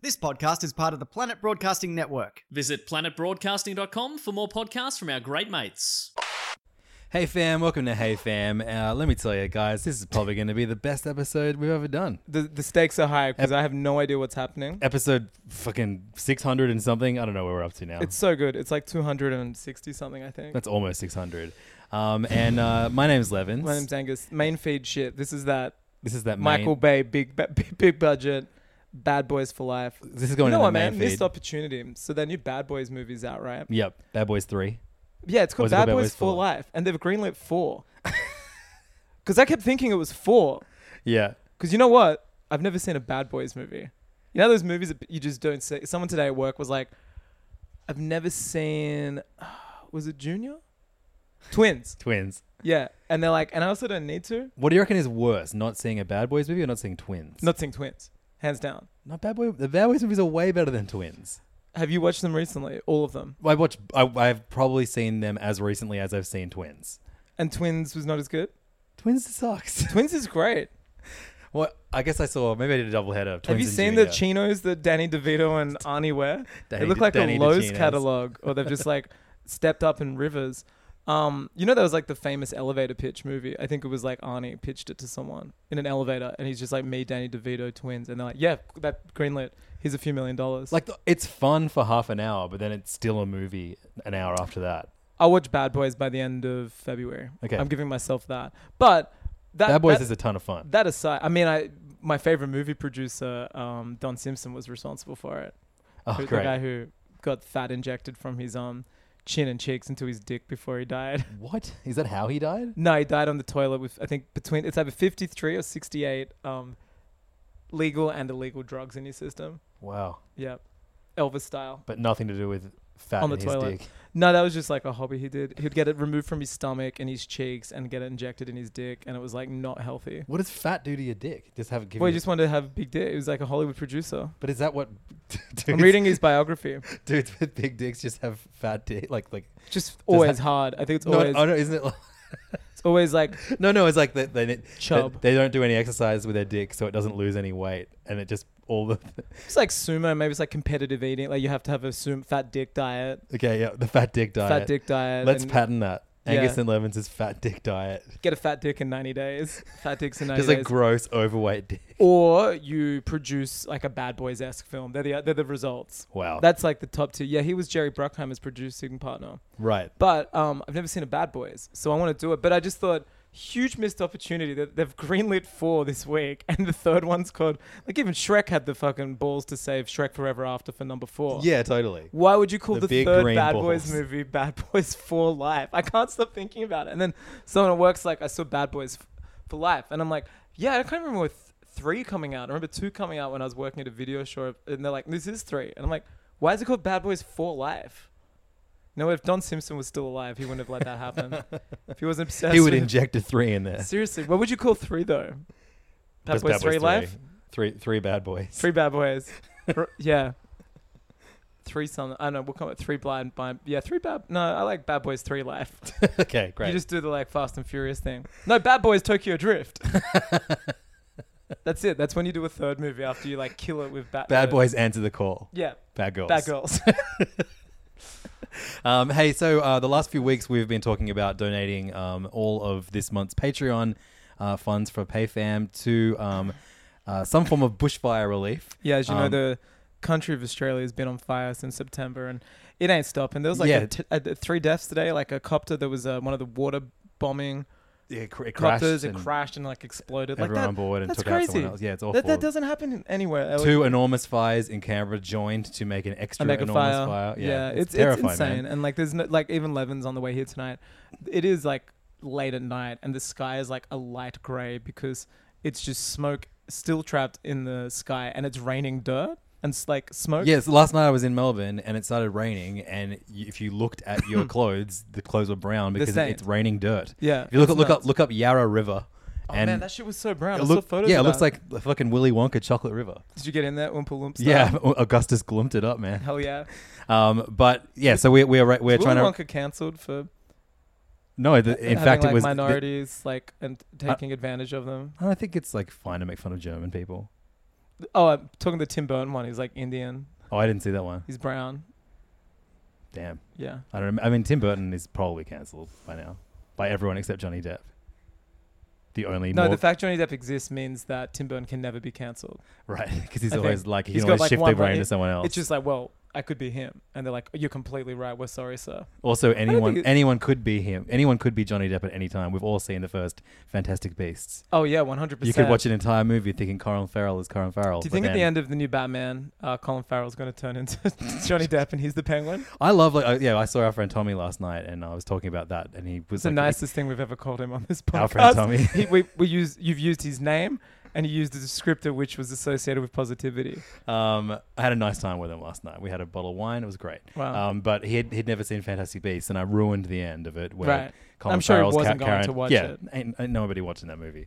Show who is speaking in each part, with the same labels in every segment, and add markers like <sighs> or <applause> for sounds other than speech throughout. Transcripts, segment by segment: Speaker 1: This podcast is part of the Planet Broadcasting Network.
Speaker 2: Visit planetbroadcasting.com for more podcasts from our great mates.
Speaker 3: Hey fam, welcome to Hey Fam. Uh, let me tell you guys, this is probably going to be the best episode we've ever done.
Speaker 4: The, the stakes are high because I have no idea what's happening.
Speaker 3: Episode fucking 600 and something. I don't know where we're up to now.
Speaker 4: It's so good. It's like 260 something, I think.
Speaker 3: That's almost 600. Um, and uh, my name's Levins.
Speaker 4: My name's Angus. Main feed shit. This is that
Speaker 3: This is that
Speaker 4: Michael
Speaker 3: main-
Speaker 4: Bay big ba- <laughs> big, big budget Bad Boys for Life.
Speaker 3: This is going
Speaker 4: you
Speaker 3: on
Speaker 4: know what,
Speaker 3: the main
Speaker 4: man? Missed
Speaker 3: feed.
Speaker 4: opportunity. So their new Bad Boys movie's out, right?
Speaker 3: Yep, Bad Boys 3.
Speaker 4: Yeah, it's
Speaker 3: Or
Speaker 4: called
Speaker 3: is it called
Speaker 4: Bad, Boys, for Life, and they've greenlit four. <laughs> Because I kept thinking it was four.
Speaker 3: Yeah.
Speaker 4: Because you know what? I've never seen a Bad Boys movie. You know those movies that you just don't see. Someone today at work was like, "I've never seen." <sighs> Was it Junior? Twins.
Speaker 3: Twins.
Speaker 4: Yeah, and they're like, and I also don't need to.
Speaker 3: What do you reckon is worse, not seeing a Bad Boys movie or not seeing Twins?
Speaker 4: Not seeing twins, hands down.
Speaker 3: Not Bad Boy. The Bad Boys movies are way better than Twins.
Speaker 4: Have you watched them recently? All of them.
Speaker 3: I watch. I, I've probably seen them as recently as I've seen Twins.
Speaker 4: And Twins was not as good.
Speaker 3: Twins sucks.
Speaker 4: Twins is great.
Speaker 3: Well, I guess I saw. Maybe I did a double header. Of Twins
Speaker 4: Have you
Speaker 3: and
Speaker 4: seen
Speaker 3: Junior.
Speaker 4: the chinos that Danny DeVito and Arnie wear?
Speaker 3: Danny
Speaker 4: they look
Speaker 3: De-
Speaker 4: like
Speaker 3: Danny
Speaker 4: a Lowe's
Speaker 3: DeChinos.
Speaker 4: catalog, or they've
Speaker 3: <laughs>
Speaker 4: just like stepped up in rivers. Um, you know, that was like the famous elevator pitch movie. I think it was like Arnie pitched it to someone in an elevator, and he's just like, "Me, Danny DeVito, twins," and they're like, "Yeah, that greenlit. Here's a few million dollars."
Speaker 3: Like the, it's fun for half an hour, but then it's still a movie an hour after that.
Speaker 4: I'll watch Bad Boys by the end of February.
Speaker 3: Okay.
Speaker 4: I'm giving myself that. But that
Speaker 3: Bad Boys
Speaker 4: that,
Speaker 3: is a ton of fun.
Speaker 4: that aside. I mean, I my favorite movie producer, um, Don Simpson, was responsible for it.
Speaker 3: oh,
Speaker 4: Who- the
Speaker 3: great.
Speaker 4: guy who got fat injected from his um chin and cheeks into his dick before he died.
Speaker 3: what is that? How he died?
Speaker 4: no, he died on the toilet with I think between it's either fifty three or sixty eight um legal and illegal drugs in his system.
Speaker 3: Wow,
Speaker 4: Yep. Elvis style.
Speaker 3: but nothing to do with fat
Speaker 4: On the
Speaker 3: and
Speaker 4: toilet.
Speaker 3: his dick.
Speaker 4: No, that was just like a hobby he did. He'd get it removed from his stomach and his cheeks and get it injected in his dick and it was like not healthy.
Speaker 3: What does fat do to your dick? Just have it. give
Speaker 4: Well,
Speaker 3: you-
Speaker 4: he just wanted to have big dick. He was like a
Speaker 3: <laughs>
Speaker 4: Hollywood producer.
Speaker 3: but is that what? Dudes,
Speaker 4: I'm reading
Speaker 3: <laughs>
Speaker 4: his biography.
Speaker 3: dudes with big dicks just have fat dick. Like like
Speaker 4: Just
Speaker 3: that-
Speaker 4: always hard. I think it's
Speaker 3: no,
Speaker 4: always
Speaker 3: oh, no, isn't it? Like, <laughs>
Speaker 4: it's always like
Speaker 3: no, no, it's like they they, they, <laughs>
Speaker 4: Chub.
Speaker 3: they don't do any exercise with their dick, so it doesn't lose any weight, and it just all the
Speaker 4: It's like sumo. Maybe it's like competitive eating. Like you have to have a sum- fat dick diet.
Speaker 3: okay yeah the fat dick diet.
Speaker 4: Fat dick diet.
Speaker 3: Let's
Speaker 4: and
Speaker 3: pattern that.
Speaker 4: Yeah.
Speaker 3: Angus and Levins' fat dick diet.
Speaker 4: get a fat dick in 90 days. <laughs> Fat dicks in 90
Speaker 3: Just like
Speaker 4: days.
Speaker 3: gross overweight dick.
Speaker 4: or you produce like a Bad Boys esque film. They're the, they're the results.
Speaker 3: Wow.
Speaker 4: That's like the top two. Yeah, he was Jerry Bruckheimer's producing partner.
Speaker 3: right.
Speaker 4: But um, I've never seen a Bad Boys, so I want to do it. But I just thought huge missed opportunity that they've greenlit four this week, <laughs> and the third one's called like even Shrek had the fucking balls to save Shrek Forever After for number four.
Speaker 3: Yeah, totally.
Speaker 4: Why would you call
Speaker 3: The
Speaker 4: the,
Speaker 3: big
Speaker 4: third
Speaker 3: green
Speaker 4: Bad
Speaker 3: balls.
Speaker 4: Boys movie Bad Boys for Life? I can't stop thinking about it. And then someone at work's like, I saw Bad Boys F- for Life. And I'm like, yeah, I can't remember with three coming out. I remember two coming out when I was working at a video shop. And they're like, this is three. And I'm like, why is it called Bad Boys for Life? You know, what? if Don Simpson was still alive, he wouldn't have let
Speaker 3: <laughs>
Speaker 4: that happen. if he wasn't obsessed
Speaker 3: He would
Speaker 4: with-
Speaker 3: inject a three in there.
Speaker 4: Seriously, what would you call three, though? Bad
Speaker 3: Just
Speaker 4: Boys 3 Life?
Speaker 3: Three, three bad boys.
Speaker 4: Three bad boys. R- yeah. Three something. I don't know. We'll call it three blind. blind yeah, three bad. No, I like Bad Boys Three Life.
Speaker 3: <laughs> okay, great.
Speaker 4: <laughs> You just do the like Fast and Furious thing. No, Bad Boys
Speaker 3: <laughs>
Speaker 4: Tokyo Drift. That's it. That's when you do a third movie after you like kill it with Bad.
Speaker 3: bad
Speaker 4: uh,
Speaker 3: boys answer the call.
Speaker 4: Yeah.
Speaker 3: Bad girls.
Speaker 4: Bad girls. <laughs>
Speaker 3: Um, hey, so uh, the last few weeks we've been talking about donating um, all of this month's Patreon uh, funds for PayFam to um, uh, some form of bushfire relief.
Speaker 4: yeah, as you know,
Speaker 3: Um,
Speaker 4: the country of Australia has been on fire since September, and it ain't stopping. There was like
Speaker 3: Yeah.
Speaker 4: a t- a- a three deaths today. Like a copter. There was uh, one of the water bombing
Speaker 3: It, cr- it crashed.
Speaker 4: copters.
Speaker 3: and
Speaker 4: it crashed and like exploded. Like
Speaker 3: Everyone
Speaker 4: that,
Speaker 3: on board and
Speaker 4: that's
Speaker 3: took out
Speaker 4: crazy.
Speaker 3: someone else. Yeah, it's awful.
Speaker 4: That, that doesn't happen anywhere.
Speaker 3: Two enormous fires in Canberra joined to make an extra
Speaker 4: I make a
Speaker 3: enormous fire.
Speaker 4: fire. Yeah, it's, it's,
Speaker 3: terrifying, man.
Speaker 4: insane. And like, there's no like even Levin's on the way here tonight. It is like late at night, and the sky is like a light gray because it's just smoke still trapped in the sky and it's raining dirt and s- like smoke.
Speaker 3: Yes, last night I was in Melbourne and it started raining. And y- if you looked at
Speaker 4: Hmm.
Speaker 3: your clothes, the clothes were brown because
Speaker 4: stains.
Speaker 3: it's raining dirt.
Speaker 4: Yeah,
Speaker 3: If you look
Speaker 4: it's
Speaker 3: up, look up,
Speaker 4: nuts.
Speaker 3: look up Yarra River.
Speaker 4: Oh
Speaker 3: and
Speaker 4: man, that shit was so brown.
Speaker 3: it
Speaker 4: I
Speaker 3: look-
Speaker 4: saw photos.
Speaker 3: yeah, it
Speaker 4: of
Speaker 3: looks
Speaker 4: that.
Speaker 3: like a fucking Willy Wonka chocolate river.
Speaker 4: Did you get in there, Oompa Loompa? style?
Speaker 3: Yeah, <laughs> Augustus glumped it up, man.
Speaker 4: Hell yeah.
Speaker 3: Um, but yeah, so we, we're we're
Speaker 4: Willy
Speaker 3: trying to
Speaker 4: Wonka cancelled for
Speaker 3: no. The, in
Speaker 4: having,
Speaker 3: fact,
Speaker 4: like,
Speaker 3: it was. the- Uh,
Speaker 4: minorities like and taking advantage of them.
Speaker 3: I don't think it's like fine to make fun of German people.
Speaker 4: Oh, I'm talking the Tim Burton one. He's like Indian.
Speaker 3: Oh, I didn't see that one.
Speaker 4: He's brown.
Speaker 3: Damn,
Speaker 4: Yeah.
Speaker 3: I don't. I mean, Tim Burton is probably cancelled by now by everyone except Johnny Depp. The only
Speaker 4: No,
Speaker 3: more,
Speaker 4: the fact Johnny Depp exists means that Tim Burton can never be cancelled.
Speaker 3: right <laughs> because he's
Speaker 4: I think
Speaker 3: always like he
Speaker 4: he's
Speaker 3: can
Speaker 4: got,
Speaker 3: always
Speaker 4: like,
Speaker 3: shift
Speaker 4: one
Speaker 3: their brain
Speaker 4: brain.
Speaker 3: to someone else.
Speaker 4: It's just like, well, I could be him, and they're like, you're completely right. We're sorry, sir.
Speaker 3: also anyone
Speaker 4: think it-
Speaker 3: anyone could be him. Anyone could be Johnny Depp at any time. We've all seen the first Fantastic Beasts.
Speaker 4: Oh yeah, 100. percent
Speaker 3: You could watch an entire movie thinking Colin Farrell is Colin Farrell.
Speaker 4: Do you
Speaker 3: but
Speaker 4: think at
Speaker 3: then-
Speaker 4: the end of the new Batman, uh, Colin Farrell's going to turn into <laughs> Johnny Depp and he's the Penguin?
Speaker 3: I love like uh, yeah. I saw our friend Tommy last night, and I was talking about that, and he was
Speaker 4: It's the
Speaker 3: like,
Speaker 4: nicest thing we've ever called him on this podcast.
Speaker 3: Our friend Tommy.
Speaker 4: he, we, we use you've used his name and you used a descriptor which was associated with positivity.
Speaker 3: Um, I had a nice time with him last night. We had a bottle of wine. It was great.
Speaker 4: Wow.
Speaker 3: Um, but he had, he'd never seen Fantastic Beasts, and I ruined the end of it. Where
Speaker 4: Right.
Speaker 3: Colin
Speaker 4: I'm sure he
Speaker 3: Farrell's ca-
Speaker 4: wasn't going
Speaker 3: Karen-
Speaker 4: to watch
Speaker 3: yeah,
Speaker 4: it.
Speaker 3: Ain't, ain't nobody watching that movie.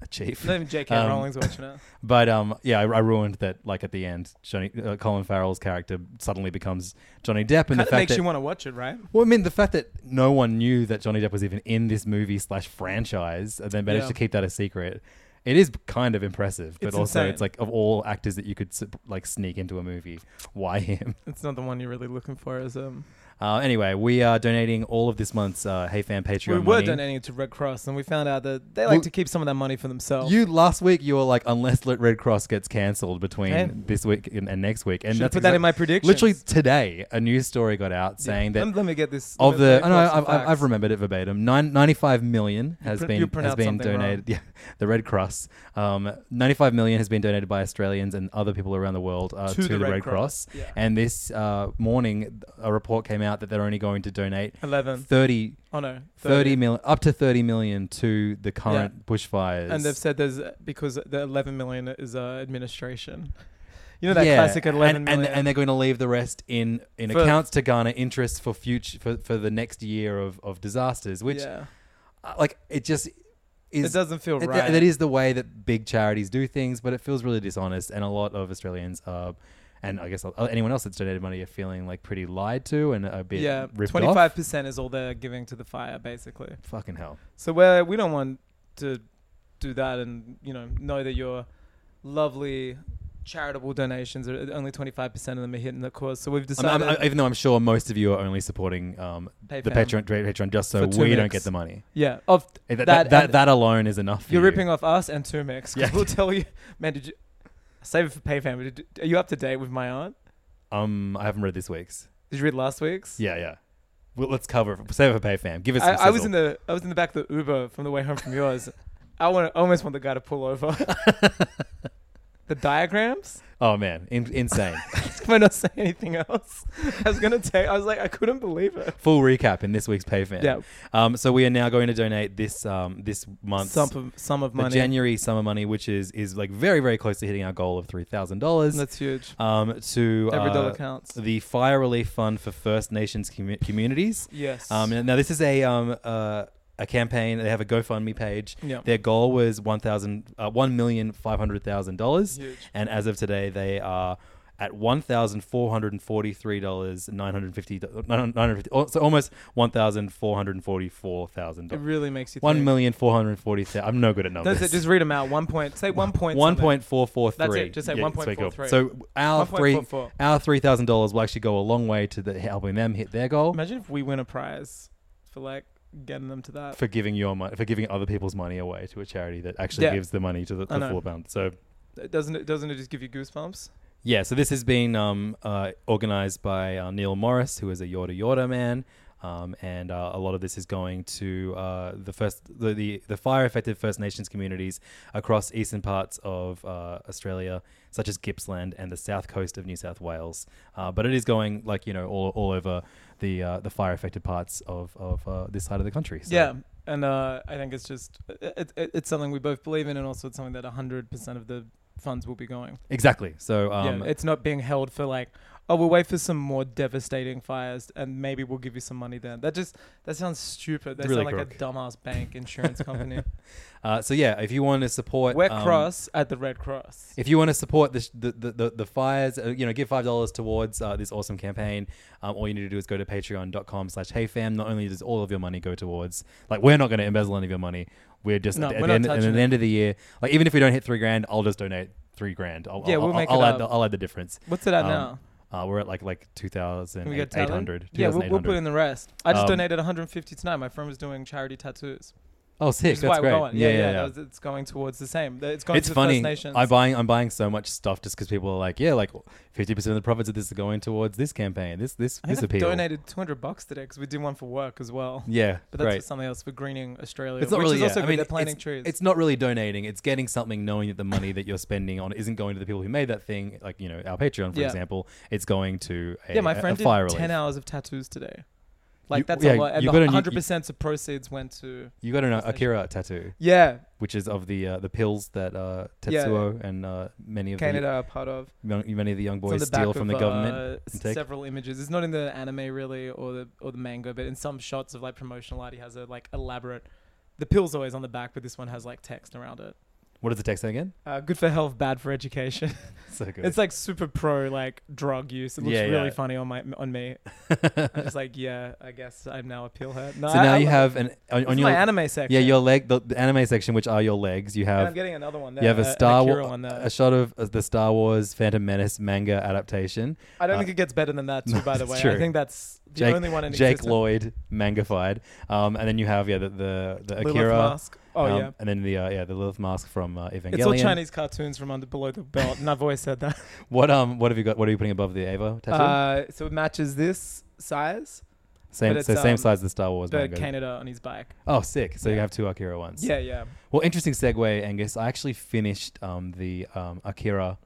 Speaker 3: A chief.
Speaker 4: Not even J.K.
Speaker 3: Um,
Speaker 4: Rowling's watching it.
Speaker 3: <laughs> But um, yeah, I, I ruined that. Like at the end, Johnny uh, Colin Farrell's character suddenly becomes Johnny Depp, and
Speaker 4: Kind
Speaker 3: the
Speaker 4: of
Speaker 3: fact
Speaker 4: makes
Speaker 3: that
Speaker 4: you want to watch it, right?
Speaker 3: well, I mean, the fact that no one knew that Johnny Depp was even in this movie slash franchise, and then managed
Speaker 4: Yeah.
Speaker 3: to keep that a secret, it is kind of impressive. But
Speaker 4: It's
Speaker 3: also,
Speaker 4: insane.
Speaker 3: it's like of all actors that you could s- like sneak into a movie, why him? <laughs>
Speaker 4: It's not the one you're really looking for, is um.
Speaker 3: Uh, anyway, we are donating all of this month's uh, Hey Fan Patreon
Speaker 4: We were
Speaker 3: money.
Speaker 4: donating it to Red Cross, and we found out that they like
Speaker 3: Well-
Speaker 4: to keep some of that money for themselves.
Speaker 3: You last week you were like, unless Lit Red Cross gets cancelled between
Speaker 4: Okay.
Speaker 3: this week and, and next week, and
Speaker 4: Should
Speaker 3: that's
Speaker 4: put that in
Speaker 3: exact-
Speaker 4: my predictions.
Speaker 3: Literally today, a news story got out saying that
Speaker 4: Let, let me get this
Speaker 3: of
Speaker 4: let me-
Speaker 3: the
Speaker 4: let me
Speaker 3: I know,
Speaker 4: pull up some
Speaker 3: I've, I've, I've
Speaker 4: facts.
Speaker 3: remembered it verbatim. Nine, 95 million has
Speaker 4: pr- you
Speaker 3: been has
Speaker 4: pronounced
Speaker 3: been
Speaker 4: something
Speaker 3: donated. Yeah, <laughs> the Red Cross. Um, 95 million has been donated by Australians and other people around the world uh, to, the, Red, Cross.
Speaker 4: Yeah.
Speaker 3: And this uh, morning, a report came out that they're only going to donate
Speaker 4: eleven.
Speaker 3: 30,
Speaker 4: Oh no,
Speaker 3: 30 mil, up to 30 million to the current bushfires.
Speaker 4: And they've said there's uh, because the 11 million is uh, administration. You know that
Speaker 3: Yeah,
Speaker 4: classic 11
Speaker 3: and,
Speaker 4: million.
Speaker 3: and, and they're going to leave the rest in, in
Speaker 4: For-
Speaker 3: accounts to garner interest for future for, for the next year of, of disasters, which
Speaker 4: yeah.
Speaker 3: uh, like it just is
Speaker 4: it doesn't feel
Speaker 3: It-
Speaker 4: right.
Speaker 3: that is the way that big charities do things, but it feels really dishonest, and a lot of Australians are. And I guess uh, anyone else that's donated money are feeling like pretty lied to and a bit
Speaker 4: yeah,
Speaker 3: ripped
Speaker 4: twenty five
Speaker 3: off.
Speaker 4: percent is all they're giving to the fire, basically.
Speaker 3: Fucking hell!
Speaker 4: So where we don't want to do that, and you know, know that your lovely charitable donations are only twenty five percent of them are hitting the cause. So we've
Speaker 3: I'm,
Speaker 4: decided
Speaker 3: I'm, I, even though I'm sure most of you are only supporting um,
Speaker 4: Pay
Speaker 3: the
Speaker 4: fam.
Speaker 3: Patreon, Patreon just so
Speaker 4: For
Speaker 3: we
Speaker 4: two
Speaker 3: don't
Speaker 4: mix.
Speaker 3: get the money.
Speaker 4: Yeah, of
Speaker 3: Eh, That
Speaker 4: That
Speaker 3: that, that,
Speaker 4: and-
Speaker 3: that alone is enough. For
Speaker 4: You're
Speaker 3: you.
Speaker 4: ripping off us and Tumix.
Speaker 3: Yeah.
Speaker 4: Yeah. We'll tell you, man. Did you save it for PayFam? but did- Are you up to date with my aunt?
Speaker 3: Um, I haven't read this week's.
Speaker 4: Did you read last week's?
Speaker 3: Yeah, yeah. Well, let's cover. it. Save it for pay fam. Give us.
Speaker 4: I,
Speaker 3: some
Speaker 4: I was
Speaker 3: sizzle.
Speaker 4: in the I was in the back of the Uber from the way home from yours.
Speaker 3: <laughs>
Speaker 4: I want almost want the guy to pull over. the diagrams. <laughs>
Speaker 3: Oh man, in, insane.
Speaker 4: Can I not say anything else? I was gonna take. I was like, I couldn't believe it.
Speaker 3: Full recap in this week's pay fam.
Speaker 4: Yeah.
Speaker 3: Um, so we are now going to donate this um, this month's
Speaker 4: Some of some of
Speaker 3: the
Speaker 4: money.
Speaker 3: January summer money, which is is like very very close to hitting our goal of three thousand dollars.
Speaker 4: That's huge.
Speaker 3: Um, to
Speaker 4: Every
Speaker 3: uh,
Speaker 4: dollar counts.
Speaker 3: The Fire Relief Fund for First Nations commu- communities.
Speaker 4: Yes.
Speaker 3: Um, now this is a um uh, a campaign. They have a GoFundMe page.
Speaker 4: Yeah.
Speaker 3: Their goal was one thousand uh, one million five hundred thousand dollars,
Speaker 4: Huge.
Speaker 3: and as of today, they are. At one thousand four hundred and forty-three dollars nine hundred fifty, nine hundred fifty, oh, so almost one thousand four hundred forty-four thousand
Speaker 4: it
Speaker 3: dollars.
Speaker 4: really makes you.
Speaker 3: One
Speaker 4: think.
Speaker 3: million four hundred forty thousand. I'm no good at numbers.
Speaker 4: That's it. Just read them out. One point. Say one point.
Speaker 3: one
Speaker 4: something.
Speaker 3: point four four three.
Speaker 4: That's it, just say 1.43.
Speaker 3: So our three,
Speaker 4: 1.44.
Speaker 3: our three thousand dollars will actually go a long way to the, helping them hit their goal
Speaker 4: Imagine if we win a prize for like getting them to that.
Speaker 3: for giving your money, for giving other people's money away to a charity that actually
Speaker 4: Yeah.
Speaker 3: gives the money to the,
Speaker 4: I
Speaker 3: the
Speaker 4: know.
Speaker 3: floor pound. So
Speaker 4: Doesn't it? Doesn't it just give you goosebumps?
Speaker 3: yeah, so this has been um, uh, organized by uh, Neil Morris, who is a Yorta Yorta man. Um, and uh, a lot of this is going to uh, the first the, the, the fire affected First Nations communities across eastern parts of uh, Australia, such as Gippsland and the south coast of New South Wales. Uh, but it is going like you know all, all over the uh, the fire affected parts of of uh, this side of the country. So
Speaker 4: Yeah, And uh, I think it's just it, it, it's something we both believe in, and also it's something that 100% of the funds will be going.
Speaker 3: Exactly. So um,
Speaker 4: yeah, it's not being held for like, oh, we'll wait for some more devastating fires, and maybe we'll give you some money then. That just that sounds stupid. That
Speaker 3: Really
Speaker 4: sounds like
Speaker 3: crook.
Speaker 4: a dumbass bank insurance
Speaker 3: <laughs>
Speaker 4: company.
Speaker 3: uh, so yeah, if you want to support,
Speaker 4: We're
Speaker 3: um,
Speaker 4: cross at the Red Cross.
Speaker 3: If you want to support this, the, the, the, the fires, uh, you know, give five dollars towards uh, this awesome campaign. Um, all you need to do is go to Patreon.com/slash HeyFam. Not only does all of your money go towards, like, we're not going to embezzle any of your money. We're just
Speaker 4: No,
Speaker 3: at,
Speaker 4: we're
Speaker 3: the
Speaker 4: not
Speaker 3: end, and
Speaker 4: touching
Speaker 3: at the
Speaker 4: it.
Speaker 3: end of the year, like, even if we don't hit three grand, I'll just donate three grand. I'll,
Speaker 4: Yeah,
Speaker 3: I'll,
Speaker 4: we'll
Speaker 3: I'll,
Speaker 4: make
Speaker 3: I'll
Speaker 4: it
Speaker 3: add
Speaker 4: up.
Speaker 3: the I'll add the difference.
Speaker 4: What's it at
Speaker 3: Um,
Speaker 4: now?
Speaker 3: Uh, we're at like like two thousand
Speaker 4: Can we
Speaker 3: eight
Speaker 4: get talent?
Speaker 3: hundred.
Speaker 4: Yeah, we'll, we'll put in the rest. I just
Speaker 3: Um,
Speaker 4: donated 150 tonight. My friend was doing charity tattoos.
Speaker 3: Oh,
Speaker 4: Which
Speaker 3: sick!
Speaker 4: is
Speaker 3: That's
Speaker 4: why
Speaker 3: great.
Speaker 4: we're going. Yeah, yeah,
Speaker 3: yeah.
Speaker 4: that was- it's going towards the same. That- It's going
Speaker 3: it's
Speaker 4: to
Speaker 3: funny.
Speaker 4: First Nations.
Speaker 3: I'm buying. I'm buying so much stuff just because people are like, yeah, like 50 percent of the profits of this are going towards this campaign. This this
Speaker 4: I
Speaker 3: this
Speaker 4: think I
Speaker 3: appeal.
Speaker 4: donated 200 bucks today because we did one for work as well.
Speaker 3: Yeah,
Speaker 4: But that's for
Speaker 3: great.
Speaker 4: something else for greening Australia.
Speaker 3: It's not
Speaker 4: which
Speaker 3: really.
Speaker 4: is
Speaker 3: yeah,
Speaker 4: also
Speaker 3: I
Speaker 4: good.
Speaker 3: mean,
Speaker 4: They're planting
Speaker 3: it's,
Speaker 4: trees.
Speaker 3: It's not really donating. It's getting something, knowing that the money that you're spending on isn't going to the people who made that thing. Like you know, our Patreon, for
Speaker 4: Yeah.
Speaker 3: example, it's going to a,
Speaker 4: yeah, my
Speaker 3: a- a
Speaker 4: friend did
Speaker 3: fire
Speaker 4: 10
Speaker 3: relief.
Speaker 4: hours of tattoos today. Like
Speaker 3: You-
Speaker 4: that's
Speaker 3: yeah,
Speaker 4: a lot. And
Speaker 3: you
Speaker 4: the
Speaker 3: got a new-
Speaker 4: 100% of proceeds went to
Speaker 3: You got an
Speaker 4: First Nation.
Speaker 3: Akira tattoo,
Speaker 4: yeah,
Speaker 3: which is of the uh, the pills that uh,
Speaker 4: Yeah.
Speaker 3: Tetsuo and uh, many of
Speaker 4: Canada are part of.
Speaker 3: the young, many of the young
Speaker 4: It's on
Speaker 3: boys
Speaker 4: the
Speaker 3: steal
Speaker 4: back
Speaker 3: from
Speaker 4: of,
Speaker 3: the government.
Speaker 4: uh,
Speaker 3: and take.
Speaker 4: several images. It's not in the anime really or the or the manga, but in some shots of like promotional art, he has a like elaborate. The pill's always on the back, but this one has like text around it.
Speaker 3: What does the text say again?
Speaker 4: Uh, good for health, bad for education. <laughs>
Speaker 3: So good.
Speaker 4: it's like super pro like drug use. It looks
Speaker 3: Yeah,
Speaker 4: really
Speaker 3: yeah.
Speaker 4: funny on my
Speaker 3: <laughs>
Speaker 4: on me. I'm just like, yeah, I guess I'm now a pill head. No,
Speaker 3: so
Speaker 4: I-
Speaker 3: now
Speaker 4: I
Speaker 3: you
Speaker 4: love-
Speaker 3: have an on,
Speaker 4: this
Speaker 3: on
Speaker 4: is
Speaker 3: your
Speaker 4: my anime section.
Speaker 3: yeah your leg the, the anime section which are your legs. You
Speaker 4: And I'm
Speaker 3: have
Speaker 4: getting another one. There,
Speaker 3: you have a
Speaker 4: uh, an
Speaker 3: Star
Speaker 4: Akira
Speaker 3: Wars
Speaker 4: one there.
Speaker 3: a shot of uh, the Star Wars Phantom Menace manga adaptation.
Speaker 4: I don't
Speaker 3: uh,
Speaker 4: think it gets better than that, too.
Speaker 3: No, <laughs>
Speaker 4: by the
Speaker 3: it's
Speaker 4: way, I
Speaker 3: true.
Speaker 4: think that's the
Speaker 3: Jake-
Speaker 4: only one in
Speaker 3: Jake
Speaker 4: existence.
Speaker 3: Lloyd mangafied, um, and then you have yeah the the, the
Speaker 4: Lilith
Speaker 3: Akira.
Speaker 4: Mask. Oh
Speaker 3: um,
Speaker 4: yeah.
Speaker 3: and then the uh, yeah the Lilith mask from uh, Evangelion.
Speaker 4: It's all Chinese cartoons from under below
Speaker 3: <laughs>
Speaker 4: the belt, and I've always said that.
Speaker 3: What um what have you got? What are you putting above the Ava tattoo?
Speaker 4: Uh, so it matches this size, but
Speaker 3: same
Speaker 4: it's,
Speaker 3: so same
Speaker 4: um,
Speaker 3: size as the Star Wars
Speaker 4: the
Speaker 3: manga.
Speaker 4: Canada on his bike.
Speaker 3: oh, sick! So you
Speaker 4: Yeah.
Speaker 3: have two Akira ones.
Speaker 4: Yeah, yeah.
Speaker 3: Well, interesting segue, Angus. I actually finished um the um Akira.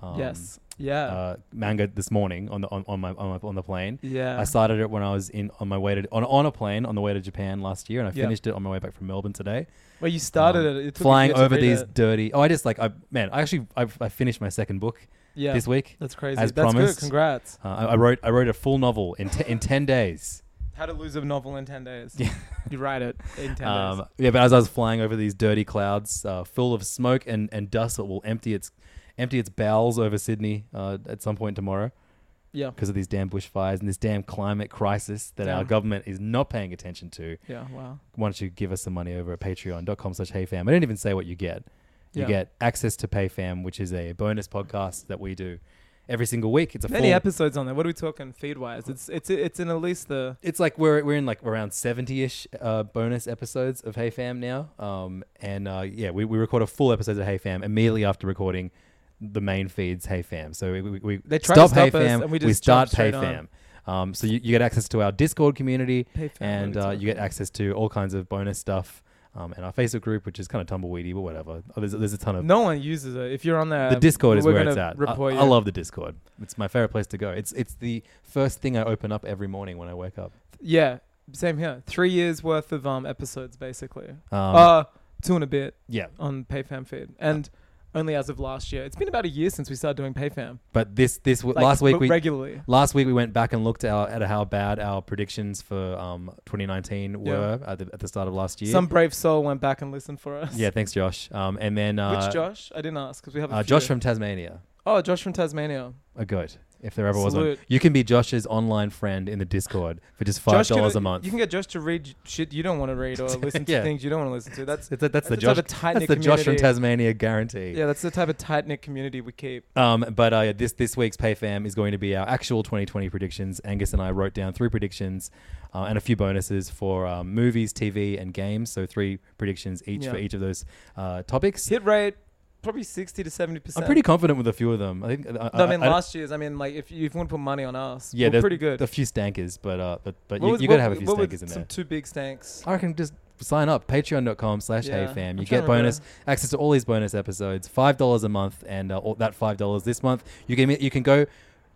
Speaker 3: Um,
Speaker 4: yes. Yeah.
Speaker 3: uh, manga this morning on the on, on my on my on the plane.
Speaker 4: yeah.
Speaker 3: I started it when I was in on my way to on, on a plane on the way to Japan last year, and I
Speaker 4: Yeah.
Speaker 3: finished it on my way back from Melbourne today.
Speaker 4: well, you started
Speaker 3: Um,
Speaker 4: it. it took
Speaker 3: flying
Speaker 4: you to
Speaker 3: over
Speaker 4: read
Speaker 3: these
Speaker 4: it.
Speaker 3: dirty. Oh, I just like I man, I actually I, I finished my second book
Speaker 4: Yeah.
Speaker 3: this week.
Speaker 4: That's crazy.
Speaker 3: as
Speaker 4: That's
Speaker 3: promised.
Speaker 4: good. Congrats.
Speaker 3: Uh, I, I wrote I wrote a full novel in te- in ten days.
Speaker 4: How to lose a novel in 10 days.
Speaker 3: Yeah.
Speaker 4: <laughs> you write it in 10 days.
Speaker 3: Um, yeah, but as I was flying over these dirty clouds, uh, full of smoke and, and dust that will empty its empty its bowels over Sydney uh, at some point tomorrow.
Speaker 4: Yeah.
Speaker 3: because of these damn bushfires and this damn climate crisis that our
Speaker 4: Damn.
Speaker 3: government is not paying attention to.
Speaker 4: Yeah, wow.
Speaker 3: Why don't you give us some money over at patreon.com slash heyfam? I didn't even say what you get. You
Speaker 4: Yeah.
Speaker 3: get access to PayFam, which is a bonus podcast that we do every single week. It's a
Speaker 4: Many
Speaker 3: full,
Speaker 4: episodes on there. What are we talking feed wise? It's it's it's in at least the
Speaker 3: It's like we're, we're in like around 70-ish uh, bonus episodes of HeyFam now. Um, and uh, yeah, we, we record a full episode of HeyFam immediately after recording the main feeds HeyFam. So we, we, we
Speaker 4: They tried to stop us,
Speaker 3: HeyFam,
Speaker 4: and we
Speaker 3: we
Speaker 4: just
Speaker 3: start
Speaker 4: jumped straight
Speaker 3: PayFam. Um, so you, you get access to our Discord community,
Speaker 4: pay fan.
Speaker 3: and uh, you get access to all kinds of bonus stuff um, and our Facebook group, which is kind of tumbleweedy, but whatever. Oh, there's, there's a ton of
Speaker 4: No one uses it. If you're on there,
Speaker 3: the Discord is
Speaker 4: we're
Speaker 3: where
Speaker 4: gonna
Speaker 3: it's at. I,
Speaker 4: report
Speaker 3: I
Speaker 4: you.
Speaker 3: love the Discord. It's my favorite place to go. It's it's the first thing I open up every morning when I wake up.
Speaker 4: Yeah, same here. Three years worth of um episodes basically.
Speaker 3: Um,
Speaker 4: uh two and a bit
Speaker 3: yeah,
Speaker 4: on PayFam feed, and only as of last year. It's been about a year since we started doing PayFam.
Speaker 3: but this this w
Speaker 4: Like,
Speaker 3: last week
Speaker 4: but
Speaker 3: we
Speaker 4: regularly.
Speaker 3: last week we went back and looked at, our, at how bad our predictions for um, 2019
Speaker 4: Yeah.
Speaker 3: were at, the, at the start of last year.
Speaker 4: Some brave soul went back and listened for us.
Speaker 3: yeah, thanks Josh. Um, and then uh,
Speaker 4: <laughs> Which Josh? I didn't ask because we have a
Speaker 3: Uh,
Speaker 4: few.
Speaker 3: Josh from Tasmania,
Speaker 4: oh Josh from Tasmania.
Speaker 3: a goat. If there ever was one,
Speaker 4: Salute.
Speaker 3: you can be Josh's online friend in the Discord for just five
Speaker 4: Josh can-
Speaker 3: dollars a month.
Speaker 4: You can get Josh to read shit you don't want to read
Speaker 3: <laughs>
Speaker 4: or listen to
Speaker 3: Yeah.
Speaker 4: things you don't want to listen to. That's
Speaker 3: It's a- that's, the
Speaker 4: the type
Speaker 3: Josh.
Speaker 4: of tight-knit
Speaker 3: That's the Josh from
Speaker 4: community.
Speaker 3: Tasmania guarantee.
Speaker 4: yeah, that's the type of tight knit community we keep.
Speaker 3: Um, but uh, this this week's PayFam is going to be our actual 2020 predictions. Angus and I wrote down three predictions uh, and a few bonuses for um, movies, TV, and games. So three predictions each
Speaker 4: Yeah.
Speaker 3: for each of those uh, topics.
Speaker 4: Hit rate probably sixty to seventy percent.
Speaker 3: I'm pretty confident with a few of them. I think. I,
Speaker 4: No, I mean
Speaker 3: I-
Speaker 4: last year's. I mean, like if you, if you want to put money on us,
Speaker 3: yeah,
Speaker 4: yeah, we're
Speaker 3: there's
Speaker 4: pretty good.
Speaker 3: A few stankers, but uh, but but
Speaker 4: What
Speaker 3: you,
Speaker 4: was-
Speaker 3: you got
Speaker 4: what-
Speaker 3: to have a few
Speaker 4: what were
Speaker 3: stankers in
Speaker 4: Some
Speaker 3: there.
Speaker 4: two big stanks.
Speaker 3: I reckon just sign up patreon.com slash
Speaker 4: Yeah, I'm
Speaker 3: heyfam you
Speaker 4: trying
Speaker 3: get
Speaker 4: to
Speaker 3: bonus access to all these bonus episodes five dollars a month and uh, all, that five dollars this month you can you can go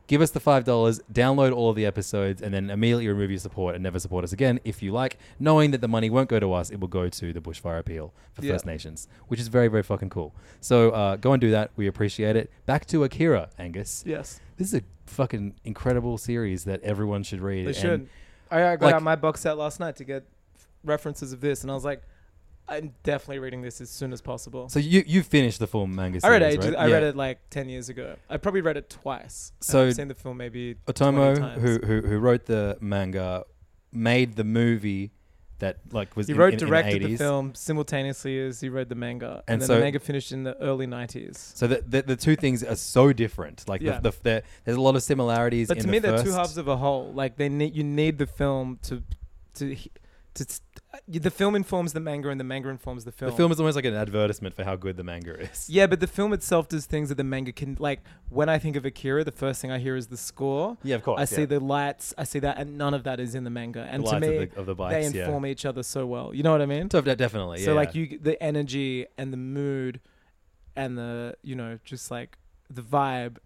Speaker 3: Give us the $5, download all of the episodes, and then immediately remove your support and never support us again if you like, knowing that the money won't go to us, it will go to the Bushfire Appeal for
Speaker 4: Yeah.
Speaker 3: First Nations, which is very, very fucking cool. So uh, go and do that. We appreciate it. Back to Akira, Angus.
Speaker 4: Yes.
Speaker 3: This is a fucking incredible series that everyone should read.
Speaker 4: They
Speaker 3: and
Speaker 4: should. I, I got
Speaker 3: like-
Speaker 4: out my box set last night to get f- references of this, and I was like, I'm definitely reading this as soon as possible.
Speaker 3: So you you finished the full manga
Speaker 4: I
Speaker 3: series,
Speaker 4: read ages.
Speaker 3: right?
Speaker 4: I
Speaker 3: Yeah.
Speaker 4: read it like ten years ago. I probably read it twice. and
Speaker 3: So-
Speaker 4: I've seen the film maybe. 20
Speaker 3: Otomo,
Speaker 4: times.
Speaker 3: who, who who wrote the manga, made the movie that like was
Speaker 4: He
Speaker 3: in-
Speaker 4: wrote,
Speaker 3: in- in
Speaker 4: directed the
Speaker 3: 80s.
Speaker 4: film simultaneously as he read the manga, and,
Speaker 3: And
Speaker 4: then
Speaker 3: so-
Speaker 4: the manga finished in the early '90s.
Speaker 3: So the, the the two things are so different. Like
Speaker 4: Yeah.
Speaker 3: the, the, the there's a lot of similarities.
Speaker 4: But
Speaker 3: in
Speaker 4: to me,
Speaker 3: the
Speaker 4: they're two
Speaker 3: first-
Speaker 4: halves of a whole. Like they need, you need the film to, to, he- to. s- uh, The film informs the manga, and the manga informs the film.
Speaker 3: The film is almost like an advertisement for how good the manga is.
Speaker 4: Yeah, but the film itself does things that the manga can like. When I think of Akira, the first thing I hear is the score.
Speaker 3: <laughs> Yeah, of course,
Speaker 4: I see
Speaker 3: yeah.
Speaker 4: the lights. I see that, and none of that is in the manga. And to
Speaker 3: lights of
Speaker 4: me,
Speaker 3: the- of the bikes,
Speaker 4: they
Speaker 3: yeah.
Speaker 4: inform each other so well. You know what I mean?
Speaker 3: So de- definitely.
Speaker 4: so
Speaker 3: yeah.
Speaker 4: like you, the energy and the mood, and the you know just like the vibe.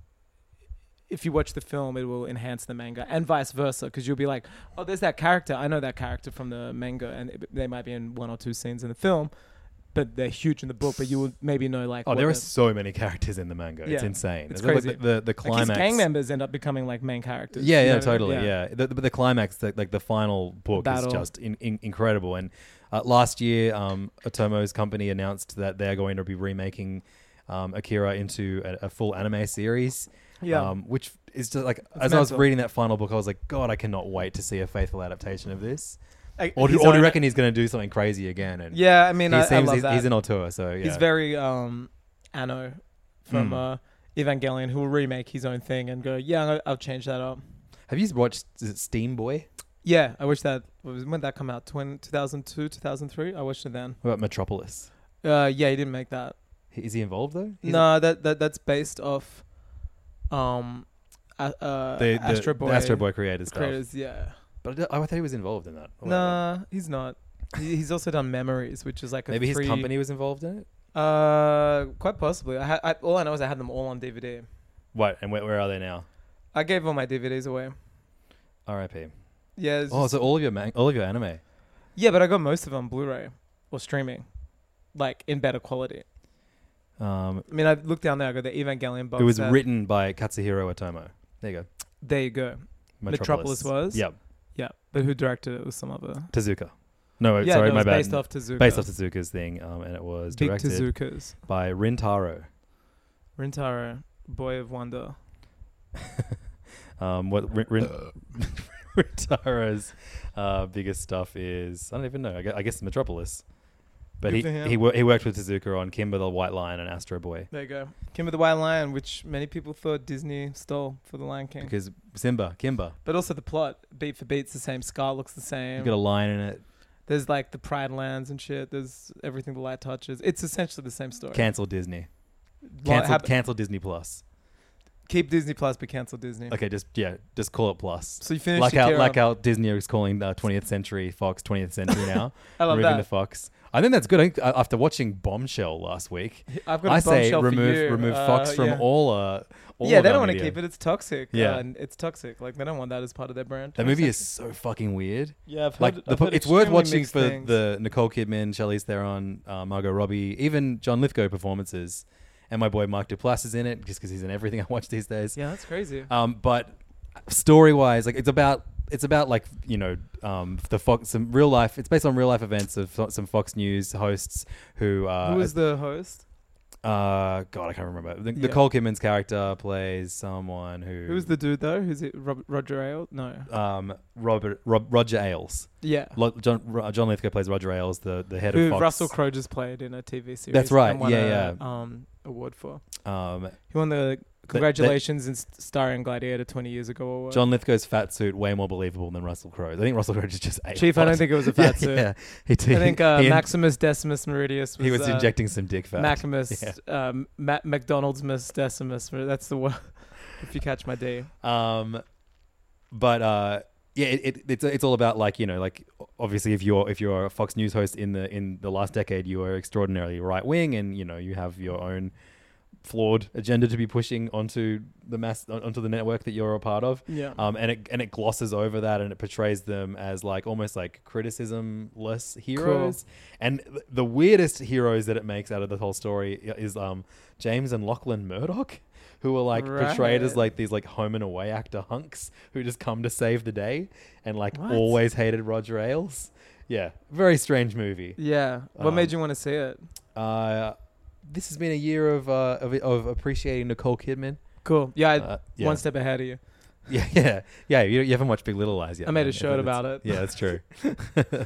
Speaker 4: If you watch the film, it will enhance the manga, and vice versa, because you'll be like, "Oh, there's that character. I know that character from the manga, and it- they might be in one or two scenes in the film, but they're huge in the book. But you will maybe know like
Speaker 3: Oh,
Speaker 4: what
Speaker 3: there are
Speaker 4: the-
Speaker 3: so many characters in the manga. It's
Speaker 4: Yeah.
Speaker 3: insane.
Speaker 4: It's
Speaker 3: It's like
Speaker 4: crazy.
Speaker 3: the, the, the
Speaker 4: Like,
Speaker 3: climax.
Speaker 4: his gang members end up becoming like main characters.
Speaker 3: Yeah,
Speaker 4: you
Speaker 3: yeah,
Speaker 4: know what I mean?
Speaker 3: totally. Yeah, The, but the climax, the, like the final book,
Speaker 4: Battle.
Speaker 3: is just in, in, incredible. And uh, last year, um, Otomo's company announced that they're going to be remaking um, Akira into a, a full anime series.
Speaker 4: Yeah.
Speaker 3: um, which is just like as I was
Speaker 4: mental.
Speaker 3: reading that final book, I was like, God, I cannot wait to see a faithful adaptation of this.
Speaker 4: Like,
Speaker 3: Or do, or
Speaker 4: his
Speaker 3: do you
Speaker 4: own-
Speaker 3: reckon he's going to do something crazy again? And
Speaker 4: Yeah, I mean,
Speaker 3: he
Speaker 4: I, I
Speaker 3: seems
Speaker 4: love
Speaker 3: he's,
Speaker 4: that.
Speaker 3: he's an auteur, so yeah, Hmm.
Speaker 4: He's very um, Anno from uh, Evangelion, who will remake his own thing and go, yeah, I'll, I'll change that up.
Speaker 3: Have you watched is it Steam Boy?
Speaker 4: Yeah, I wish that what was when did that come out? 20, 2002, 2003. I watched it then.
Speaker 3: What about Metropolis?
Speaker 4: Uh, yeah, he didn't make that.
Speaker 3: Is he involved though? He's
Speaker 4: no, that, that that's based off, um, a, uh,
Speaker 3: the, the
Speaker 4: Astro Boy.
Speaker 3: the Astro Boy creator stuff.
Speaker 4: creators. Yeah.
Speaker 3: But I, I thought he was involved in that. Or whatever.
Speaker 4: Nah, he's not. He- He's also done Memories, which is like a
Speaker 3: Maybe his
Speaker 4: three-
Speaker 3: company was involved in it.
Speaker 4: Uh, quite possibly. I, ha- I all I know is I had them all on DVD.
Speaker 3: What and where, where are they now?
Speaker 4: I gave all my DVDs away.
Speaker 3: R.I.P.
Speaker 4: Yeah, it's
Speaker 3: Oh,
Speaker 4: just-
Speaker 3: so all of your man- all of your anime.
Speaker 4: yeah, but I got most of them on Blu-ray or streaming, like in better quality.
Speaker 3: Um,
Speaker 4: I mean, I looked down there. I got the Evangelion box.
Speaker 3: it was
Speaker 4: set.
Speaker 3: written by Katsuhiro Otomo. There you go.
Speaker 4: There you go. Metropolis was?
Speaker 3: Yep.
Speaker 4: Yeah, but who directed it was some other.
Speaker 3: Tezuka. No,
Speaker 4: yeah,
Speaker 3: Oh, sorry,
Speaker 4: no,
Speaker 3: my
Speaker 4: it's
Speaker 3: bad.
Speaker 4: based off Tezuka.
Speaker 3: Based off Tezuka's thing, um, and it was
Speaker 4: Big
Speaker 3: directed
Speaker 4: Tezuka's
Speaker 3: by Rintaro.
Speaker 4: Rintaro, Boy of Wonder.
Speaker 3: Um, what Rin, Rin,
Speaker 4: Uh.
Speaker 3: <laughs> Rintaro's uh, biggest stuff is I don't even know. I guess, I guess Metropolis. But
Speaker 4: Good
Speaker 3: he
Speaker 4: for him.
Speaker 3: he, wor- he worked with Tezuka on Kimber the White Lion and Astro Boy
Speaker 4: There you go. Kimber the White Lion, which many people thought Disney stole for the Lion King,
Speaker 3: because Simba, Kimba,
Speaker 4: but also the plot, beat for beat's the same. Scar looks the
Speaker 3: you
Speaker 4: same.
Speaker 3: got a lion in it.
Speaker 4: There's like the Pride Lands and shit. There's everything the light touches. It's essentially the same story.
Speaker 3: Cancel Disney.
Speaker 4: Lo-
Speaker 3: Cancel
Speaker 4: hap-
Speaker 3: cancel Disney Plus.
Speaker 4: keep Disney Plus, but cancel Disney.
Speaker 3: Okay, just yeah, just call it Plus.
Speaker 4: So you finished
Speaker 3: like how
Speaker 4: Akira.
Speaker 3: like how Disney is calling uh, 20th Century Fox 20th Century now.
Speaker 4: <laughs> I love
Speaker 3: removing
Speaker 4: that.
Speaker 3: the Fox. I think that's good. I think uh, after watching Bombshell last week,
Speaker 4: I've got a
Speaker 3: I say
Speaker 4: bombshell for
Speaker 3: remove
Speaker 4: you.
Speaker 3: remove
Speaker 4: Uh,
Speaker 3: Fox from
Speaker 4: yeah.
Speaker 3: all. Uh, all
Speaker 4: yeah,
Speaker 3: of
Speaker 4: they
Speaker 3: our
Speaker 4: don't want to
Speaker 3: media.
Speaker 4: keep it. It's toxic.
Speaker 3: Yeah.
Speaker 4: Uh, and it's toxic. Like they don't want that as part of their brand.
Speaker 3: That
Speaker 4: <laughs>
Speaker 3: movie is so fucking weird.
Speaker 4: Yeah, I've heard,
Speaker 3: Like
Speaker 4: I've
Speaker 3: the,
Speaker 4: heard
Speaker 3: it's worth
Speaker 4: extremely
Speaker 3: watching
Speaker 4: mixed
Speaker 3: for
Speaker 4: things.
Speaker 3: the Nicole Kidman, Charlize Theron, uh, Margot Robbie, even John Lithgow performances, and my boy Mark Duplass is in it just because he's in everything <laughs> I watch these days.
Speaker 4: Yeah, that's crazy.
Speaker 3: Um, but story wise, like it's about it's about like you know um, the Fox some real life. It's based on real life events of fo- some Fox News hosts who uh,
Speaker 4: Who was the host?
Speaker 3: uh God I can't remember. The,
Speaker 4: Yeah.
Speaker 3: Nicole Kidman's character plays someone who
Speaker 4: Who was the dude though? Who's it? Rob- Roger Ailes? No.
Speaker 3: um Robert Rob, Roger Ailes.
Speaker 4: Yeah.
Speaker 3: Lo- John Ro- John Lithgow plays Roger Ailes, the the head
Speaker 4: Who
Speaker 3: of Fox.
Speaker 4: Russell Crowe just played in a TV series.
Speaker 3: That's right,
Speaker 4: and won
Speaker 3: yeah,
Speaker 4: a, Um, award for.
Speaker 3: um,
Speaker 4: He won the congratulations in st- starring Gladiator 20 years ago. Or what?
Speaker 3: John Lithgow's fat suit way more believable than Russell Crowe. I think Russell Crowe just just ate.
Speaker 4: Chief,
Speaker 3: a
Speaker 4: I don't
Speaker 3: lot.
Speaker 4: think it was a
Speaker 3: yeah,
Speaker 4: fat suit.
Speaker 3: <laughs> Yeah, he did.
Speaker 4: I think uh,
Speaker 3: <laughs> he,
Speaker 4: Maximus Decimus Meridius was,
Speaker 3: he was
Speaker 4: uh,
Speaker 3: injecting some dick fat.
Speaker 4: Maximus,
Speaker 3: <laughs> Yeah.
Speaker 4: um, Ma- McDonald's Miss Decimus. That's the one. <laughs> if you catch my D.
Speaker 3: Um, but uh, yeah, it, it, it's it's all about like you know like obviously if you're if you're a Fox News host in the in the last decade, you are extraordinarily right wing, and you know you have your own flawed agenda to be pushing onto the mass on- onto the network that you're a part of.
Speaker 4: Yeah.
Speaker 3: Um, and it and it glosses over that and it portrays them as like almost like criticismless heroes. And th- the weirdest heroes that it makes out of the whole story i- is um James and Lachlan Murdoch. Who were like portrayed as
Speaker 4: Right.
Speaker 3: like these like home and away actor hunks who just come to save the day and like always hated Roger Ailes. Yeah, very strange movie
Speaker 4: Yeah. What
Speaker 3: Um,
Speaker 4: made you want to see it?
Speaker 3: uh, this has been a year of uh, of, of appreciating Nicole Kidman. <laughs>
Speaker 4: Cool. Yeah, I,
Speaker 3: Uh, yeah.
Speaker 4: one step ahead of you.
Speaker 3: Yeah, yeah, yeah. You, you haven't watched Big Little Lies yet.
Speaker 4: I made a
Speaker 3: man.
Speaker 4: shirt
Speaker 3: It's-
Speaker 4: about it.
Speaker 3: Yeah, that's
Speaker 4: <laughs>
Speaker 3: true. <laughs>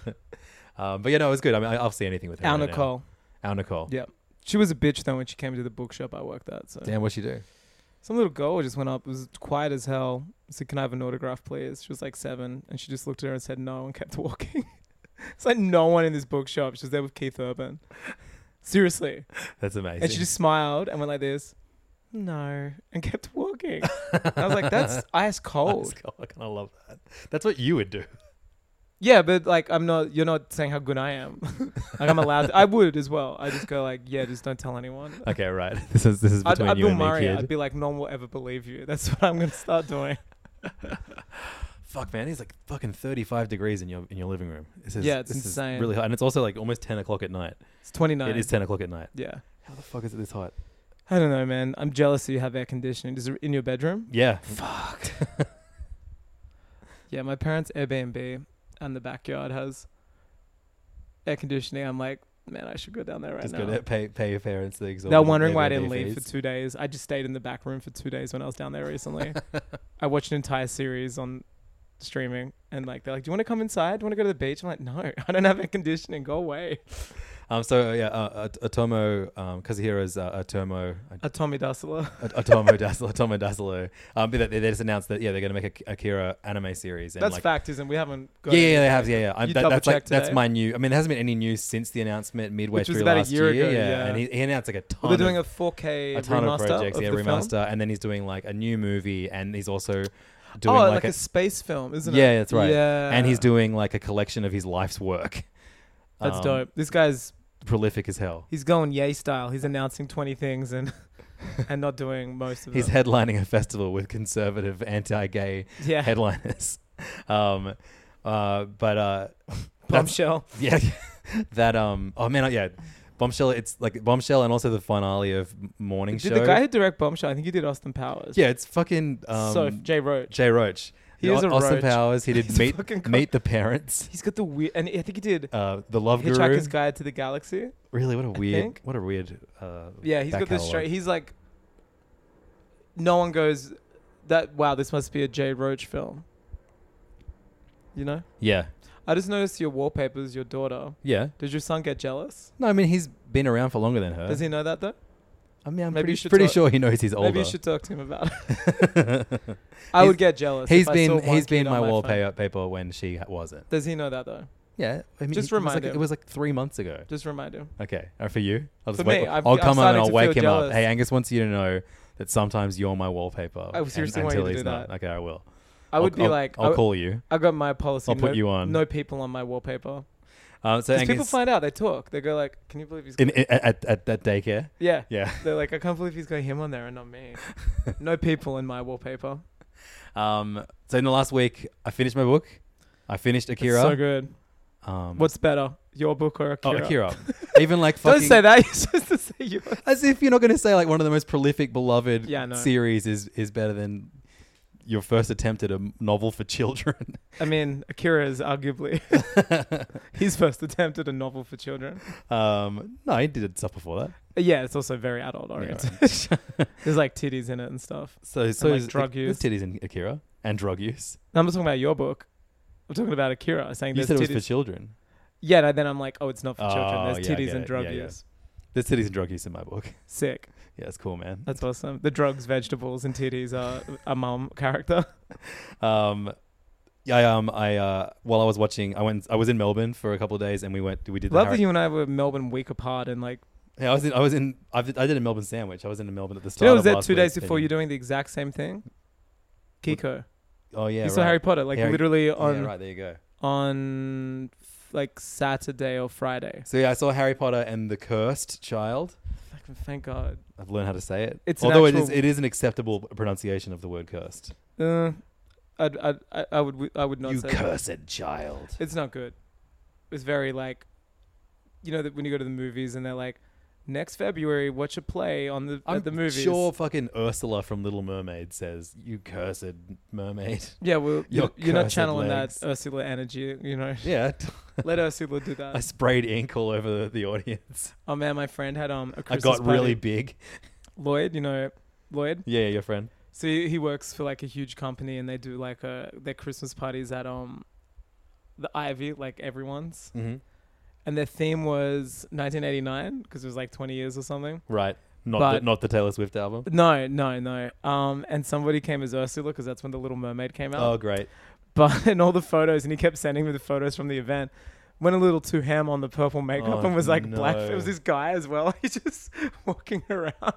Speaker 3: um, but yeah, no, it was good. I mean, I- I'll see anything with her.
Speaker 4: Our
Speaker 3: right now.
Speaker 4: Nicole.
Speaker 3: Our Nicole.
Speaker 4: Yeah. She was a bitch though when she came to the bookshop I worked at. So
Speaker 3: Damn, what she do?
Speaker 4: some little girl just went up. It was quiet as hell. I said, "Can I have an autograph, please?" She was like seven, and she just looked at her and said no and kept <laughs> walking. it's like no one in this bookshop. She was there with Keith Urban. Seriously,
Speaker 3: That's amazing.
Speaker 4: and she just smiled and went like this, no, and kept walking. I was
Speaker 3: <laughs>
Speaker 4: like, "That's ice cold."
Speaker 3: That's cool. I kind of love that. That's what you would do.
Speaker 4: Yeah, but like I'm not. You're not saying how good I am. <laughs> like I'm allowed. I would as well. I just go like, yeah, just don't tell anyone.
Speaker 3: Okay, right. <laughs> This is this is
Speaker 4: I'd,
Speaker 3: between
Speaker 4: I'd
Speaker 3: you
Speaker 4: be
Speaker 3: and me,
Speaker 4: Murray.
Speaker 3: kid.
Speaker 4: I'd be like, no one will ever believe you. That's what I'm gonna start doing.
Speaker 3: Fuck, man. It's like fucking thirty-five degrees in your in your living room. This is
Speaker 4: Yeah, it's
Speaker 3: this is
Speaker 4: insane.
Speaker 3: really hot, and it's also like almost ten o'clock at night.
Speaker 4: It's 29.
Speaker 3: It is ten o'clock at night.
Speaker 4: Yeah.
Speaker 3: How the fuck is it this hot?
Speaker 4: I don't know, man. I'm jealous that you have air conditioning. Is it in your bedroom?
Speaker 3: Yeah,
Speaker 4: Yeah, my parents' Airbnb and the backyard has air conditioning. I'm like, man, I should go down there right
Speaker 3: just
Speaker 4: now.
Speaker 3: gonna pay pay your parents the exorbitant.
Speaker 4: They're wondering why I
Speaker 3: Airbnb
Speaker 4: didn't leave
Speaker 3: fees.
Speaker 4: for two days. I just stayed in the back room for two days when I was down
Speaker 3: <laughs>
Speaker 4: there recently. I watched an entire series on streaming, and like they're like, "Do you want to come inside? Do you want to go to the beach?" I'm like, "No, I don't have air conditioning. Go away." <laughs>
Speaker 3: Um, so uh, yeah, uh, At- Atomo, um, Kazuhiro's uh, Atomo,
Speaker 4: A Tommy Dussler.
Speaker 3: At- Atomo Dazzler, Atomo Dazzler. Um, but they, they just announced that yeah, they're gonna make a K- Akira anime series. And
Speaker 4: That's
Speaker 3: like,
Speaker 4: fact, isn't? it? We haven't.
Speaker 3: Yeah, yeah, yeah, they have. Yeah, yeah. I,
Speaker 4: You
Speaker 3: that, that's like
Speaker 4: double-checked
Speaker 3: that's
Speaker 4: today?
Speaker 3: my new. I mean, there hasn't been any news since the announcement midway
Speaker 4: Which
Speaker 3: through
Speaker 4: was about a
Speaker 3: last
Speaker 4: year
Speaker 3: year.
Speaker 4: ago,
Speaker 3: yeah.
Speaker 4: yeah.
Speaker 3: and he, he announced like a ton.
Speaker 4: Well, they're doing
Speaker 3: of,
Speaker 4: a 4K
Speaker 3: a ton
Speaker 4: remaster
Speaker 3: of projects.
Speaker 4: of
Speaker 3: yeah,
Speaker 4: the film?
Speaker 3: remaster, and then he's doing like a new movie, and he's also
Speaker 4: Oh,
Speaker 3: doing
Speaker 4: like,
Speaker 3: like
Speaker 4: a, space film, isn't it?
Speaker 3: yeah, that's right.
Speaker 4: Yeah,
Speaker 3: and he's doing like a collection of his life's work.
Speaker 4: That's
Speaker 3: Um,
Speaker 4: dope. This guy's
Speaker 3: Prolific as hell.
Speaker 4: he's going yay style. He's announcing twenty things and <laughs> and not doing most of
Speaker 3: He's
Speaker 4: them.
Speaker 3: headlining a festival with conservative,
Speaker 4: <laughs>
Speaker 3: anti-gay
Speaker 4: yeah,
Speaker 3: headliners. <laughs> Um, uh, but uh, that's-
Speaker 4: bombshell.
Speaker 3: yeah, <laughs> that um, oh man, yeah, bombshell. It's like bombshell, and also the finale of M- morning
Speaker 4: Did
Speaker 3: show.
Speaker 4: the guy who direct Bombshell? I think he did Austin Powers.
Speaker 3: yeah, it's fucking um,
Speaker 4: so Jay Roach.
Speaker 3: Jay Roach.
Speaker 4: He
Speaker 3: O-
Speaker 4: is a
Speaker 3: Austin
Speaker 4: roach.
Speaker 3: Powers. He did
Speaker 4: He's a
Speaker 3: meet
Speaker 4: fucking con-
Speaker 3: meet the parents.
Speaker 4: He's got the weird, and I think he did
Speaker 3: Uh, the love guru.
Speaker 4: Hitchhiker's Guide to the Galaxy.
Speaker 3: Really, what a weird,
Speaker 4: think.
Speaker 3: what a weird. Uh,
Speaker 4: Yeah, he's
Speaker 3: back
Speaker 4: got this
Speaker 3: catalog.
Speaker 4: straight. He's like, no one goes that. Wow, this must be a Jay Roach film. You know,
Speaker 3: Yeah,
Speaker 4: I just noticed your wallpapers. Your daughter.
Speaker 3: yeah.
Speaker 4: Did your son get jealous?
Speaker 3: No, I mean he's been around for longer than her.
Speaker 4: Does he know that though?
Speaker 3: I mean, I'm
Speaker 4: Maybe you
Speaker 3: pretty,
Speaker 4: should
Speaker 3: pretty
Speaker 4: talk-
Speaker 3: sure he knows he's older.
Speaker 4: Maybe you should talk to him about it.
Speaker 3: <laughs>
Speaker 4: I would get jealous.
Speaker 3: he's
Speaker 4: if I saw
Speaker 3: been
Speaker 4: one
Speaker 3: he's
Speaker 4: kid
Speaker 3: been
Speaker 4: on
Speaker 3: my
Speaker 4: phone.
Speaker 3: wallpaper paper when she ha- wasn't.
Speaker 4: Does he know that though?
Speaker 3: Yeah, I mean, it was
Speaker 4: Just
Speaker 3: like-
Speaker 4: remind him.
Speaker 3: It was like three months ago.
Speaker 4: Just remind him.
Speaker 3: Okay, uh, for you, I'll just
Speaker 4: For
Speaker 3: wake.
Speaker 4: me, I'm-
Speaker 3: I'll
Speaker 4: I'm
Speaker 3: come on and
Speaker 4: starting
Speaker 3: I'll
Speaker 4: to
Speaker 3: wake him
Speaker 4: feel
Speaker 3: up.
Speaker 4: jealous.
Speaker 3: Hey, Angus wants you to know that sometimes you're my wallpaper.
Speaker 4: I seriously want you
Speaker 3: until
Speaker 4: to
Speaker 3: he's
Speaker 4: do
Speaker 3: not.
Speaker 4: that.
Speaker 3: Okay, I will.
Speaker 4: I would
Speaker 3: I'll-
Speaker 4: be
Speaker 3: I'll-
Speaker 4: like,
Speaker 3: I'll
Speaker 4: I w-
Speaker 3: call you.
Speaker 4: I got my policy.
Speaker 3: I'll put
Speaker 4: no,
Speaker 3: you on.
Speaker 4: No people on my wallpaper.
Speaker 3: Um, so
Speaker 4: Because people
Speaker 3: Angus
Speaker 4: find out. They talk. They go like, "Can you believe he's?"
Speaker 3: in,
Speaker 4: got-"
Speaker 3: in, at, at that daycare.
Speaker 4: yeah.
Speaker 3: Yeah.
Speaker 4: They're like, "I can't believe he's got him on there and
Speaker 3: <laughs>
Speaker 4: not me." no people in my wallpaper.
Speaker 3: Um. So in the last week, I finished my book. I finished
Speaker 4: It's
Speaker 3: Akira.
Speaker 4: so good.
Speaker 3: Um,
Speaker 4: What's better, your book or
Speaker 3: oh,
Speaker 4: Akira? <laughs>
Speaker 3: Akira? Even like
Speaker 4: Don't
Speaker 3: fucking.
Speaker 4: say that. <laughs> You're supposed to say you.
Speaker 3: As if you're not going to say like one of the most prolific, beloved
Speaker 4: Yeah, I know.
Speaker 3: series is is better than your first attempt at a m- novel for children. <laughs>
Speaker 4: I mean, Akira is arguably <laughs> his first attempt at a novel for children.
Speaker 3: um, no, I did stuff before that.
Speaker 4: Yeah, it's also very adult <laughs> oriented. There's like titties in it and stuff.
Speaker 3: So so
Speaker 4: like,
Speaker 3: is-
Speaker 4: drug
Speaker 3: there's
Speaker 4: use.
Speaker 3: titties in Akira and drug use.
Speaker 4: No, I'm not talking about your book. I'm talking about Akira saying
Speaker 3: You
Speaker 4: there's
Speaker 3: said it was
Speaker 4: titties.
Speaker 3: for children.
Speaker 4: yeah, no, then I'm like, oh, it's not for
Speaker 3: Oh,
Speaker 4: children. There's
Speaker 3: yeah, I
Speaker 4: titties
Speaker 3: get
Speaker 4: and
Speaker 3: it.
Speaker 4: drug
Speaker 3: Yeah, yeah.
Speaker 4: use.
Speaker 3: There's titties and drug use in my book. <laughs>
Speaker 4: Sick.
Speaker 3: Yeah, it's cool, man.
Speaker 4: That's awesome. The drugs, vegetables, and titties are a mum character.
Speaker 3: Um, yeah, I, um, I uh, while I was watching, I went. I was in Melbourne for a couple of days, and we went. We did. The
Speaker 4: Love
Speaker 3: Harry-
Speaker 4: that you and I were Melbourne week apart and like,
Speaker 3: Yeah, I was in. I was in. I did, I did a Melbourne sandwich. I was in Melbourne at the
Speaker 4: do
Speaker 3: start.
Speaker 4: you know,
Speaker 3: of
Speaker 4: it was that
Speaker 3: last
Speaker 4: two days
Speaker 3: week,
Speaker 4: before
Speaker 3: and-
Speaker 4: you're doing the exact same thing? Kiko.
Speaker 3: Oh yeah,
Speaker 4: you saw
Speaker 3: right.
Speaker 4: Harry Potter, like
Speaker 3: Harry-
Speaker 4: literally
Speaker 3: Yeah,
Speaker 4: on
Speaker 3: right there you go.
Speaker 4: on like Saturday or Friday.
Speaker 3: So yeah, I saw Harry Potter and the Cursed Child.
Speaker 4: Thank God.
Speaker 3: I've learned how to say it.
Speaker 4: It's an
Speaker 3: although it is
Speaker 4: actual-
Speaker 3: it is an acceptable pronunciation of the word cursed.
Speaker 4: Uh, I'd, I'd, I, I would, wi- I would not.
Speaker 3: you
Speaker 4: say that.
Speaker 3: cursed child.
Speaker 4: It's not good. It's very like, you know, that when you go to the movies and they're like, next February, watch a play on the
Speaker 3: I'm
Speaker 4: at the movies.
Speaker 3: sure fucking Ursula from Little Mermaid says, "You cursed mermaid." <laughs>
Speaker 4: Yeah, well,
Speaker 3: Your
Speaker 4: you're, you're not
Speaker 3: cursed
Speaker 4: channeling
Speaker 3: legs.
Speaker 4: that Ursula energy,
Speaker 3: <laughs>
Speaker 4: you know.
Speaker 3: Yeah,
Speaker 4: Let Ursula do that.
Speaker 3: I sprayed ink all over the audience.
Speaker 4: oh man, my friend had um a
Speaker 3: I
Speaker 4: Christmas
Speaker 3: got really
Speaker 4: party.
Speaker 3: big.
Speaker 4: Lloyd, you know, Lloyd.
Speaker 3: Yeah, your friend.
Speaker 4: So he, he works for like a huge company, and they do like a their Christmas parties at um the Ivy, like everyone's,
Speaker 3: hmm
Speaker 4: and their theme was 1989 because it was like 20 years or something.
Speaker 3: Right. Not the,
Speaker 4: But-
Speaker 3: not the Taylor Swift album.
Speaker 4: No, no, no. Um, and somebody came as Ursula because that's when the Little Mermaid came out.
Speaker 3: Oh, great.
Speaker 4: But <laughs> in all the photos, and he kept sending me the photos from the event. Went a little too ham on the purple makeup
Speaker 3: Oh,
Speaker 4: and was like black.
Speaker 3: no.
Speaker 4: It was this guy as well. <laughs> He's just walking around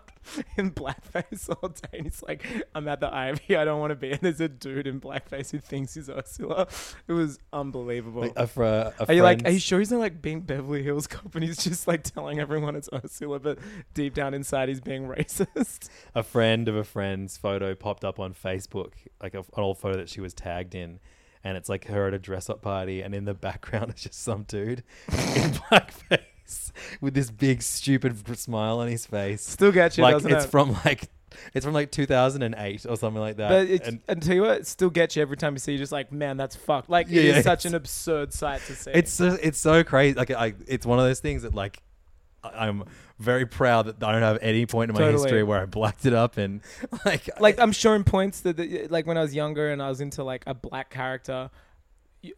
Speaker 4: in blackface all day. And he's like, "I'm at the Ivy. I don't want to be." And there's a dude in blackface who thinks he's Ursula. It was unbelievable.
Speaker 3: Like, a fr- a
Speaker 4: Are you like, are
Speaker 3: friend's-
Speaker 4: you sure he's not like being Beverly Hills Cop and he's just like telling everyone it's Ursula, but deep down inside he's being <laughs> racist?
Speaker 3: a friend of a friend's photo popped up on Facebook, like a, an old photo that she was tagged in. And it's like her at a dress up party, and in the <laughs> background is just some dude in <laughs> blackface with this big, stupid br- smile on his face.
Speaker 4: Still gets you,
Speaker 3: like,
Speaker 4: doesn't
Speaker 3: it's
Speaker 4: it?
Speaker 3: from like. It's from like 2008 or something like that.
Speaker 4: but it's,
Speaker 3: Uh, and
Speaker 4: and, tell you what, it still gets you every time you see. You're just like, man, that's fucked. Like
Speaker 3: Yeah,
Speaker 4: it
Speaker 3: yeah,
Speaker 4: is such
Speaker 3: it's-
Speaker 4: an absurd sight to see.
Speaker 3: it's so, it's so crazy. Like I, it's one of those things that like I- I'm very proud that I don't have any point in my
Speaker 4: Totally.
Speaker 3: history where I blacked it up and <laughs> like
Speaker 4: like I'm showing points that, that like when I was younger and I was into like a black character. you-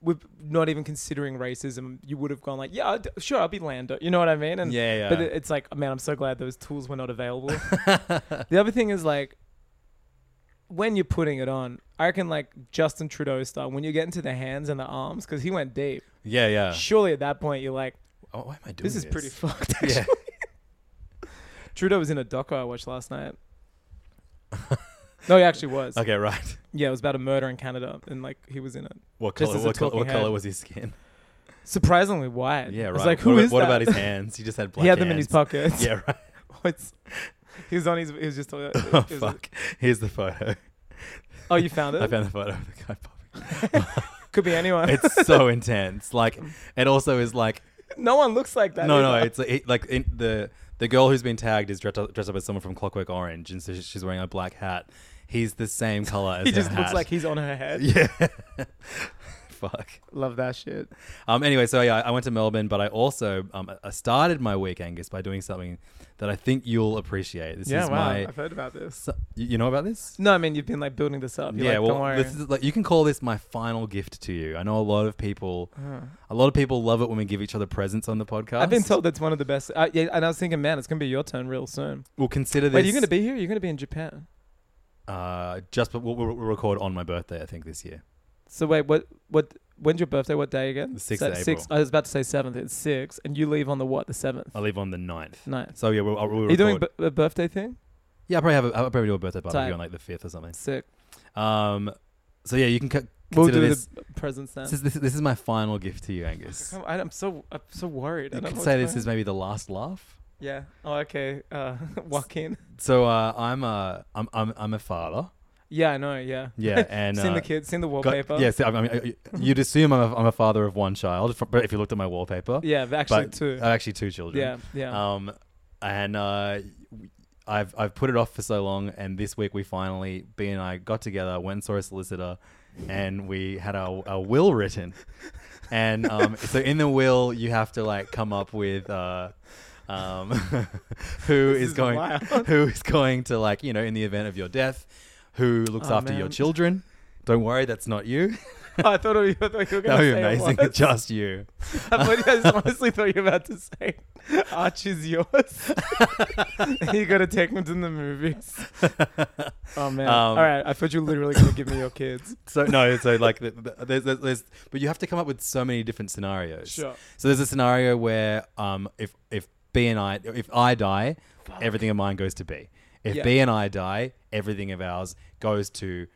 Speaker 4: With not even considering racism, you would have gone like, "Yeah, I'd- sure, I'll be Lando." You know what I mean? And
Speaker 3: Yeah, yeah.
Speaker 4: But it- it's like, man, I'm so glad those tools were not
Speaker 3: <laughs>
Speaker 4: available. the other thing is like, when you're putting it on, I reckon like Justin Trudeau style. When you get into the hands and the arms, because he went deep.
Speaker 3: yeah, yeah.
Speaker 4: Surely at that point, you're like,
Speaker 3: Oh, why am I doing
Speaker 4: this
Speaker 3: this?
Speaker 4: is pretty <laughs> fucked. Actually.
Speaker 3: <laughs> Yeah.
Speaker 4: Trudeau was in a doco I watched last night. <laughs> no, he actually was.
Speaker 3: Okay, right.
Speaker 4: Yeah, it was about a murder in Canada, and like he was in it.
Speaker 3: What
Speaker 4: Just
Speaker 3: color?
Speaker 4: as a
Speaker 3: What, col-
Speaker 4: talking
Speaker 3: what color
Speaker 4: head.
Speaker 3: was his skin?
Speaker 4: Surprisingly white.
Speaker 3: Yeah,
Speaker 4: I
Speaker 3: right.
Speaker 4: was like,
Speaker 3: what,
Speaker 4: who
Speaker 3: about-
Speaker 4: is
Speaker 3: what
Speaker 4: that? <laughs>
Speaker 3: about his hands? He just had black.
Speaker 4: he had them in
Speaker 3: hands.
Speaker 4: his pockets.
Speaker 3: <laughs> Yeah, right.
Speaker 4: It's- <laughs> he was on his. He was
Speaker 3: <laughs>
Speaker 4: just. it
Speaker 3: Oh,
Speaker 4: was-
Speaker 3: fuck. Here's the photo.
Speaker 4: oh, you <laughs> found it.
Speaker 3: I found the photo of the guy
Speaker 4: <laughs>
Speaker 3: popping.
Speaker 4: Could be anyone.
Speaker 3: It's so intense. Like, it also is like
Speaker 4: <laughs> no one looks like <laughs> that.
Speaker 3: no, no.
Speaker 4: either.
Speaker 3: It's like, it, like in, the the girl who's been tagged is dressed up, dressed up as someone from Clockwork Orange, and so she- she's wearing a black hat. He's the same color as
Speaker 4: <laughs> <laughs> he
Speaker 3: her
Speaker 4: just looks
Speaker 3: hat.
Speaker 4: like he's on her
Speaker 3: <laughs>
Speaker 4: head.
Speaker 3: yeah. <laughs> Fuck.
Speaker 4: Love that shit.
Speaker 3: Um. Anyway, so yeah, I went to Melbourne, but I also um I started my week, Angus, by doing something that I think you'll appreciate. This
Speaker 4: yeah,
Speaker 3: is
Speaker 4: wow.
Speaker 3: my.
Speaker 4: I've heard about this.
Speaker 3: so- you you know about this?
Speaker 4: No, I mean you've been like building this up. You're
Speaker 3: yeah,
Speaker 4: like,
Speaker 3: well,
Speaker 4: don't worry.
Speaker 3: this is like you can call this my final gift to you. I know a lot of people, a lot of people love it when we give each other presents on the podcast.
Speaker 4: Uh-huh. I've been told that's one of the best. Uh, yeah, and I was thinking, man, it's gonna be your turn real soon.
Speaker 3: We'll consider this.
Speaker 4: Wait, are you gonna be here? You're gonna be in Japan.
Speaker 3: Uh, just but we'll, we'll we'll record on my birthday, I think, this year.
Speaker 4: So wait, what? What? When's your birthday? What day again?
Speaker 3: The 6th
Speaker 4: Se-
Speaker 3: of
Speaker 4: sixth. I was about to say seventh. It's six, and you leave on the what? The seventh.
Speaker 3: I leave on the 9th.
Speaker 4: Nice.
Speaker 3: so yeah, we'll, I'll- we'll
Speaker 4: Are you doing
Speaker 3: record-
Speaker 4: b- a birthday thing?
Speaker 3: yeah, I'll probably have. A, I'll probably do a birthday party
Speaker 4: Tight.
Speaker 3: on like the fifth or something.
Speaker 4: Sick.
Speaker 3: Um, so yeah, you can co-
Speaker 4: We'll
Speaker 3: consider
Speaker 4: do
Speaker 3: this.
Speaker 4: the b- presents then.
Speaker 3: This is, this, this is my final gift to you, Angus.
Speaker 4: I'm, I'm so I'm so worried. I
Speaker 3: You
Speaker 4: don't
Speaker 3: could
Speaker 4: know
Speaker 3: say
Speaker 4: what's
Speaker 3: this is
Speaker 4: going
Speaker 3: maybe the last laugh.
Speaker 4: on. Yeah. Oh, okay. Uh, <laughs> walk in.
Speaker 3: So uh, I'm a I'm, I'm I'm a father.
Speaker 4: Yeah, I know. Yeah. <laughs>
Speaker 3: Yeah, and
Speaker 4: seen
Speaker 3: uh,
Speaker 4: the kids. Seen the
Speaker 3: Got-
Speaker 4: wallpaper.
Speaker 3: Yes, I mean, I- you'd assume I'm a, I'm a father of one child, fr- but if you looked at my wallpaper,
Speaker 4: Yeah. but Actually,
Speaker 3: but uh,
Speaker 4: two.
Speaker 3: I have actually two children.
Speaker 4: yeah. Yeah.
Speaker 3: Um, and uh, we- I've I've put it off for so long, and this week we finally B and I got together, went and saw a solicitor, and we had our, our will written. And
Speaker 4: <laughs>
Speaker 3: um, so in the will, you have to like come up with. Uh, um, <laughs> who is,
Speaker 4: is
Speaker 3: going?
Speaker 4: wild.
Speaker 3: <laughs> Who is going to like you know in the event of your death? Who looks
Speaker 4: Oh,
Speaker 3: after your
Speaker 4: man.
Speaker 3: children? Don't worry, that's not you.
Speaker 4: <laughs>
Speaker 3: <laughs>
Speaker 4: I thought you, I thought you were
Speaker 3: That
Speaker 4: gonna
Speaker 3: would be
Speaker 4: say it
Speaker 3: amazing. <laughs>
Speaker 4: was.
Speaker 3: Just you.
Speaker 4: I, thought,
Speaker 3: <laughs>
Speaker 4: I just honestly thought you were about to say, "Arch is yours." <laughs> you gotta take them to the movies.
Speaker 3: <laughs>
Speaker 4: <laughs> Oh man!
Speaker 3: Um,
Speaker 4: All right, I thought you were literally gonna give me
Speaker 3: <laughs>
Speaker 4: your kids.
Speaker 3: So no, so like th- th- there's, there's, there's, but you have to come up with so many different scenarios.
Speaker 4: Sure.
Speaker 3: So there's a scenario where um, if if B and I, if I die, everything of mine goes to B. If
Speaker 4: Yeah.
Speaker 3: B and I die, everything of ours goes to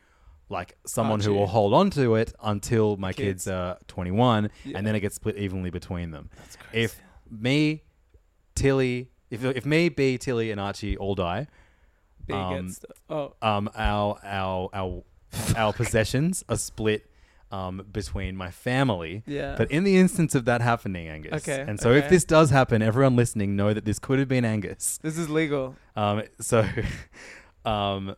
Speaker 3: like someone who
Speaker 4: Archie.
Speaker 3: will hold on to it until my kids,
Speaker 4: Kids.
Speaker 3: are 21,
Speaker 4: Yeah.
Speaker 3: and then it gets split evenly between them. That's crazy. If me, Tilly, if if me, B, Tilly, and Archie all die,
Speaker 4: B
Speaker 3: Um,
Speaker 4: gets. Oh,
Speaker 3: um, our our our our possessions are split um, between my family.
Speaker 4: Yeah.
Speaker 3: But in the instance of that happening, Angus.
Speaker 4: Okay,
Speaker 3: And so if
Speaker 4: okay.
Speaker 3: this does happen, everyone listening know that this could have been Angus.
Speaker 4: this is legal.
Speaker 3: Um, so. <laughs> Um,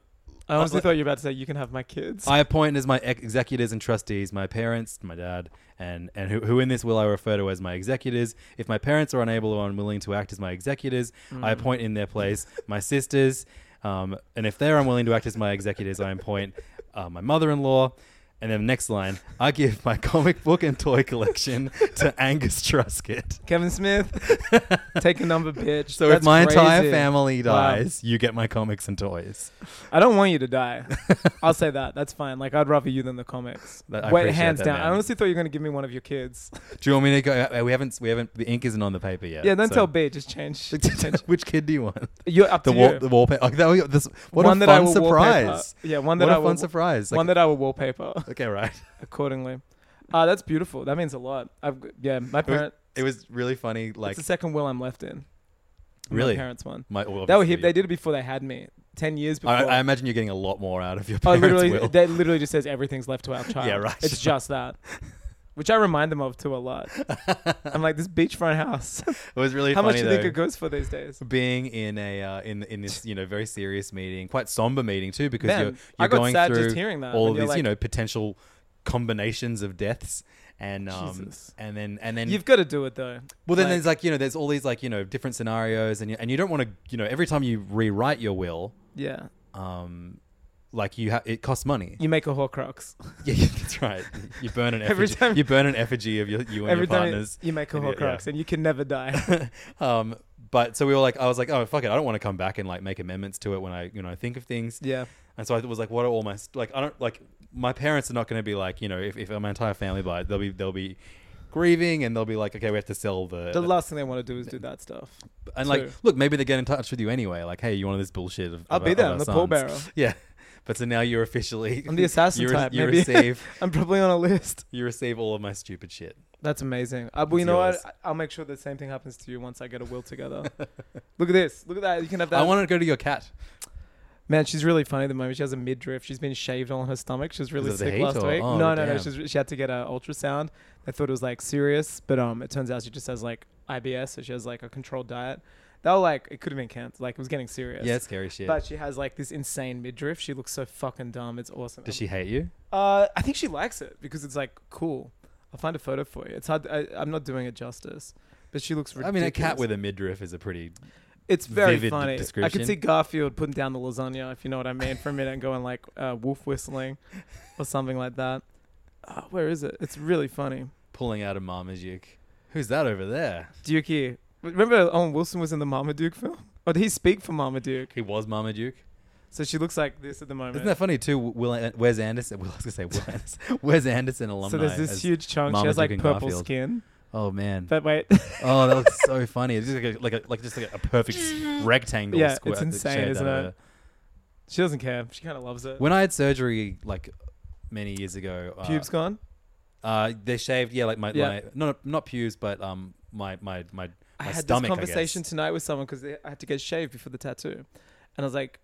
Speaker 4: I honestly
Speaker 3: like-
Speaker 4: thought you were about to say you can have my kids.
Speaker 3: I appoint as my ex- executors and trustees my parents, my dad, and, and who, who in this will I refer to as my executors. If my parents are unable or unwilling to act as my executors,
Speaker 4: Mm.
Speaker 3: I appoint in their place my sisters. Um, and if they're unwilling to act as my executors, I appoint uh, my mother in law. And then next line, I give my comic book and toy collection to Angus Truscott.
Speaker 4: Kevin
Speaker 3: <laughs>
Speaker 4: Smith, take a number, bitch.
Speaker 3: So if
Speaker 4: That's
Speaker 3: my entire
Speaker 4: crazy.
Speaker 3: family
Speaker 4: Wow.
Speaker 3: dies, you get my comics and toys.
Speaker 4: I don't want you to
Speaker 3: <laughs>
Speaker 4: die. I'll say that. That's fine. Like I'd rather you than the comics.
Speaker 3: That- I
Speaker 4: Wait,
Speaker 3: appreciate
Speaker 4: hands
Speaker 3: that,
Speaker 4: down. I
Speaker 3: man.
Speaker 4: honestly thought you were gonna give me one of your kids.
Speaker 3: Do you want me to go? uh, We haven't. We haven't. The ink isn't on the paper yet.
Speaker 4: yeah, don't
Speaker 3: so- <laughs>
Speaker 4: tell B. Just change. change.
Speaker 3: Which kid do you want?
Speaker 4: <laughs> You're up
Speaker 3: the
Speaker 4: to
Speaker 3: wall,
Speaker 4: you.
Speaker 3: the wallpaper. Like that, was- this, what
Speaker 4: one
Speaker 3: a
Speaker 4: that I
Speaker 3: fun
Speaker 4: will
Speaker 3: surprise!
Speaker 4: Wallpaper. Yeah, one that
Speaker 3: What
Speaker 4: I
Speaker 3: a
Speaker 4: will,
Speaker 3: fun surprise! Like,
Speaker 4: one that I will wallpaper <laughs>
Speaker 3: okay, right.
Speaker 4: accordingly. Uh, that's beautiful. That means a lot. I've g- yeah, my parent.
Speaker 3: It was really funny. Like
Speaker 4: it's the second will I'm left in.
Speaker 3: Really?
Speaker 4: my parents one.
Speaker 3: my well,
Speaker 4: They were
Speaker 3: obviously
Speaker 4: hip. They did it before they had me. Ten years before.
Speaker 3: I, I imagine you're getting a lot more out of your
Speaker 4: <laughs> Oh,
Speaker 3: parents'
Speaker 4: literally,
Speaker 3: will.
Speaker 4: that literally just says everything's left to our
Speaker 3: <laughs>
Speaker 4: child.
Speaker 3: Yeah, right.
Speaker 4: It's just
Speaker 3: <laughs>
Speaker 4: that, which I remind them of too a lot. I'm like this beachfront house.
Speaker 3: it was really
Speaker 4: <laughs> How
Speaker 3: funny
Speaker 4: much do you
Speaker 3: though.
Speaker 4: think it goes for these days?
Speaker 3: being in a uh, in in this you know very serious meeting, quite somber meeting too, because
Speaker 4: Man,
Speaker 3: you're you're
Speaker 4: I got
Speaker 3: going
Speaker 4: sad
Speaker 3: through
Speaker 4: just hearing that
Speaker 3: all
Speaker 4: when
Speaker 3: of
Speaker 4: you're
Speaker 3: these you
Speaker 4: like-
Speaker 3: know potential combinations of deaths, and um
Speaker 4: Jesus.
Speaker 3: and then and then
Speaker 4: You've got to do it though.
Speaker 3: Well, then
Speaker 4: Like-
Speaker 3: there's like you know, there's all these like you know different scenarios, and you, and you don't want to you know every time you rewrite your will,
Speaker 4: Yeah,
Speaker 3: um, like you ha- it costs money.
Speaker 4: you make a Horcrux.
Speaker 3: <laughs> yeah, yeah, that's right. You burn an
Speaker 4: <laughs> Every
Speaker 3: effigy.
Speaker 4: time-
Speaker 3: you burn an effigy of your you and
Speaker 4: Every
Speaker 3: your
Speaker 4: time
Speaker 3: partners.
Speaker 4: you make a
Speaker 3: And yeah,
Speaker 4: Horcrux, and you can
Speaker 3: <laughs>
Speaker 4: never die.
Speaker 3: um, but so we were like, I was like, oh fuck it, I don't want to come back and like make amendments to it when I you know think of things.
Speaker 4: yeah,
Speaker 3: And so I was like, what are all my like? I don't like my parents are not going to be like you know if, if my entire family died, they'll be they'll be grieving and they'll be like, okay, we have to sell the
Speaker 4: the last thing they want to do is do that stuff.
Speaker 3: and like,
Speaker 4: True.
Speaker 3: look, maybe they get in touch with you anyway. Like, hey, you want this bullshit? Of,
Speaker 4: I'll
Speaker 3: of
Speaker 4: be
Speaker 3: our-
Speaker 4: there.
Speaker 3: of
Speaker 4: I'm
Speaker 3: our
Speaker 4: the pallbearer.
Speaker 3: sons. <laughs> Yeah, but so now you're officially
Speaker 4: I'm the
Speaker 3: <laughs>
Speaker 4: assassin
Speaker 3: you re-
Speaker 4: type.
Speaker 3: You
Speaker 4: maybe
Speaker 3: receive
Speaker 4: I'm probably on a list.
Speaker 3: you receive all of my stupid shit.
Speaker 4: That's amazing. Uh, well, you
Speaker 3: It's
Speaker 4: know
Speaker 3: yours.
Speaker 4: what? I- I'll make sure the same thing happens to you once I get a will together. <laughs> Look at this. Look at that. You can have that.
Speaker 3: I want to go to your cat.
Speaker 4: Man, she's really funny at the moment. She has a midriff. She's been shaved on her stomach. She was really
Speaker 3: Is it the
Speaker 4: sick
Speaker 3: heat
Speaker 4: last
Speaker 3: or-
Speaker 4: week.
Speaker 3: oh,
Speaker 4: no, no, no.
Speaker 3: damn.
Speaker 4: She's, she had to get an ultrasound. They thought it was like serious, but um, it turns out she just has like IBS, so she has like a controlled diet. That was like it could have been cancer. Like it was getting serious.
Speaker 3: Yeah, it's scary shit.
Speaker 4: But she has like this insane midriff. She looks so fucking dumb. It's awesome.
Speaker 3: Does she hate you?
Speaker 4: Uh, I think she likes it because it's like cool. I'll find a photo for you. It's hard. I, I'm not doing it justice, but she looks. Ridiculous.
Speaker 3: I mean, a cat with a midriff is a pretty.
Speaker 4: It's very
Speaker 3: vivid
Speaker 4: funny. I
Speaker 3: description.
Speaker 4: could see Garfield putting down the lasagna, if you know what I mean, for a minute and going like uh, wolf whistling or something like that. Uh, where is it? It's really funny.
Speaker 3: Pulling out a Marmaduke. Who's that over there?
Speaker 4: Dukey. Remember Owen Wilson was in the Marmaduke film? Or did he speak for Marmaduke?
Speaker 3: He was Marmaduke.
Speaker 4: So she looks like this at the moment.
Speaker 3: Isn't that funny too? Will uh, Wes Anderson? <laughs> Will I was gonna say Will Anderson? Wes Anderson alumni.
Speaker 4: so there's this
Speaker 3: as-
Speaker 4: huge chunk. She
Speaker 3: Marmaduke
Speaker 4: has like
Speaker 3: and
Speaker 4: purple
Speaker 3: Garfield.
Speaker 4: skin.
Speaker 3: Oh man.
Speaker 4: But wait, <laughs>
Speaker 3: Oh, that looks so funny. It's just like a, like a, like just like a perfect
Speaker 4: <laughs>
Speaker 3: rectangle.
Speaker 4: Yeah,
Speaker 3: square
Speaker 4: it's
Speaker 3: that
Speaker 4: insane,
Speaker 3: shared
Speaker 4: isn't
Speaker 3: that
Speaker 4: it?
Speaker 3: over.
Speaker 4: she doesn't care. She kind of loves it.
Speaker 3: When I had surgery, like many years ago, uh,
Speaker 4: Pubes gone.
Speaker 3: Uh, they shaved, yeah, like my,
Speaker 4: Yeah.
Speaker 3: my not not pubes, but um, my my my, my
Speaker 4: I had
Speaker 3: stomach.
Speaker 4: this
Speaker 3: I guess.
Speaker 4: conversation tonight with someone because I had to get shaved before the tattoo, and I was like,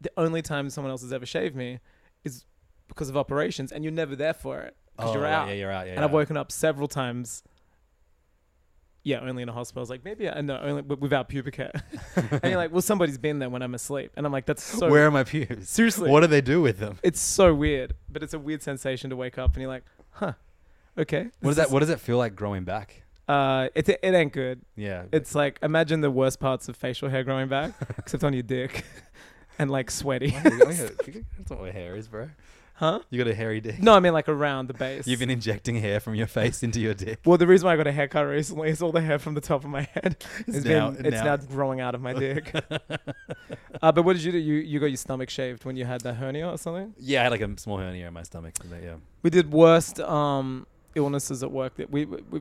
Speaker 4: the only time someone else has ever shaved me is because of operations, and you're never there for it because
Speaker 3: Oh,
Speaker 4: you're
Speaker 3: right,
Speaker 4: out.
Speaker 3: Yeah, you're out. Yeah,
Speaker 4: and I've woken up several times. Yeah, only in a hospital. I was like, maybe I no, only w- without pubic hair. <laughs> and you're like, well, somebody's been there when I'm asleep, and I'm like, that's so
Speaker 3: Where are my pubes?
Speaker 4: seriously.
Speaker 3: What do they do with them?
Speaker 4: <laughs> it's so weird, but it's a weird sensation to wake up and you're like, huh, okay.
Speaker 3: What does
Speaker 4: this
Speaker 3: that? What does it feel like growing back?
Speaker 4: is- Uh, it it ain't good.
Speaker 3: Yeah,
Speaker 4: It's like imagine the worst parts of facial hair growing
Speaker 3: <laughs>
Speaker 4: back, except on your dick, <laughs> and like sweaty,
Speaker 3: that's not what hair is, bro.
Speaker 4: huh?
Speaker 3: You got a hairy dick.
Speaker 4: <laughs> No, I mean like around the base.
Speaker 3: You've been injecting hair from your face into your dick.
Speaker 4: well, the reason why I got a haircut recently is all the hair from the top of my head <laughs> is
Speaker 3: now-
Speaker 4: been, it's now.
Speaker 3: now-
Speaker 4: growing out of my
Speaker 3: <laughs>
Speaker 4: dick. uh, but what did you do? You you got your stomach shaved when you had the hernia or something?
Speaker 3: Yeah, I had like a small hernia in my stomach. so that- Yeah.
Speaker 4: We did worst um, illnesses at work that we, we, we,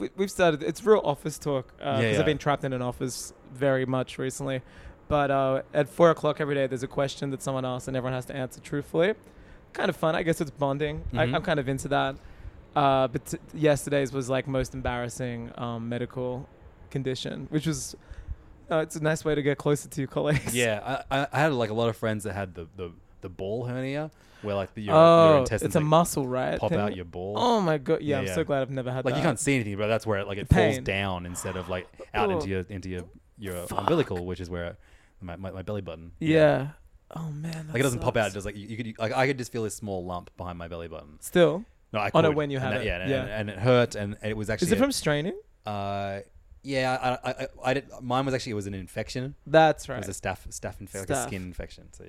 Speaker 4: we we've started. It's real office talk because
Speaker 3: Yeah, yeah.
Speaker 4: I've been trapped in an office very much recently. But uh, at four o'clock every day, there's a question that someone asks and everyone has to answer truthfully. Kind of fun, I guess. It's bonding. I,
Speaker 3: Mhm.
Speaker 4: I'm kind of into that. Uh, but t- yesterday's was like most embarrassing um, medical condition, which was No, it's a nice way to get closer to your colleagues. <laughs>
Speaker 3: Yeah, I, I- I had like a lot of friends that had the, the, the ball hernia, where like the, your, your
Speaker 4: Oh,
Speaker 3: intestines
Speaker 4: it's a
Speaker 3: like,
Speaker 4: muscle, right?
Speaker 3: pop
Speaker 4: Thing?
Speaker 3: out your ball.
Speaker 4: Oh my god! Yeah,
Speaker 3: Yeah,
Speaker 4: I'm
Speaker 3: yeah.
Speaker 4: so glad I've never had
Speaker 3: like
Speaker 4: that.
Speaker 3: you can't see anything, but that's where it, like it falls
Speaker 4: Uh, Pain.
Speaker 3: down instead of like out into
Speaker 4: Oh.
Speaker 3: your into your your umbilical, which is where my, my, my belly button.
Speaker 4: Yeah. Oh man.
Speaker 3: Like it doesn't pop out. It
Speaker 4: does
Speaker 3: just like you, you could like I could just feel this small lump behind my belly button.
Speaker 4: Still.
Speaker 3: No, I
Speaker 4: Oh,
Speaker 3: could.
Speaker 4: no, when you
Speaker 3: and
Speaker 4: had
Speaker 3: that-
Speaker 4: it.
Speaker 3: yeah, and-
Speaker 4: Yeah.
Speaker 3: And, and it hurt, and it was actually.
Speaker 4: Is it from straining?
Speaker 3: Uh, yeah, I, I, I, I did. Mine was actually it was an infection. It
Speaker 4: That's right.
Speaker 3: was a staph staph infection, like a
Speaker 4: Staph.
Speaker 3: skin infection. So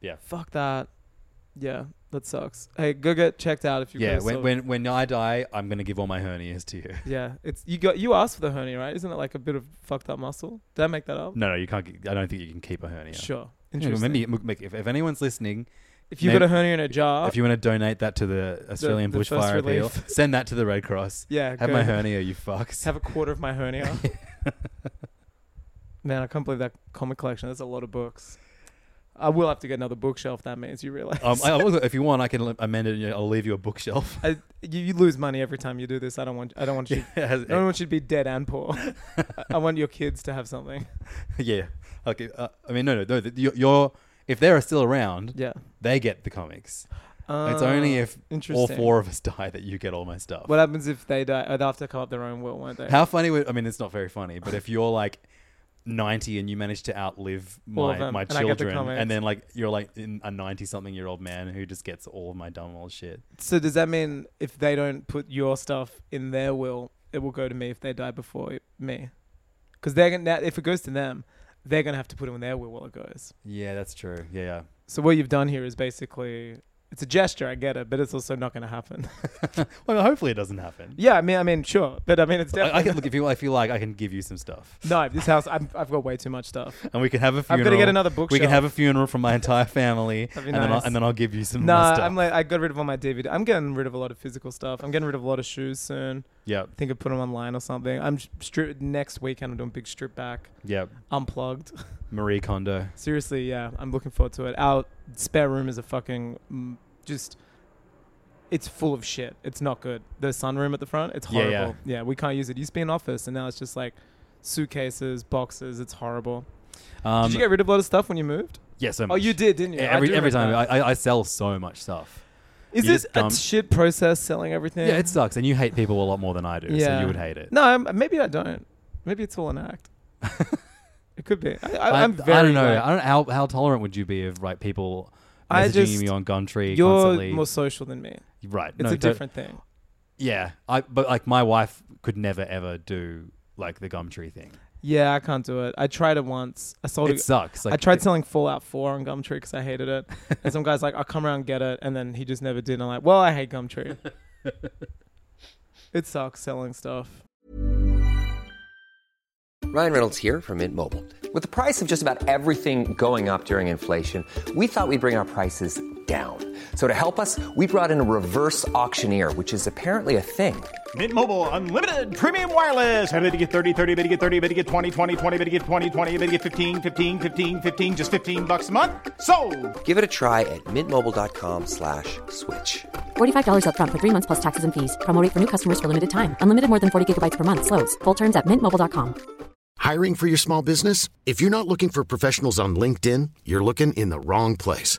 Speaker 3: yeah,
Speaker 4: Fuck that. Yeah, that sucks. Hey, go get checked out if you.
Speaker 3: yeah.
Speaker 4: go
Speaker 3: When,
Speaker 4: so-
Speaker 3: when when I die, I'm gonna give all my hernias to
Speaker 4: <laughs>
Speaker 3: you.
Speaker 4: Yeah, it's you got you asked for the hernia, right? Isn't it like a bit of fucked up muscle? Did I make that up?
Speaker 3: No, no, you can't. g- I don't think you can keep a hernia.
Speaker 4: Sure.
Speaker 3: Anyway,
Speaker 4: Interesting.
Speaker 3: Maybe m- make- if, if anyone's listening,
Speaker 4: if you got a
Speaker 3: maybe-
Speaker 4: hernia in a jar,
Speaker 3: if you want to donate that to the Australian
Speaker 4: Uh, the first
Speaker 3: bushfire appeal, <laughs>
Speaker 4: relief.
Speaker 3: send that to the Red Cross.
Speaker 4: yeah,
Speaker 3: Have
Speaker 4: go
Speaker 3: my hernia, you fucks.
Speaker 4: Have a quarter of
Speaker 3: <laughs>
Speaker 4: my hernia. Man, I can't believe that comic collection. There's a lot of books. I will have to get another bookshelf. That means you realize.
Speaker 3: um, I, also, if you want, I can l- amend it. and I'll leave you a bookshelf.
Speaker 4: <laughs>
Speaker 3: <laughs>
Speaker 4: I, you, you lose money every time you do this. I don't want. I don't want you.
Speaker 3: It has-
Speaker 4: I don't want you to be dead and poor. I- I want your kids to have something.
Speaker 3: <laughs> yeah. Okay. Uh, I mean, no, no, no. th- You're, you're if they're still around,
Speaker 4: Yeah.
Speaker 3: they get the comics.
Speaker 4: Uh,
Speaker 3: it's only if all
Speaker 4: interesting.
Speaker 3: four of us <laughs> die that you get all my stuff.
Speaker 4: What happens if they die? Oh, they have to come up their own will, won't they?
Speaker 3: How funny would I mean? It's not very funny, but if you're like. 90 and you manage to outlive
Speaker 4: All of
Speaker 3: my
Speaker 4: them,
Speaker 3: my
Speaker 4: and I get the
Speaker 3: children and,
Speaker 4: comics.
Speaker 3: then like you're like in a 90 something year old man who just gets all of my dumb old shit
Speaker 4: So does that mean if they don't put your stuff in their will, it will go to me if they die before it- me? Because they're gonna if it goes to them, they're gonna have to put it in their will while it goes.
Speaker 3: yeah that's true yeah yeah
Speaker 4: So what you've done here is basically it's a gesture. I get it, but it's also not gonna happen. <laughs>
Speaker 3: <laughs> well hopefully it doesn't happen
Speaker 4: yeah, I mean, I mean, sure, but I mean, it's
Speaker 3: I,
Speaker 4: definitely.
Speaker 3: I can look if you. I feel like I can give you some stuff,
Speaker 4: <laughs> no, this house. I'm, I've got way too much stuff.
Speaker 3: <laughs> and we can have a
Speaker 4: I've
Speaker 3: funeral.
Speaker 4: got to get another bookshelf.
Speaker 3: We can have a funeral from my entire family,
Speaker 4: <laughs> That'd be
Speaker 3: and, then I'll,
Speaker 4: nice.
Speaker 3: and then I'll give you some. of my
Speaker 4: Nah,
Speaker 3: stuff.
Speaker 4: I'm like I got rid of all my DVD. I'm getting rid of a lot of physical stuff. I'm getting rid of a lot of shoes soon.
Speaker 3: yep,
Speaker 4: I think I put them online or something. I'm strip next weekend. I'm doing a big strip back,
Speaker 3: yep.
Speaker 4: unplugged. <laughs>
Speaker 3: Marie Kondo.
Speaker 4: Seriously, yeah, I'm looking forward to it. Our spare room is a fucking mm, just. It's full of shit. It's not good. The sunroom at the front, it's
Speaker 3: Yeah,
Speaker 4: horrible.
Speaker 3: yeah.
Speaker 4: Yeah, we can't use it. It used to be an office, and now it's just like suitcases, boxes. It's horrible.
Speaker 3: Um,
Speaker 4: did you get rid of a lot of stuff when you moved?
Speaker 3: yeah, so
Speaker 4: Oh,
Speaker 3: much. E,
Speaker 4: you did, didn't you? I
Speaker 3: every
Speaker 4: do
Speaker 3: every time
Speaker 4: remember
Speaker 3: I,
Speaker 4: that.
Speaker 3: I, I sell so much stuff.
Speaker 4: is
Speaker 3: you
Speaker 4: this
Speaker 3: just
Speaker 4: a
Speaker 3: dump-
Speaker 4: shit process selling everything?
Speaker 3: Yeah. it sucks, and you hate people a lot more than I do. So
Speaker 4: Yeah.
Speaker 3: you would hate it.
Speaker 4: no. I'm, maybe I don't. Maybe it's all
Speaker 3: <laughs>
Speaker 4: an act. it could be. I, I,
Speaker 3: I,
Speaker 4: am very.
Speaker 3: I don't know.
Speaker 4: like-
Speaker 3: I don't know how, how tolerant would you be of like people
Speaker 4: I
Speaker 3: messaging
Speaker 4: just-
Speaker 3: me on Gumtree
Speaker 4: you're
Speaker 3: constantly?
Speaker 4: more social than me.
Speaker 3: right.
Speaker 4: It's
Speaker 3: no,
Speaker 4: a
Speaker 3: don't-
Speaker 4: different thing.
Speaker 3: Yeah, I but like my wife could never ever do like the Gumtree thing.
Speaker 4: Yeah, I can't do it. I tried it once. I sold
Speaker 3: It
Speaker 4: it.
Speaker 3: sucks. Like,
Speaker 4: I tried selling Fallout 4 on Gumtree because I
Speaker 3: <laughs>
Speaker 4: hated it. And some guy's like, I'll come around and get it. And then he just never did. And I'm like, well, I hate
Speaker 3: <laughs>
Speaker 4: Gumtree. it sucks selling stuff.
Speaker 5: Ryan Reynolds here from Mint Mobile. With the price of just about everything going up during inflation, we thought we'd bring our prices down. So to help us, we brought in a reverse auctioneer, which is apparently a thing.
Speaker 6: Mint Mobile unlimited premium wireless. Ready to get 30, 30, bit to get 30, bit to get 20, 20, 20, bit to get 20, 20, bit to get 15, 15, 15, 15 just 15 bucks a month. Sold.
Speaker 5: Give it a try at mintmobile.com slash switch.
Speaker 7: $45 upfront for three months plus taxes and fees. Promo rate for new customers for limited time. Unlimited more than 40 gigabytes per month. Slows. Full terms at mintmobile.com.
Speaker 8: Hiring for your small business? If you're not looking for professionals on LinkedIn, you're looking in the wrong place.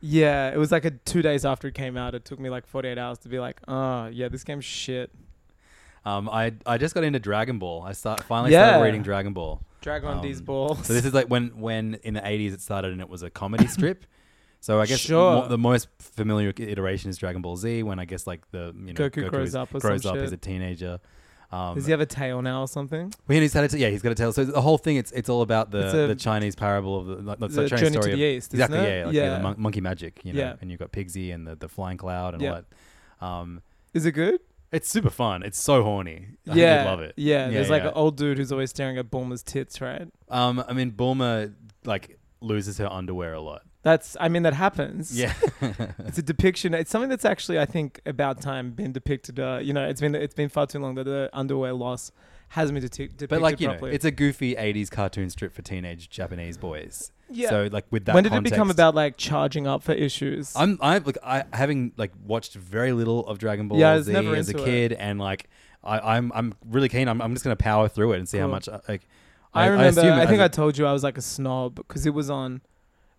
Speaker 4: Yeah, it was like a two days after it came out. It took me like 48 hours to be like, oh, yeah, this game's shit.
Speaker 3: Um, I I just got into Dragon Ball. I start finally
Speaker 4: Yeah.
Speaker 3: started reading Dragon Ball.
Speaker 4: Dragon
Speaker 3: Um,
Speaker 4: D's balls.
Speaker 3: So this is like when when in the eighties it started and it was a
Speaker 4: <laughs>
Speaker 3: comedy strip. So I guess
Speaker 4: Sure.
Speaker 3: mo- the most familiar iteration is Dragon Ball Z when I guess like the you know
Speaker 4: Goku grows
Speaker 3: is-
Speaker 4: up or
Speaker 3: grows
Speaker 4: some
Speaker 3: up
Speaker 4: shit.
Speaker 3: as a teenager. Um,
Speaker 4: Does he have a tail now or something?
Speaker 3: well, he's had a t- yeah, he's got a tale. So the whole thing, it's it's all about
Speaker 4: It's
Speaker 3: the,
Speaker 4: a-
Speaker 3: the Chinese parable of the, not, not-
Speaker 4: the
Speaker 3: sorry, Chinese
Speaker 4: journey to
Speaker 3: story
Speaker 4: the
Speaker 3: of-
Speaker 4: east, isn't
Speaker 3: Exactly,
Speaker 4: it?
Speaker 3: yeah, like, yeah,
Speaker 4: Yeah.
Speaker 3: the mon- monkey magic, you know,
Speaker 4: Yeah.
Speaker 3: and you've got Pigsy and the, the flying cloud and
Speaker 4: Yeah.
Speaker 3: all that. Um,
Speaker 4: Is it good?
Speaker 3: It's super fun. It's so horny. I think
Speaker 4: yeah,
Speaker 3: you'd love it.
Speaker 4: Yeah, there's like
Speaker 3: yeah.
Speaker 4: an old dude who's always staring at Bulma's tits, right?
Speaker 3: Um, I mean, Bulma like loses her underwear a
Speaker 4: <laughs>
Speaker 3: lot.
Speaker 4: That's, I mean, that happens.
Speaker 3: Yeah,
Speaker 4: it's a depiction. It's something that's actually, I think, about time been depicted. Uh, you know, it's been it's been far too long that the underwear loss hasn't been deti- depicted
Speaker 3: but like you know,
Speaker 4: properly.
Speaker 3: it's a goofy '80s cartoon strip for teenage Japanese boys.
Speaker 4: Yeah.
Speaker 3: So like with that,
Speaker 4: when did it become
Speaker 3: context-
Speaker 4: about like charging up for issues?
Speaker 3: I'm I like I having like watched very little of Dragon Ball
Speaker 4: Yeah, I was
Speaker 3: Z
Speaker 4: never
Speaker 3: as a
Speaker 4: into it.
Speaker 3: kid, and like I, I'm I'm really keen. I'm, I'm just gonna power through it and see how
Speaker 4: Cool.
Speaker 3: much uh, like
Speaker 4: I, remember.
Speaker 3: assume
Speaker 4: I,
Speaker 3: as
Speaker 4: think
Speaker 3: a-
Speaker 4: I told you I was like a snob because it was on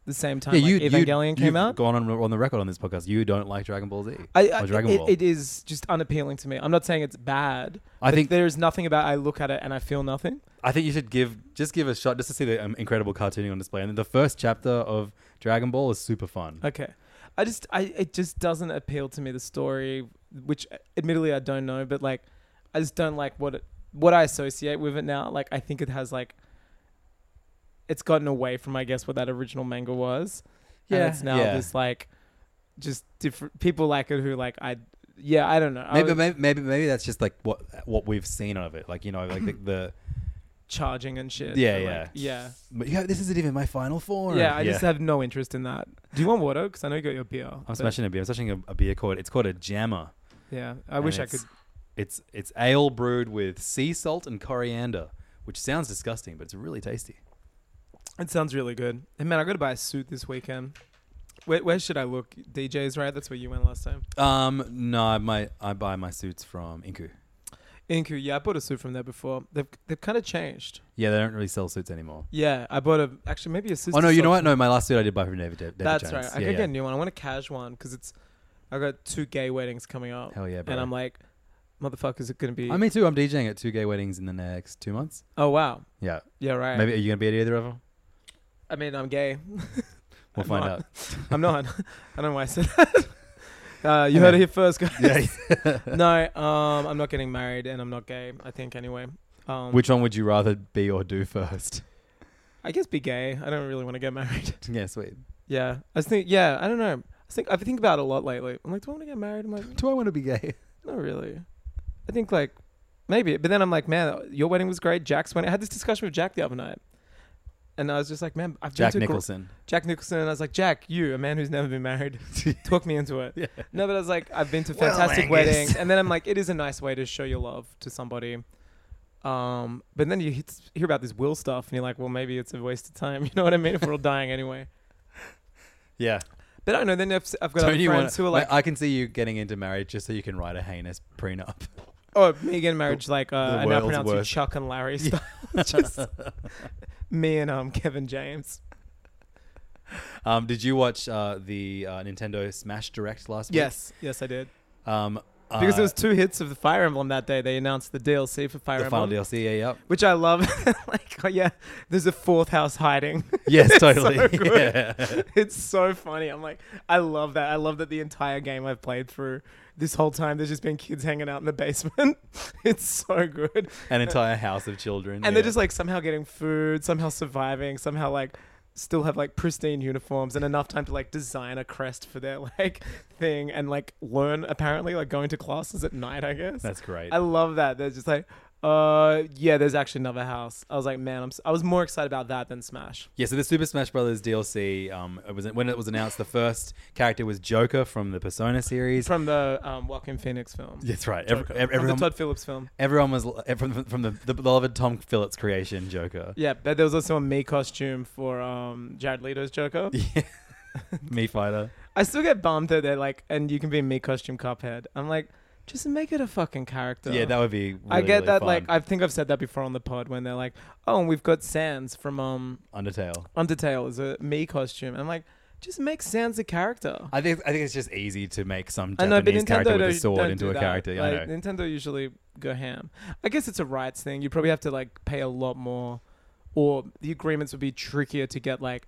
Speaker 4: the same time
Speaker 3: yeah, you,
Speaker 4: like,
Speaker 3: you-
Speaker 4: Evangelion
Speaker 3: you've
Speaker 4: came out.
Speaker 3: Gone on on the record on this podcast. You don't like Dragon Ball Z
Speaker 4: I, I
Speaker 3: or Dragon
Speaker 4: it,
Speaker 3: Ball.
Speaker 4: it is just unappealing to me. I'm not saying it's bad.
Speaker 3: I
Speaker 4: but
Speaker 3: think-
Speaker 4: there is nothing about I look at it and I feel nothing.
Speaker 3: I think you should give just give a shot just to see the um, incredible cartooning on display. And the first chapter of Dragon Ball is super fun.
Speaker 4: Okay. I just I it just doesn't appeal to me the story, which admittedly I don't know, but like I just don't like what it what I associate with it now. Like I think it has like it's gotten away from I guess what that original manga was. And
Speaker 3: Yeah,
Speaker 4: it's now
Speaker 3: yeah.
Speaker 4: this like just different people like it who like I yeah, I don't know. I
Speaker 3: Maybe,
Speaker 4: was
Speaker 3: maybe maybe maybe that's just like what what we've seen of it. Like you know like the,
Speaker 4: <laughs>
Speaker 3: the
Speaker 4: charging and shit.
Speaker 3: Yeah,
Speaker 4: and,
Speaker 3: yeah.
Speaker 4: like, yeah.
Speaker 3: but yeah, this isn't even my final form.
Speaker 4: Yeah, I just have no interest in that. Do you want water? Because I know you got your beer.
Speaker 3: I'm
Speaker 4: but-
Speaker 3: smashing a beer. I'm smashing a, a beer called. It's called a jammer.
Speaker 4: Yeah, I
Speaker 3: and
Speaker 4: wish I could.
Speaker 3: it's- It's it's ale brewed with sea salt and coriander, which sounds disgusting, but it's really tasty.
Speaker 4: It sounds really good. And man, I got to buy a suit this weekend. Where, where should I look? DJs, right? That's where you went last time.
Speaker 3: Um, no, my I buy my suits from Inku.
Speaker 4: Inku, yeah, I bought a suit from there before. They've they've kind of changed.
Speaker 3: Yeah, they don't really sell suits anymore.
Speaker 4: Yeah, I bought a actually maybe a suit.
Speaker 3: Oh no, you know what? No, my last suit I did buy from David. David
Speaker 4: That's
Speaker 3: Jones.
Speaker 4: right. I
Speaker 3: Yeah,
Speaker 4: could
Speaker 3: yeah.
Speaker 4: get a new one. I want a cash one because it's. I got two gay weddings coming up.
Speaker 3: Hell yeah, bro.
Speaker 4: And I'm like, motherfuckers, it gonna be.
Speaker 3: I me too. I'm DJing at two gay weddings in the next two months.
Speaker 4: oh wow,
Speaker 3: Yeah.
Speaker 4: yeah, right.
Speaker 3: Maybe are you gonna be at either of them?
Speaker 4: I mean, I'm gay.
Speaker 3: We'll
Speaker 4: I'm
Speaker 3: find <laughs>
Speaker 4: not.
Speaker 3: out.
Speaker 4: I'm not. <laughs> I don't know why I said that. Uh, you heard it here first, guys. <laughs> no, um, I'm not getting married, and I'm not gay. I think anyway.
Speaker 3: <laughs>
Speaker 4: Um,
Speaker 3: Which one would you rather be or do first?
Speaker 4: I guess be gay. I don't really want to get <laughs> married.
Speaker 3: <laughs> yeah, sweet.
Speaker 4: yeah, I just think. Yeah, I don't know. I think I've been thinking about it a lot lately. I'm like, do I want to get married? I'm like,
Speaker 3: Do I want to be gay?
Speaker 4: not really. I think like maybe, but then I'm like, man, your wedding was great. Jack's wedding. I had this discussion with Jack the other night, and I was just like, man, I've been
Speaker 3: Jack
Speaker 4: to gr-
Speaker 3: Nicholson.
Speaker 4: Jack Nicholson. And I was like, Jack, you, a man who's never
Speaker 3: <laughs>
Speaker 4: been married, talk me into it. No, but I was like, I've been to
Speaker 3: Well,
Speaker 4: fantastic
Speaker 3: Angus.
Speaker 4: weddings, and then I'm like, it is a nice way to show your love to somebody. Um, but then you hit, hear about this will stuff, and you're like, well, maybe it's a waste of time. <laughs> You know what I mean? If we're all dying anyway.
Speaker 3: Yeah.
Speaker 4: But I don't know. Then I've, s- I've got
Speaker 3: Don't
Speaker 4: other
Speaker 3: you
Speaker 4: friends
Speaker 3: want?
Speaker 4: who are like,
Speaker 3: I can see you getting into marriage just so you can write a heinous prenup. <laughs>
Speaker 4: oh, me getting marriage, like uh, I now
Speaker 3: world's
Speaker 4: pronounce
Speaker 3: worst.
Speaker 4: you Chuck and Larry style. <laughs> Just me and um Kevin James.
Speaker 3: Um, did you watch uh, the uh, Nintendo Smash Direct last
Speaker 4: Yes, yes, I did.
Speaker 3: week? Um, uh,
Speaker 4: Because it was two hits of the Fire Emblem that day. They announced the DLC for Fire
Speaker 3: the
Speaker 4: Emblem.
Speaker 3: final DLC. Yeah,
Speaker 4: <laughs>
Speaker 3: yep.
Speaker 4: which I love. like, oh yeah, there's a fourth house hiding. <laughs>
Speaker 3: Yes, totally.
Speaker 4: so good.
Speaker 3: <laughs> Yeah.
Speaker 4: <laughs> it's so funny. I'm like, I love that. I love that the entire game I've played through this whole time, there's just been kids hanging out in the basement. <laughs> it's so good.
Speaker 3: An entire house of children.
Speaker 4: And they're just like somehow getting food, somehow surviving, somehow like still have like pristine uniforms and enough time to like design a crest for their <laughs> like thing and like learn apparently like going to classes at night I guess
Speaker 3: That's great.
Speaker 4: I love that they're just like uh yeah there's actually another house I was like man I'm s- I was more excited about that than Smash
Speaker 3: Yeah, so the Super Smash Brothers DLC, um, it was when it was announced, the first character was Joker from the Persona series.
Speaker 4: from the um Joaquin Phoenix film
Speaker 3: That's right. Every,
Speaker 4: Joker.
Speaker 3: ev-
Speaker 4: From the
Speaker 3: everyone,
Speaker 4: Todd Phillips film
Speaker 3: everyone was l- from, from the, the beloved Tom Phillips creation,
Speaker 4: <laughs>
Speaker 3: Joker.
Speaker 4: yeah but there was also a me costume for um Jared Leto's Joker
Speaker 3: Me Fighter.
Speaker 4: I still get bummed that they're like and you can be a me costume Cuphead I'm like just make it a fucking character
Speaker 3: Yeah, that would be. Really,
Speaker 4: I get
Speaker 3: really
Speaker 4: that.
Speaker 3: fun.
Speaker 4: Like, I think I've said that before on the pod when they're like, "Oh, and we've got Sans from um
Speaker 3: Undertale.
Speaker 4: Undertale as a me costume." I'm like, just make Sans a character.
Speaker 3: I think I think it's just easy to make some
Speaker 4: I know, but
Speaker 3: Japanese
Speaker 4: Nintendo
Speaker 3: character with
Speaker 4: don't,
Speaker 3: a sword
Speaker 4: don't
Speaker 3: into
Speaker 4: do
Speaker 3: a
Speaker 4: that.
Speaker 3: character. Yeah, I
Speaker 4: Like,
Speaker 3: know.
Speaker 4: Nintendo usually go ham. I guess it's a rights thing. You probably have to like pay a lot more, or the agreements would be trickier to get like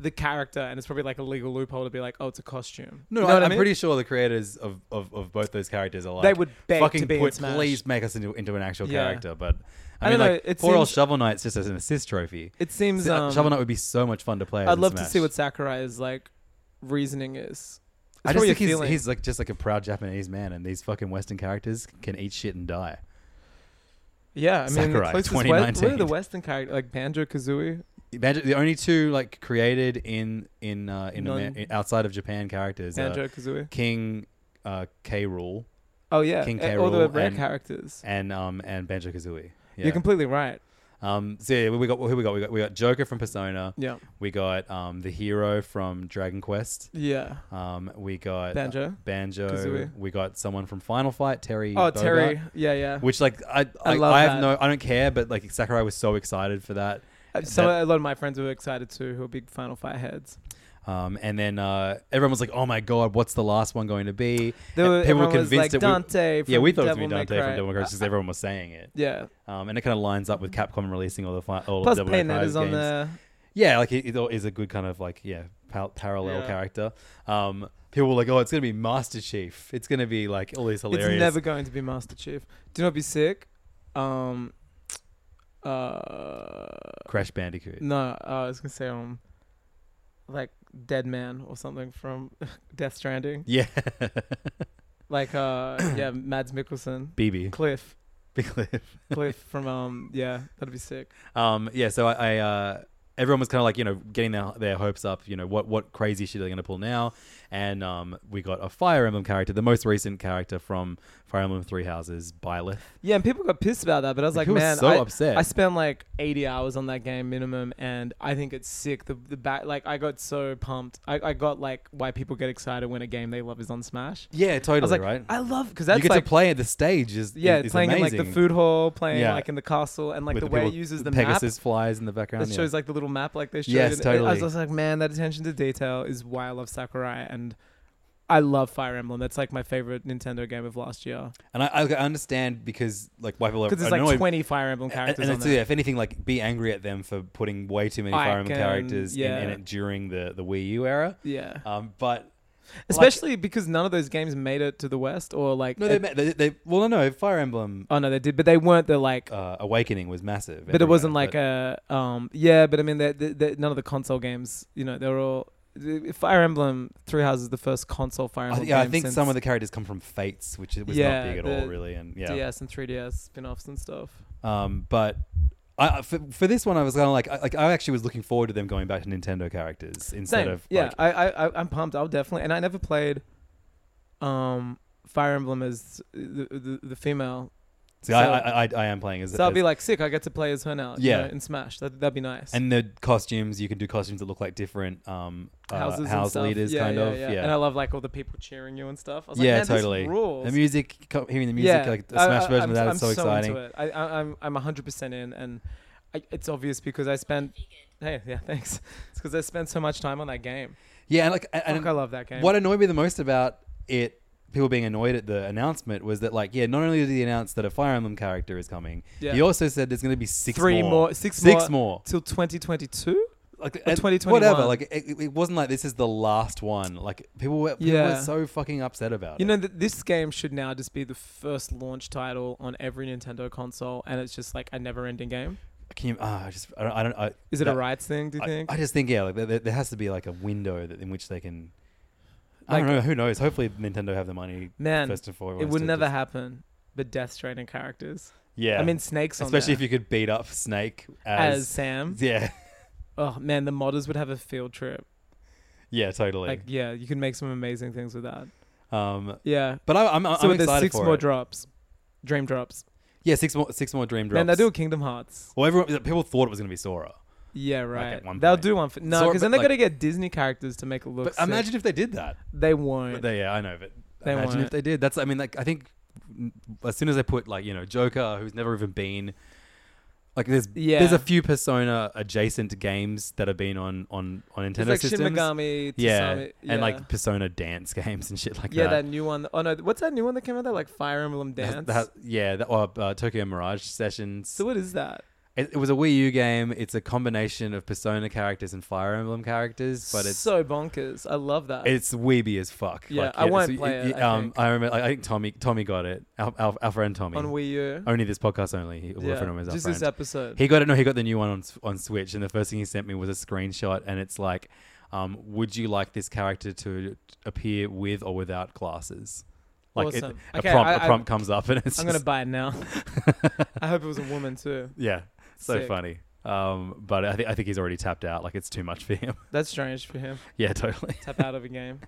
Speaker 4: the character, and it's probably like a legal loophole to be like, "Oh, it's a costume."
Speaker 3: No,
Speaker 4: You know
Speaker 3: I,
Speaker 4: what I
Speaker 3: am
Speaker 4: mean?
Speaker 3: pretty sure the creators of, of, of both those characters are like
Speaker 4: They would beg to
Speaker 3: fucking
Speaker 4: be in
Speaker 3: put,
Speaker 4: Smash.
Speaker 3: please make us into, into an actual
Speaker 4: Yeah.
Speaker 3: character. But I,
Speaker 4: I
Speaker 3: mean,
Speaker 4: don't know,
Speaker 3: like
Speaker 4: it
Speaker 3: poor old
Speaker 4: seems-
Speaker 3: Shovel Knight's just as an assist trophy.
Speaker 4: It seems,
Speaker 3: So, uh,
Speaker 4: um,
Speaker 3: Shovel Knight would be so much fun to play. as
Speaker 4: I'd
Speaker 3: in
Speaker 4: love to
Speaker 3: Smash.
Speaker 4: see what Sakurai's like reasoning is.
Speaker 3: I
Speaker 4: what
Speaker 3: just
Speaker 4: you're
Speaker 3: think he's,
Speaker 4: feeling.
Speaker 3: he's like just like a proud Japanese man, and these fucking Western characters can eat shit and die.
Speaker 4: Yeah, I mean,
Speaker 3: Sakurai,
Speaker 4: the closest West,
Speaker 3: 2019.
Speaker 4: what are the Western character like Banjo Kazooie?
Speaker 3: Imagine the only two like created in in uh, in,
Speaker 4: Non-
Speaker 3: Amer- outside of Japan characters
Speaker 4: Banjo
Speaker 3: are
Speaker 4: Kazooie.
Speaker 3: King uh, K. Rule
Speaker 4: Oh yeah,
Speaker 3: King
Speaker 4: and
Speaker 3: K.
Speaker 4: all the
Speaker 3: Rool
Speaker 4: rare
Speaker 3: and-
Speaker 4: characters.
Speaker 3: and um and Banjo Kazooie. Yeah.
Speaker 4: You're completely right.
Speaker 3: um. So yeah, we got who we got we got we got Joker from Persona.
Speaker 4: Yeah,
Speaker 3: We got um the hero from Dragon Quest.
Speaker 4: yeah.
Speaker 3: Um, we got
Speaker 4: Banjo.
Speaker 3: Banjo.
Speaker 4: Kazooie.
Speaker 3: We got someone from Final Fight, Terry.
Speaker 4: Oh,
Speaker 3: Bogard.
Speaker 4: Terry. Yeah, yeah.
Speaker 3: Which like I I,
Speaker 4: I love
Speaker 3: I have
Speaker 4: that.
Speaker 3: no I don't care, but like Sakurai was so excited for that.
Speaker 4: Uh, Some
Speaker 3: that-
Speaker 4: a lot of my friends were excited too, who are big Final Fight heads.
Speaker 3: Um, and then uh, everyone was like, "Oh my god, what's the last one going to be?"
Speaker 4: There
Speaker 3: And
Speaker 4: were- everyone was like,
Speaker 3: that
Speaker 4: "Dante
Speaker 3: yeah, we
Speaker 4: from
Speaker 3: thought it was going to be
Speaker 4: Devil May
Speaker 3: Dante from
Speaker 4: Cry."
Speaker 3: Devil May Cry because everyone was saying it.
Speaker 4: Yeah.
Speaker 3: Um, and it kind of lines up with Capcom releasing all the fi- all
Speaker 4: Plus,
Speaker 3: the Devil May
Speaker 4: Paynet
Speaker 3: Cry
Speaker 4: is on
Speaker 3: games.
Speaker 4: there.
Speaker 3: Yeah, like it, it is a good kind of like yeah pal- parallel
Speaker 4: Yeah.
Speaker 3: character. Um, people were like, "Oh, it's going to be Master Chief. It's going to be like all these hilarious."
Speaker 4: It's never going to be Master Chief. Do not be sick. Um. Uh.
Speaker 3: Crash Bandicoot.
Speaker 4: No, uh, I was gonna say um. Like Dead Man or something from <laughs> Death Stranding.
Speaker 3: Yeah, <laughs>
Speaker 4: Like <coughs> uh, yeah, Mads Mikkelsen.
Speaker 3: BB.
Speaker 4: Cliff.
Speaker 3: Big Cliff.
Speaker 4: <laughs> Cliff from um. Yeah, that'd be sick.
Speaker 3: Um, yeah, so I, I uh, everyone was kind of like you know getting their their hopes up. You know what what crazy shit are they going to pull now? And um, we got a Fire Emblem character, the most recent character from Fire Emblem Three Houses, Byleth.
Speaker 4: Yeah, and people got pissed about that, but I was like,
Speaker 3: People were
Speaker 4: man,
Speaker 3: so
Speaker 4: I,
Speaker 3: upset.
Speaker 4: I spent like 80 hours on that game minimum, and I think it's sick. The the back, like, I got so pumped. I, I got like why people get excited when a game they love is on Smash.
Speaker 3: Yeah, totally
Speaker 4: I was like,
Speaker 3: right.
Speaker 4: I love because
Speaker 3: you
Speaker 4: that's
Speaker 3: get
Speaker 4: like
Speaker 3: to play at the stage is
Speaker 4: yeah,
Speaker 3: is
Speaker 4: playing
Speaker 3: amazing.
Speaker 4: in like the food hall, playing
Speaker 3: Yeah.
Speaker 4: like in the castle, and like
Speaker 3: With
Speaker 4: the, way
Speaker 3: people-
Speaker 4: it uses the
Speaker 3: Pegasus
Speaker 4: map.
Speaker 3: flies in the background.
Speaker 4: That
Speaker 3: Um, yeah.
Speaker 4: shows like the little map, like they showed.
Speaker 3: Yes,
Speaker 4: in- I was
Speaker 3: totally.
Speaker 4: just like, man, that attention to detail is why I love Sakurai, and I love Fire Emblem. That's like my favorite Nintendo game of last year
Speaker 3: and I, I I understand because like why people are
Speaker 4: because there's like
Speaker 3: annoyed-
Speaker 4: 20 Fire Emblem
Speaker 3: And,
Speaker 4: characters.
Speaker 3: and
Speaker 4: on
Speaker 3: it's,
Speaker 4: there.
Speaker 3: yeah, if anything, like be angry at them for putting way too many
Speaker 4: I
Speaker 3: Fire Emblem
Speaker 4: can-
Speaker 3: characters in, in
Speaker 4: yeah.
Speaker 3: it during the, the Wii U era.
Speaker 4: Yeah.
Speaker 3: Um, but
Speaker 4: Especially because none of those games made it to the West or like.
Speaker 3: No, they,
Speaker 4: it-
Speaker 3: ma- they, they well, no, no. Fire Emblem
Speaker 4: oh no, they did, but they weren't the like.
Speaker 3: uh, Awakening was massive,
Speaker 4: but it wasn't
Speaker 3: everywhere,
Speaker 4: like a um. Yeah, but I mean, they, they, they, none of the console games. You know, they were all. Fire Emblem Three Houses is the first console Fire
Speaker 3: but I,
Speaker 4: Emblem.
Speaker 3: yeah, I
Speaker 4: game
Speaker 3: think
Speaker 4: since
Speaker 3: some of the characters come from Fates, which it was
Speaker 4: Yeah,
Speaker 3: not big at
Speaker 4: the
Speaker 3: all, really, and yeah.
Speaker 4: DS and 3DS spin-offs and stuff.
Speaker 3: Um, but I I- for, for this one, I was kind of like, I, like I actually was looking forward to them going back to Nintendo characters instead
Speaker 4: Same.
Speaker 3: of
Speaker 4: yeah,
Speaker 3: like,
Speaker 4: I, I I- I'm pumped. I'll definitely. And I never played, um, Fire Emblem as the the, the female.
Speaker 3: see, I,
Speaker 4: so-
Speaker 3: I, I I am playing as
Speaker 4: So I'll
Speaker 3: as-
Speaker 4: be like sick. I get to play as her now. you
Speaker 3: Yeah.
Speaker 4: know, in Smash, that that'd be nice.
Speaker 3: and the costumes you can do costumes that look like different um uh,
Speaker 4: houses and
Speaker 3: house
Speaker 4: stuff.
Speaker 3: leaders
Speaker 4: yeah,
Speaker 3: kind
Speaker 4: yeah,
Speaker 3: of
Speaker 4: yeah. and I love like all the people cheering you and stuff. I was
Speaker 3: yeah,
Speaker 4: like, Man,
Speaker 3: totally.
Speaker 4: This rules.
Speaker 3: The music, co- hearing the music, like the
Speaker 4: I-
Speaker 3: Smash
Speaker 4: I-
Speaker 3: version
Speaker 4: I'm,
Speaker 3: of that is
Speaker 4: I'm
Speaker 3: so, exciting.
Speaker 4: Into it. I, I, I'm I'm 100 percent in, and I, it's obvious because I spent. Hey, yeah, thanks. It's because I spent so much time on that game.
Speaker 3: Yeah, and like, and,
Speaker 4: Fuck, I love that game.
Speaker 3: What annoyed me the most about it, people being annoyed at the announcement, was that like, yeah, not only did he announce that a Fire Emblem character is coming,
Speaker 4: Yeah.
Speaker 3: he also said there's going to be six
Speaker 4: Three
Speaker 3: more,
Speaker 4: more, six,
Speaker 3: six more.
Speaker 4: till 2022.
Speaker 3: Like,
Speaker 4: or
Speaker 3: and
Speaker 4: 2021.
Speaker 3: whatever. Like, it, it wasn't like this is the last one. Like, people were, people
Speaker 4: Yeah.
Speaker 3: were so fucking upset about
Speaker 4: You
Speaker 3: it.
Speaker 4: know that this game should now just be the first launch title on every Nintendo console, and it's just like a never-ending game.
Speaker 3: Can you, ah, I just, I don't, I don't I,
Speaker 4: Is it a
Speaker 3: that-
Speaker 4: rights thing? Do you
Speaker 3: I,
Speaker 4: think?
Speaker 3: I just think yeah, like there- there, there has to be like a window that, in which they can. I
Speaker 4: Like-
Speaker 3: don't know. Who knows? Hopefully, Nintendo have the money.
Speaker 4: Man,
Speaker 3: first and foremost,
Speaker 4: it would
Speaker 3: to
Speaker 4: never
Speaker 3: just-
Speaker 4: happen. But Death Stranding characters.
Speaker 3: Yeah,
Speaker 4: I mean, Snake's on
Speaker 3: especially
Speaker 4: there.
Speaker 3: if you could beat up Snake as,
Speaker 4: as Sam.
Speaker 3: <laughs> Yeah,
Speaker 4: Oh man, the modders would have a field trip.
Speaker 3: yeah, totally.
Speaker 4: Like, yeah, you can make some amazing things with that.
Speaker 3: um,
Speaker 4: Yeah.
Speaker 3: but I, I'm, I'm,
Speaker 4: so
Speaker 3: I'm
Speaker 4: there's
Speaker 3: excited
Speaker 4: six
Speaker 3: for
Speaker 4: more
Speaker 3: it.
Speaker 4: drops, dream drops.
Speaker 3: yeah, six more, six more dream drops.
Speaker 4: Man, they'll do a Kingdom Hearts.
Speaker 3: Well, everyone, people thought it was gonna be Sora.
Speaker 4: Yeah, right.
Speaker 3: at one
Speaker 4: they'll
Speaker 3: point.
Speaker 4: do one for no,
Speaker 3: Sora-
Speaker 4: because
Speaker 3: but
Speaker 4: then they
Speaker 3: like-
Speaker 4: got to get Disney characters to make it look.
Speaker 3: But
Speaker 4: sick.
Speaker 3: imagine if they did that.
Speaker 4: they won't.
Speaker 3: But they, yeah, I know, but
Speaker 4: They
Speaker 3: imagine if
Speaker 4: won't.
Speaker 3: they did. That's, I mean, like, I think as soon as they put like you know Joker, who's never even been. Like there's
Speaker 4: Yeah.
Speaker 3: there's a few Persona adjacent games that have been on on on Nintendo
Speaker 4: it's like
Speaker 3: systems.
Speaker 4: Shin Megami. Tensei-
Speaker 3: yeah.
Speaker 4: yeah,
Speaker 3: and like Persona dance <laughs> games and shit like
Speaker 4: yeah, that
Speaker 3: that.
Speaker 4: new one. Oh no, what's that new one that came out? That like Fire Emblem Dance.
Speaker 3: That- yeah, that, or, uh, Tokyo Mirage Sessions.
Speaker 4: so what is that?
Speaker 3: It, it was a Wii U game. It's a combination of Persona characters and Fire Emblem characters, but it's
Speaker 4: so bonkers. I love that.
Speaker 3: it's weeby as fuck.
Speaker 4: Yeah, I won't play it, I
Speaker 3: um,
Speaker 4: think.
Speaker 3: I remember. I think Tommy Tommy got it. Our, our, our friend Tommy
Speaker 4: on Wii U.
Speaker 3: Only this podcast only. He, we'll
Speaker 4: Yeah,
Speaker 3: refer to him as our
Speaker 4: just
Speaker 3: friend.
Speaker 4: this episode.
Speaker 3: He got it. No, he got the new one on S- on Switch, and the first thing he sent me was a screenshot, and it's like um, would you like this character to appear with or without glasses? Like it,
Speaker 4: Awesome.
Speaker 3: a
Speaker 4: Okay,
Speaker 3: prompt,
Speaker 4: I-
Speaker 3: a
Speaker 4: I-
Speaker 3: prompt comes up and it's
Speaker 4: I'm
Speaker 3: just-
Speaker 4: gonna buy it
Speaker 3: <laughs>
Speaker 4: now. I hope it was a woman too.
Speaker 3: yeah, so
Speaker 4: Sick.
Speaker 3: funny. Um, but I think I think he's already tapped out. Like it's too much for him. <laughs>
Speaker 4: That's strange for him.
Speaker 3: yeah,
Speaker 4: <laughs>
Speaker 3: totally.
Speaker 4: Tap out of a game.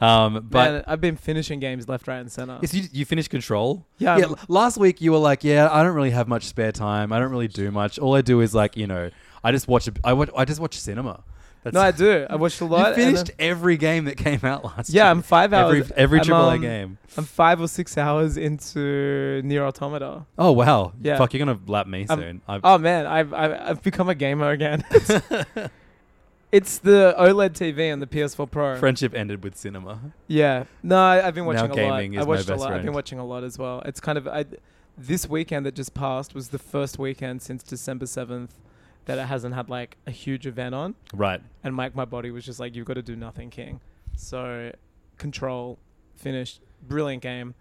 Speaker 3: Um, but
Speaker 4: But I've been finishing games left, right, and center.
Speaker 3: Is you, you finished Control?
Speaker 4: Yeah, I'm-
Speaker 3: l- Last week you were like, yeah, I don't really have much spare time. I don't really do much. All I do is like, you know, I just watch. A, I watch. I just watch cinema. That's
Speaker 4: No, I do. I watched a lot.
Speaker 3: You
Speaker 4: and then-
Speaker 3: finished every game that came out last.
Speaker 4: yeah,
Speaker 3: year.
Speaker 4: I'm five hours.
Speaker 3: every every
Speaker 4: I'm,
Speaker 3: AAA
Speaker 4: um,
Speaker 3: game.
Speaker 4: I'm five or six hours into Near Automata.
Speaker 3: Oh wow!
Speaker 4: yeah.
Speaker 3: Fuck, you're gonna lap me
Speaker 4: I'm-
Speaker 3: soon. I've,
Speaker 4: Oh man, I've, I've I've become a gamer again. <laughs> it's the OLED TV and the PS4 Pro.
Speaker 3: friendship ended with cinema.
Speaker 4: Yeah. No, I, I've been watching
Speaker 3: Now
Speaker 4: a
Speaker 3: gaming is
Speaker 4: lot. I
Speaker 3: my
Speaker 4: watched a
Speaker 3: best
Speaker 4: lot. I've been
Speaker 3: friend.
Speaker 4: watching a lot as well. It's kind of I, this weekend that just passed was the first weekend since December seventh that it hasn't had like a huge event on.
Speaker 3: Right.
Speaker 4: And Mike, my body was just like, you've got to do nothing, King. So, Control finished, brilliant game.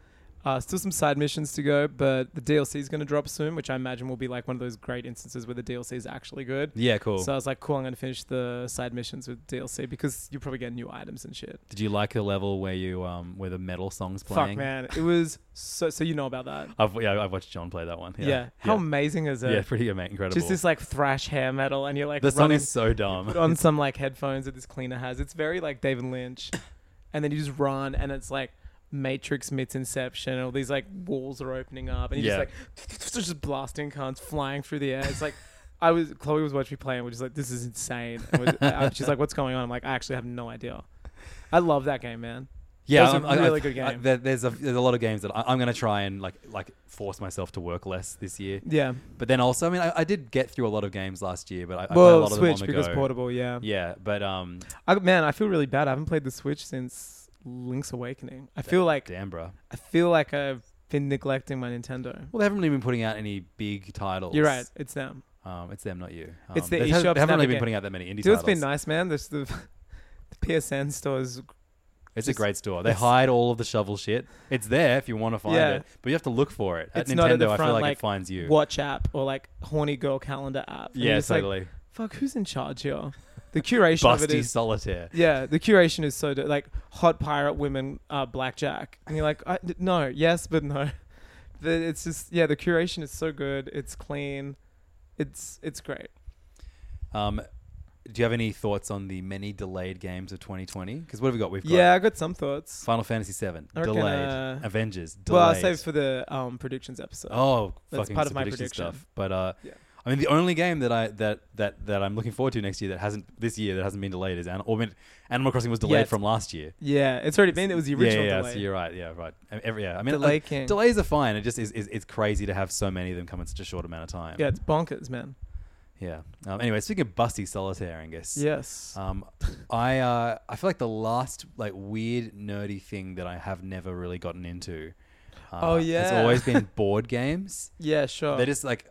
Speaker 4: Uh, still some side missions to go, but the DLC is going to drop soon, which I imagine will be like one of those great instances where the DLC is actually good.
Speaker 3: Yeah. Cool.
Speaker 4: So I was like, cool, I'm going to finish the side missions with DLC because you probably get new items and shit.
Speaker 3: Did you like the level where you um where the metal songs playing?
Speaker 4: Fuck, man. It was so, so you know about that.
Speaker 3: I've yeah I've watched John play that one.
Speaker 4: Yeah.
Speaker 3: Yeah. Yeah.
Speaker 4: How amazing is it?
Speaker 3: yeah pretty ama- incredible.
Speaker 4: Just this like thrash hair metal, and you're like,
Speaker 3: the song
Speaker 4: running-
Speaker 3: is so
Speaker 4: <laughs>
Speaker 3: dumb.
Speaker 4: put on some like headphones that this cleaner has. It's very like
Speaker 3: <laughs>
Speaker 4: David Lynch, and then you just run, and it's like Matrix meets Inception. and All these like walls are opening up, and you're
Speaker 3: Yeah.
Speaker 4: just like <laughs> just blasting cunts flying through the air. It's like I was Chloe was watching me play, and we're just like, this is insane. And we're- uh, she's like, what's going on? I'm like, I actually have no idea. I love that game, man.
Speaker 3: Yeah,
Speaker 4: That was a
Speaker 3: I'm- I-
Speaker 4: really
Speaker 3: I-
Speaker 4: good
Speaker 3: I-
Speaker 4: game.
Speaker 3: there- there's a there's a lot of games that I, I'm going to try and like like force myself to work less this year.
Speaker 4: Yeah.
Speaker 3: But then also, I mean, I, I did get through a lot of games last year, but I, I played a
Speaker 4: Well,
Speaker 3: lot
Speaker 4: Switch
Speaker 3: of them on the
Speaker 4: because
Speaker 3: go.
Speaker 4: portable. Yeah.
Speaker 3: Yeah, but um,
Speaker 4: I, man, I feel really bad. I haven't played the Switch since Link's Awakening. I feel like
Speaker 3: damn, bro.
Speaker 4: I feel like I've been neglecting my Nintendo.
Speaker 3: Well, they haven't really been putting out any big titles.
Speaker 4: You're right. It's them.
Speaker 3: Um, it's them, not you. Um,
Speaker 4: It's the
Speaker 3: they, haven't-
Speaker 4: eShop's
Speaker 3: they haven't really been
Speaker 4: navigate-
Speaker 3: putting out that many indie
Speaker 4: Dude,
Speaker 3: titles.
Speaker 4: it's been nice, man. This the, <laughs> the PSN store is
Speaker 3: It's
Speaker 4: Just-
Speaker 3: a great store. They
Speaker 4: it's-
Speaker 3: hide all of the shovel shit. It's there if you want to find
Speaker 4: Yeah.
Speaker 3: it, but you have to look for it.
Speaker 4: it's
Speaker 3: at Nintendo,
Speaker 4: not at the
Speaker 3: I
Speaker 4: front
Speaker 3: feel like,
Speaker 4: like
Speaker 3: it finds you.
Speaker 4: Watch app or like horny girl calendar app. And you're
Speaker 3: Yeah,
Speaker 4: just like,
Speaker 3: totally.
Speaker 4: Fuck, who's in charge here? The curation of it
Speaker 3: Busty
Speaker 4: is
Speaker 3: solitaire.
Speaker 4: yeah. The curation is so do- like hot pirate women uh, blackjack, and you're like, I, no, yes, but no. <laughs> The, it's just yeah. The curation is so good. It's clean. It's it's great.
Speaker 3: Um, do you have any thoughts on the many delayed games of 2020? Because what have we got? We've got
Speaker 4: Yeah, I got some thoughts.
Speaker 3: Final Fantasy VII
Speaker 4: I reckon,
Speaker 3: delayed,
Speaker 4: uh,
Speaker 3: Avengers delayed.
Speaker 4: Well, I'll save for the um, predictions episode.
Speaker 3: oh,
Speaker 4: That's
Speaker 3: fucking part
Speaker 4: part of my prediction.
Speaker 3: stuff. But uh,
Speaker 4: Yeah.
Speaker 3: I mean, the only game that I that that that I'm looking forward to next year that hasn't this year that hasn't been delayed is An- or meant- Animal Crossing was delayed
Speaker 4: it's-
Speaker 3: from last year.
Speaker 4: Yeah, it's already been. It was the original
Speaker 3: yeah, yeah,
Speaker 4: delay.
Speaker 3: So you're right. Yeah, right. I mean, Every, yeah, I mean,
Speaker 4: Delay
Speaker 3: uh,
Speaker 4: king.
Speaker 3: delays are fine. It just is, is. It's crazy to have so many of them come in such a short amount of time.
Speaker 4: Yeah, it's bonkers, man.
Speaker 3: Yeah. Um, anyway, speaking of busty solitaire, I guess.
Speaker 4: Yes.
Speaker 3: Um, I uh, I feel like the last like weird nerdy thing that I have never really gotten into. Uh,
Speaker 4: Oh,
Speaker 3: it's
Speaker 4: yeah. Oh.
Speaker 3: always
Speaker 4: <laughs>
Speaker 3: been board games.
Speaker 4: yeah, sure.
Speaker 3: They're just like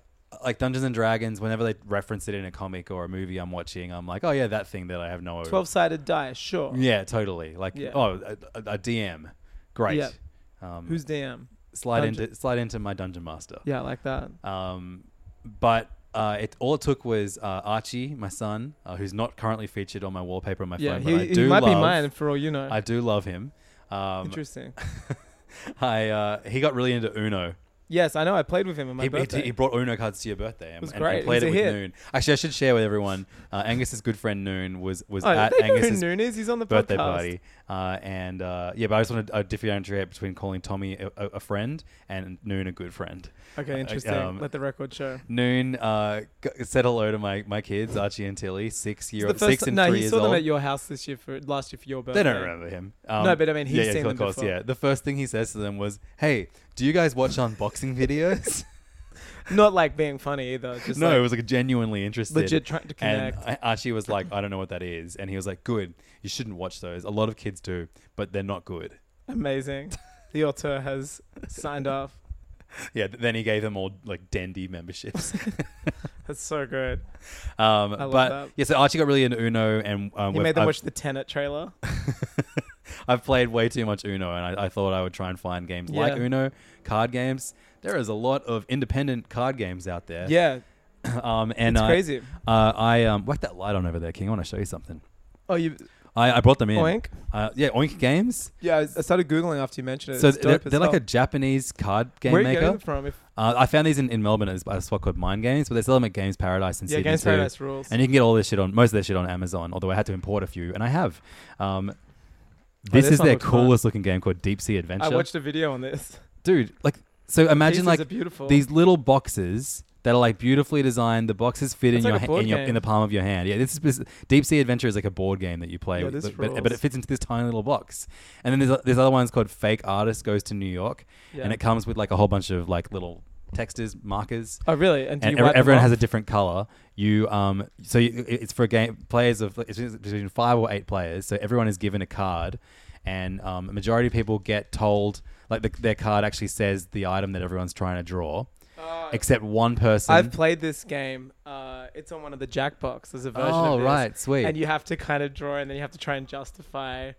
Speaker 3: like Dungeons and Dragons. Whenever they reference it in a comic or a movie I'm watching, I'm like, oh yeah, that thing that I have no.
Speaker 4: Twelve sided die, sure.
Speaker 3: Yeah, totally. Like
Speaker 4: Yeah.
Speaker 3: oh, a, a a DM, great.
Speaker 4: Yeah.
Speaker 3: Um,
Speaker 4: Who's DM?
Speaker 3: slide
Speaker 4: Dungeon-
Speaker 3: into slide into my dungeon master.
Speaker 4: Yeah, I like that.
Speaker 3: Um, but uh, it all it took was uh, Archie, my son, uh, who's not currently featured on my wallpaper on my
Speaker 4: yeah,
Speaker 3: phone.
Speaker 4: he,
Speaker 3: but I
Speaker 4: he
Speaker 3: do
Speaker 4: might
Speaker 3: love,
Speaker 4: be mine for all you know.
Speaker 3: I do love him. Um,
Speaker 4: Interesting.
Speaker 3: I uh, he got really into Uno.
Speaker 4: yes, I know. I played with him on my
Speaker 3: He,
Speaker 4: birthday.
Speaker 3: he, he brought Uno cards to your birthday and,
Speaker 4: was
Speaker 3: and- and
Speaker 4: great. It
Speaker 3: played
Speaker 4: was
Speaker 3: it
Speaker 4: a
Speaker 3: with
Speaker 4: hit.
Speaker 3: Noon. Actually, I should share with everyone. Uh, Angus's good friend Noon was was
Speaker 4: oh,
Speaker 3: at
Speaker 4: they know who
Speaker 3: Angus's
Speaker 4: Noon is. He's on the
Speaker 3: birthday
Speaker 4: podcast.
Speaker 3: party. Uh, and uh, yeah, but I just wanted to uh, differentiate between calling Tommy a, a, a friend and Noon a good friend.
Speaker 4: Okay,
Speaker 3: Uh,
Speaker 4: interesting.
Speaker 3: um,
Speaker 4: Let the record show.
Speaker 3: Noon uh, g- said hello to my, my kids, Archie and Tilly, six year
Speaker 4: The
Speaker 3: old,
Speaker 4: first
Speaker 3: six
Speaker 4: ti-
Speaker 3: and
Speaker 4: no,
Speaker 3: three
Speaker 4: he
Speaker 3: years
Speaker 4: saw
Speaker 3: old.
Speaker 4: them at your house this year for last year for your birthday.
Speaker 3: they don't remember him. Um,
Speaker 4: No, but I mean, he's seen them before.
Speaker 3: Yeah, the first thing he says to them was, "Hey, do you guys watch unboxing
Speaker 4: <laughs>
Speaker 3: videos?"
Speaker 4: Not like being funny either. Just
Speaker 3: no,
Speaker 4: like,
Speaker 3: it was like genuinely interested,
Speaker 4: legit trying to
Speaker 3: And
Speaker 4: connect.
Speaker 3: I- Archie was like, "I don't know what that is," and he was like, "Good, you shouldn't watch those. A lot of kids do, but they're not good." <laughs>
Speaker 4: amazing. The auteur has signed off.
Speaker 3: Yeah. th- Then he gave them all like Dendy
Speaker 4: <laughs>
Speaker 3: memberships.
Speaker 4: That's so good.
Speaker 3: Um,
Speaker 4: love
Speaker 3: but
Speaker 4: that.
Speaker 3: yeah, so Archie got really into Uno, and um,
Speaker 4: You
Speaker 3: we've-
Speaker 4: made them
Speaker 3: I've-
Speaker 4: watch the Tenet trailer.
Speaker 3: I've played way too much Uno, and I, I thought I would try and find games like
Speaker 4: Yeah.
Speaker 3: Uno, card games. There is a lot of independent card games out there.
Speaker 4: Yeah,
Speaker 3: Um, and
Speaker 4: It's
Speaker 3: I,
Speaker 4: crazy.
Speaker 3: Uh, I um, whack that light on over there, King. I want to show you something.
Speaker 4: Oh, you.
Speaker 3: I, I brought them in.
Speaker 4: Oink?
Speaker 3: Uh, yeah, Oink Games.
Speaker 4: Yeah, I I started googling after you mentioned it.
Speaker 3: So
Speaker 4: It's
Speaker 3: they're,
Speaker 4: dope as
Speaker 3: they're like
Speaker 4: hell.
Speaker 3: a Japanese card game
Speaker 4: Where are you
Speaker 3: maker.
Speaker 4: getting them from? If,
Speaker 3: Uh, I found these in, in Melbourne at a spot called Mind Games, but they sell them at Games Paradise in
Speaker 4: Yeah,
Speaker 3: Sydney
Speaker 4: Games
Speaker 3: too.
Speaker 4: Paradise rules.
Speaker 3: And you can get all this shit on most of their shit on Amazon. Although I had to import a few, and I have. Um, this
Speaker 4: Oh, this
Speaker 3: is
Speaker 4: one
Speaker 3: their
Speaker 4: looks fun.
Speaker 3: coolest looking game called Deep Sea Adventure.
Speaker 4: I watched a video on this.
Speaker 3: Dude, like, so imagine
Speaker 4: Pieces
Speaker 3: like
Speaker 4: are beautiful.
Speaker 3: these little boxes that are like beautifully designed. The boxes fit in
Speaker 4: That's
Speaker 3: your,
Speaker 4: like
Speaker 3: ha-
Speaker 4: a board
Speaker 3: in, your
Speaker 4: game.
Speaker 3: in the palm of your hand. Yeah, this is this, Deep Sea Adventure is like a board game that you play,
Speaker 4: Yeah,
Speaker 3: with,
Speaker 4: this
Speaker 3: but, but, but
Speaker 4: rules.
Speaker 3: it fits into this tiny little box. And then there's there's other ones called Fake Artist Goes to New York,
Speaker 4: Yeah.
Speaker 3: and it comes with like a whole bunch of like little textures, markers
Speaker 4: Oh, really? And, do
Speaker 3: and
Speaker 4: you
Speaker 3: ev-
Speaker 4: wipe them
Speaker 3: E-, everyone
Speaker 4: off?
Speaker 3: has a different color. You um, so you, it's for a game players of it's between five or eight players. So everyone is given a card, and um, a majority of people get told like the, their card actually says the item that everyone's trying to draw, except one person.
Speaker 4: Oh. I've played this game. Uh, it's on one of the Jackbox. There's a version
Speaker 3: Oh,
Speaker 4: of this.
Speaker 3: right, sweet.
Speaker 4: And you have to kind of draw, and then you have to try and justify. And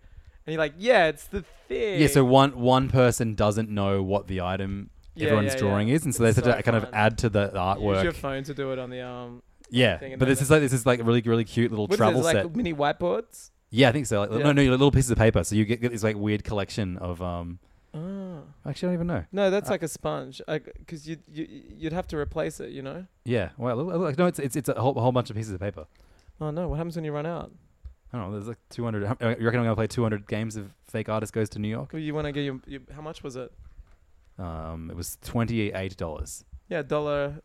Speaker 4: you're like, yeah, it's the thing.
Speaker 3: yeah, so one one person doesn't know what the item
Speaker 4: Yeah,
Speaker 3: everyone's
Speaker 4: yeah,
Speaker 3: drawing
Speaker 4: yeah.
Speaker 3: is, and so they
Speaker 4: It's
Speaker 3: have
Speaker 4: so
Speaker 3: to kind of
Speaker 4: fun.
Speaker 3: add to the, the
Speaker 4: use your
Speaker 3: artwork.
Speaker 4: phone to do it on the um.
Speaker 3: yeah,
Speaker 4: thing and
Speaker 3: but
Speaker 4: then
Speaker 3: this is like this is like a really really cute little
Speaker 4: What is
Speaker 3: travel
Speaker 4: it, like
Speaker 3: set.
Speaker 4: mini whiteboards?
Speaker 3: Yeah, I think so. Like,
Speaker 4: Yeah.
Speaker 3: No, no, your little pieces of paper. So you get, get this like weird collection of um. Actually, I don't even know.
Speaker 4: No, that's like a sponge. Because you you you'd have to replace it, you know.
Speaker 3: Yeah, well, look- look, no, it's it's, it's a, whole, a whole bunch of pieces of paper.
Speaker 4: Oh no, what happens when you run out?
Speaker 3: I don't know. There's like 200. how- uh, You reckon I'm gonna play 200 games of Fake Artist Goes to New York?
Speaker 4: Well, You want to get your, your how much was it?
Speaker 3: Um, it was 28 dollars. <laughs>
Speaker 4: Yeah, dollar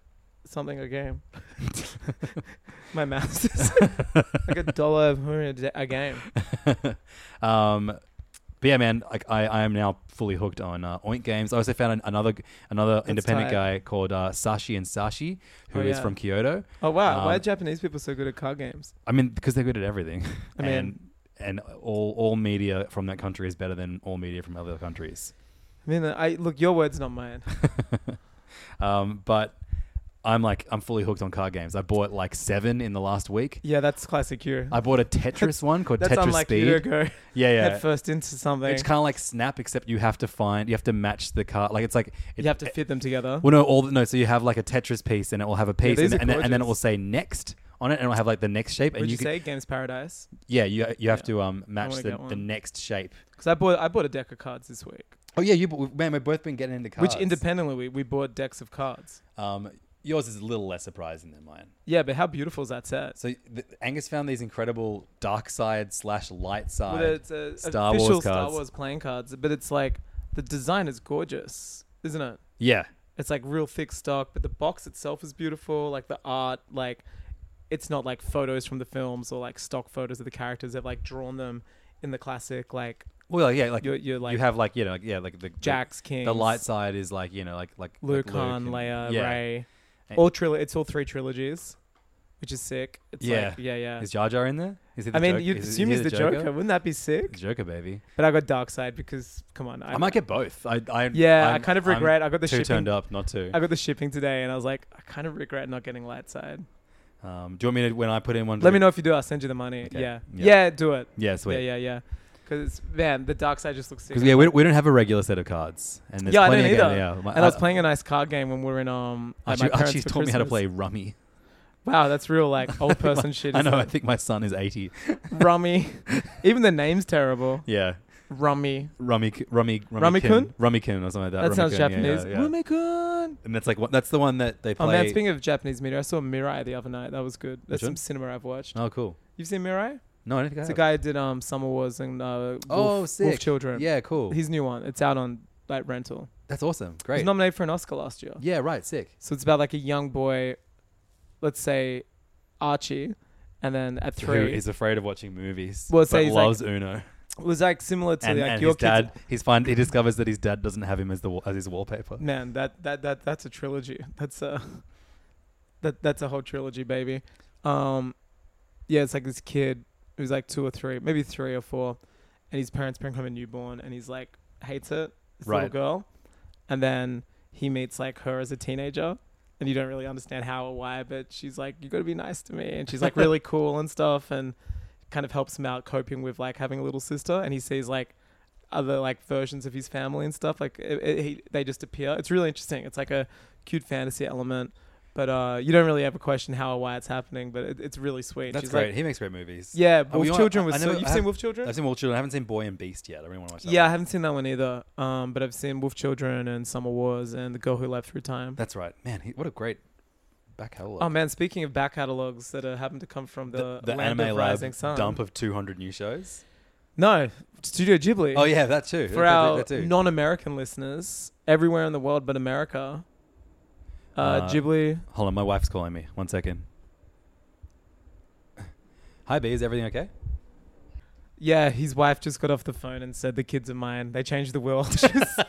Speaker 4: something a game. My maths is <laughs> like a dollar a da- a game.
Speaker 3: um, but yeah, man, like I, I am now fully hooked on uh, Oink Games. I also found an, another another independent
Speaker 4: tight.
Speaker 3: guy called uh, Sashi and Sashi, who
Speaker 4: Oh,
Speaker 3: is
Speaker 4: yeah.
Speaker 3: from Kyoto.
Speaker 4: Oh wow, why
Speaker 3: Um,
Speaker 4: are Japanese people so good at card games?
Speaker 3: I mean, because they're good at everything.
Speaker 4: <laughs> I mean-
Speaker 3: and, and all all media from that country is better than all media from other countries.
Speaker 4: I mean, I look your words,
Speaker 3: <laughs>
Speaker 4: not mine.
Speaker 3: Um, but I'm like I'm fully hooked on card games. I bought like seven in the last week.
Speaker 4: Yeah, that's classic you.
Speaker 3: I bought a Tetris one
Speaker 4: <laughs>
Speaker 3: called
Speaker 4: That's
Speaker 3: Tetris
Speaker 4: unlike you to
Speaker 3: Speed.
Speaker 4: go
Speaker 3: <laughs> Yeah,
Speaker 4: head
Speaker 3: yeah.
Speaker 4: first into something.
Speaker 3: It's kind of like Snap, except you have to find, you have to match the card. Like it's like it-
Speaker 4: you have to fit them together.
Speaker 3: Well, no, all the, no. So you have like a Tetris piece, and it will have a piece,
Speaker 4: these
Speaker 3: and,
Speaker 4: are
Speaker 3: and, then, and then it
Speaker 4: gorgeous.
Speaker 3: will say next on it, and it will have like the next shape, and
Speaker 4: Would you,
Speaker 3: can,
Speaker 4: say Games Paradise?
Speaker 3: yeah, you you have to um match
Speaker 4: wanna
Speaker 3: the,
Speaker 4: get one.
Speaker 3: the next shape.
Speaker 4: Because I bought I bought a deck of cards this week,
Speaker 3: Oh yeah, you man, we've both been getting into cards.
Speaker 4: which independently we, we bought decks of cards.
Speaker 3: Um, yours is a little less surprising than mine.
Speaker 4: Yeah, but how beautiful is that set?
Speaker 3: So th- Angus found these incredible dark side slash light side
Speaker 4: Well, it's a
Speaker 3: Star
Speaker 4: official
Speaker 3: Wars cards.
Speaker 4: Star Wars playing cards, but it's like the design is gorgeous, isn't it?
Speaker 3: Yeah,
Speaker 4: It's like real thick stock, but the box itself is beautiful. Like the art, like it's not like photos from the films or like stock photos of the characters. They've like drawn them in the classic like
Speaker 3: well, yeah, like
Speaker 4: You're- you're
Speaker 3: you
Speaker 4: like-
Speaker 3: have like you know, like, yeah, like the
Speaker 4: Jack's
Speaker 3: the,
Speaker 4: King.
Speaker 3: the light side is like you know, like like
Speaker 4: Luke,
Speaker 3: like
Speaker 4: Han,
Speaker 3: and-
Speaker 4: Leia,
Speaker 3: yeah.
Speaker 4: Ray.
Speaker 3: And-
Speaker 4: All trilo- It's all three trilogies, which is sick. It's
Speaker 3: yeah,
Speaker 4: like, yeah, yeah.
Speaker 3: Is Jar Jar in there? Is he the
Speaker 4: I mean,
Speaker 3: Joker?
Speaker 4: you'd
Speaker 3: Is- is
Speaker 4: assume
Speaker 3: he
Speaker 4: he's the Joker? Wouldn't that be
Speaker 3: The
Speaker 4: sick?
Speaker 3: Joker, baby.
Speaker 4: But I got Dark Side because, come on,
Speaker 3: I might get both. I, I
Speaker 4: Yeah, I
Speaker 3: I'm-
Speaker 4: kind of
Speaker 3: I'm
Speaker 4: regret I got the
Speaker 3: too
Speaker 4: shipping-
Speaker 3: turned up not to.
Speaker 4: I got the shipping today, and I was like, I kind of regret not getting light side.
Speaker 3: Um, do you want me to when I put in one?
Speaker 4: Let me know if you do. I'll send you the money.
Speaker 3: Okay.
Speaker 4: Yeah.
Speaker 3: Yeah.
Speaker 4: yeah, do it.
Speaker 3: Yeah, sweet.
Speaker 4: Yeah, yeah, yeah. Because man, the dark side just looks sick.
Speaker 3: because yeah, we, we don't have a regular set of cards, and there's
Speaker 4: yeah, I
Speaker 3: plenty
Speaker 4: don't
Speaker 3: of
Speaker 4: either.
Speaker 3: games- Yeah, my-
Speaker 4: and I, was playing a nice card game when we were in um. At
Speaker 3: Archie,
Speaker 4: my parents
Speaker 3: Archie's
Speaker 4: for
Speaker 3: taught me how to
Speaker 4: Christmas.
Speaker 3: play rummy.
Speaker 4: Wow, that's
Speaker 3: <laughs>
Speaker 4: real like old person shit.
Speaker 3: I
Speaker 4: isn't
Speaker 3: know. I
Speaker 4: it?
Speaker 3: think my son is 80. <laughs>
Speaker 4: Rummy. Even the name's terrible.
Speaker 3: Yeah.
Speaker 4: Rummy.
Speaker 3: Rummy, rummy,
Speaker 4: Rummikun?
Speaker 3: Rummikun or something like that.
Speaker 4: That
Speaker 3: Rummikun,
Speaker 4: sounds
Speaker 3: yeah,
Speaker 4: Japanese.
Speaker 3: yeah, yeah.
Speaker 4: Rumikun.
Speaker 3: And that's like what that's the one that they play.
Speaker 4: Oh man, speaking of Japanese media, I saw Mirai the other night. That was good. That's
Speaker 3: Which one?
Speaker 4: some cinema I've watched.
Speaker 3: oh, cool.
Speaker 4: You've seen Mirai?
Speaker 3: No, I don't think I
Speaker 4: It's
Speaker 3: have.
Speaker 4: a guy who did um Summer Wars and uh, Wolf,
Speaker 3: oh,
Speaker 4: Wolf
Speaker 3: sick.
Speaker 4: Children.
Speaker 3: Yeah, cool.
Speaker 4: His new one. It's out on like rental.
Speaker 3: that's awesome.
Speaker 4: He
Speaker 3: Great.
Speaker 4: was nominated for an Oscar last year.
Speaker 3: yeah, right. Sick.
Speaker 4: So it's about like a young boy, let's say Archie, and then at
Speaker 3: Who
Speaker 4: three,
Speaker 3: is afraid of watching movies?
Speaker 4: Well, so
Speaker 3: but
Speaker 4: he's like-
Speaker 3: loves Uno.
Speaker 4: it was like similar to
Speaker 3: And,
Speaker 4: like
Speaker 3: and
Speaker 4: your
Speaker 3: his
Speaker 4: kids.
Speaker 3: dad, he's find he discovers that his dad doesn't have him as the wa- as his wallpaper.
Speaker 4: Man, that that that that's a trilogy. <laughs> That's a that that's a whole trilogy, baby. Um, yeah, it's like this kid who's like two or three, maybe three or four, and his parents bring home a newborn, and he's like hates it. This little
Speaker 3: Right.
Speaker 4: girl, and then he meets like her as a teenager. And you don't really understand how or why, but she's like, "You got to be nice to me," and she's like really cool and stuff, and kind of helps him out coping with like having a little sister. And he sees like other like versions of his family and stuff. Like it, it, he, they just appear. It's really interesting. It's like a cute fantasy element, But uh, you don't really ever question how or why it's happening. But it, it's really sweet.
Speaker 3: That's
Speaker 4: She's
Speaker 3: great.
Speaker 4: like,
Speaker 3: he makes great movies.
Speaker 4: yeah,
Speaker 3: Oh,
Speaker 4: Wolf
Speaker 3: you know what?
Speaker 4: Children
Speaker 3: I-
Speaker 4: was.
Speaker 3: I
Speaker 4: so-
Speaker 3: never-
Speaker 4: you've
Speaker 3: I
Speaker 4: seen
Speaker 3: have-
Speaker 4: Wolf Children?
Speaker 3: I've seen Wolf Children. I haven't seen Boy and Beast yet. I really want to watch that.
Speaker 4: yeah, I
Speaker 3: one.
Speaker 4: haven't seen that one either. Um, but I've seen Wolf Children and Summer Wars and The Girl Who Left Through Time.
Speaker 3: That's right. Man, he, what a great back catalog.
Speaker 4: Oh man, speaking of back catalogs that are, happen to come from the,
Speaker 3: the
Speaker 4: land
Speaker 3: anime
Speaker 4: of
Speaker 3: lab
Speaker 4: rising sun.
Speaker 3: dump of 200 new shows.
Speaker 4: No, Studio Ghibli.
Speaker 3: Oh yeah, that too.
Speaker 4: For
Speaker 3: That- that-
Speaker 4: our
Speaker 3: that too.
Speaker 4: non-American listeners, everywhere in the world but America, uh,
Speaker 3: Uh,
Speaker 4: Ghibli.
Speaker 3: Hold on, my wife's calling me. One second. Hi B, is everything okay?
Speaker 4: Yeah, his wife just got off the phone and said the kids are mine. They changed the will. <laughs> She's-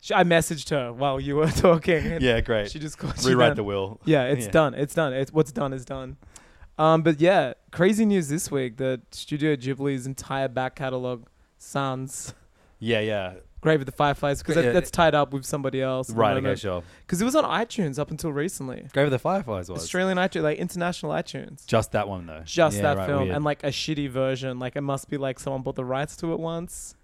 Speaker 4: She- I messaged her while you were <laughs> talking. and
Speaker 3: Yeah, great.
Speaker 4: She just called you
Speaker 3: Rewrite
Speaker 4: down.
Speaker 3: the will.
Speaker 4: Yeah, it's
Speaker 3: Yeah.
Speaker 4: done. It's done. It's what's done is done. Um, but yeah, crazy news this week that Studio Ghibli's entire back catalog sans
Speaker 3: Yeah, yeah.
Speaker 4: Grave of the Fireflies because
Speaker 3: Yeah.
Speaker 4: that, that's tied up with somebody else.
Speaker 3: Right, okay, sure.
Speaker 4: Because it was on iTunes up until recently.
Speaker 3: Grave of the Fireflies was.
Speaker 4: Australian iTunes, like international iTunes.
Speaker 3: Just that one though.
Speaker 4: Just
Speaker 3: Yeah,
Speaker 4: that
Speaker 3: right,
Speaker 4: film
Speaker 3: weird.
Speaker 4: and like a shitty version. Like it must be like someone bought the rights to it once.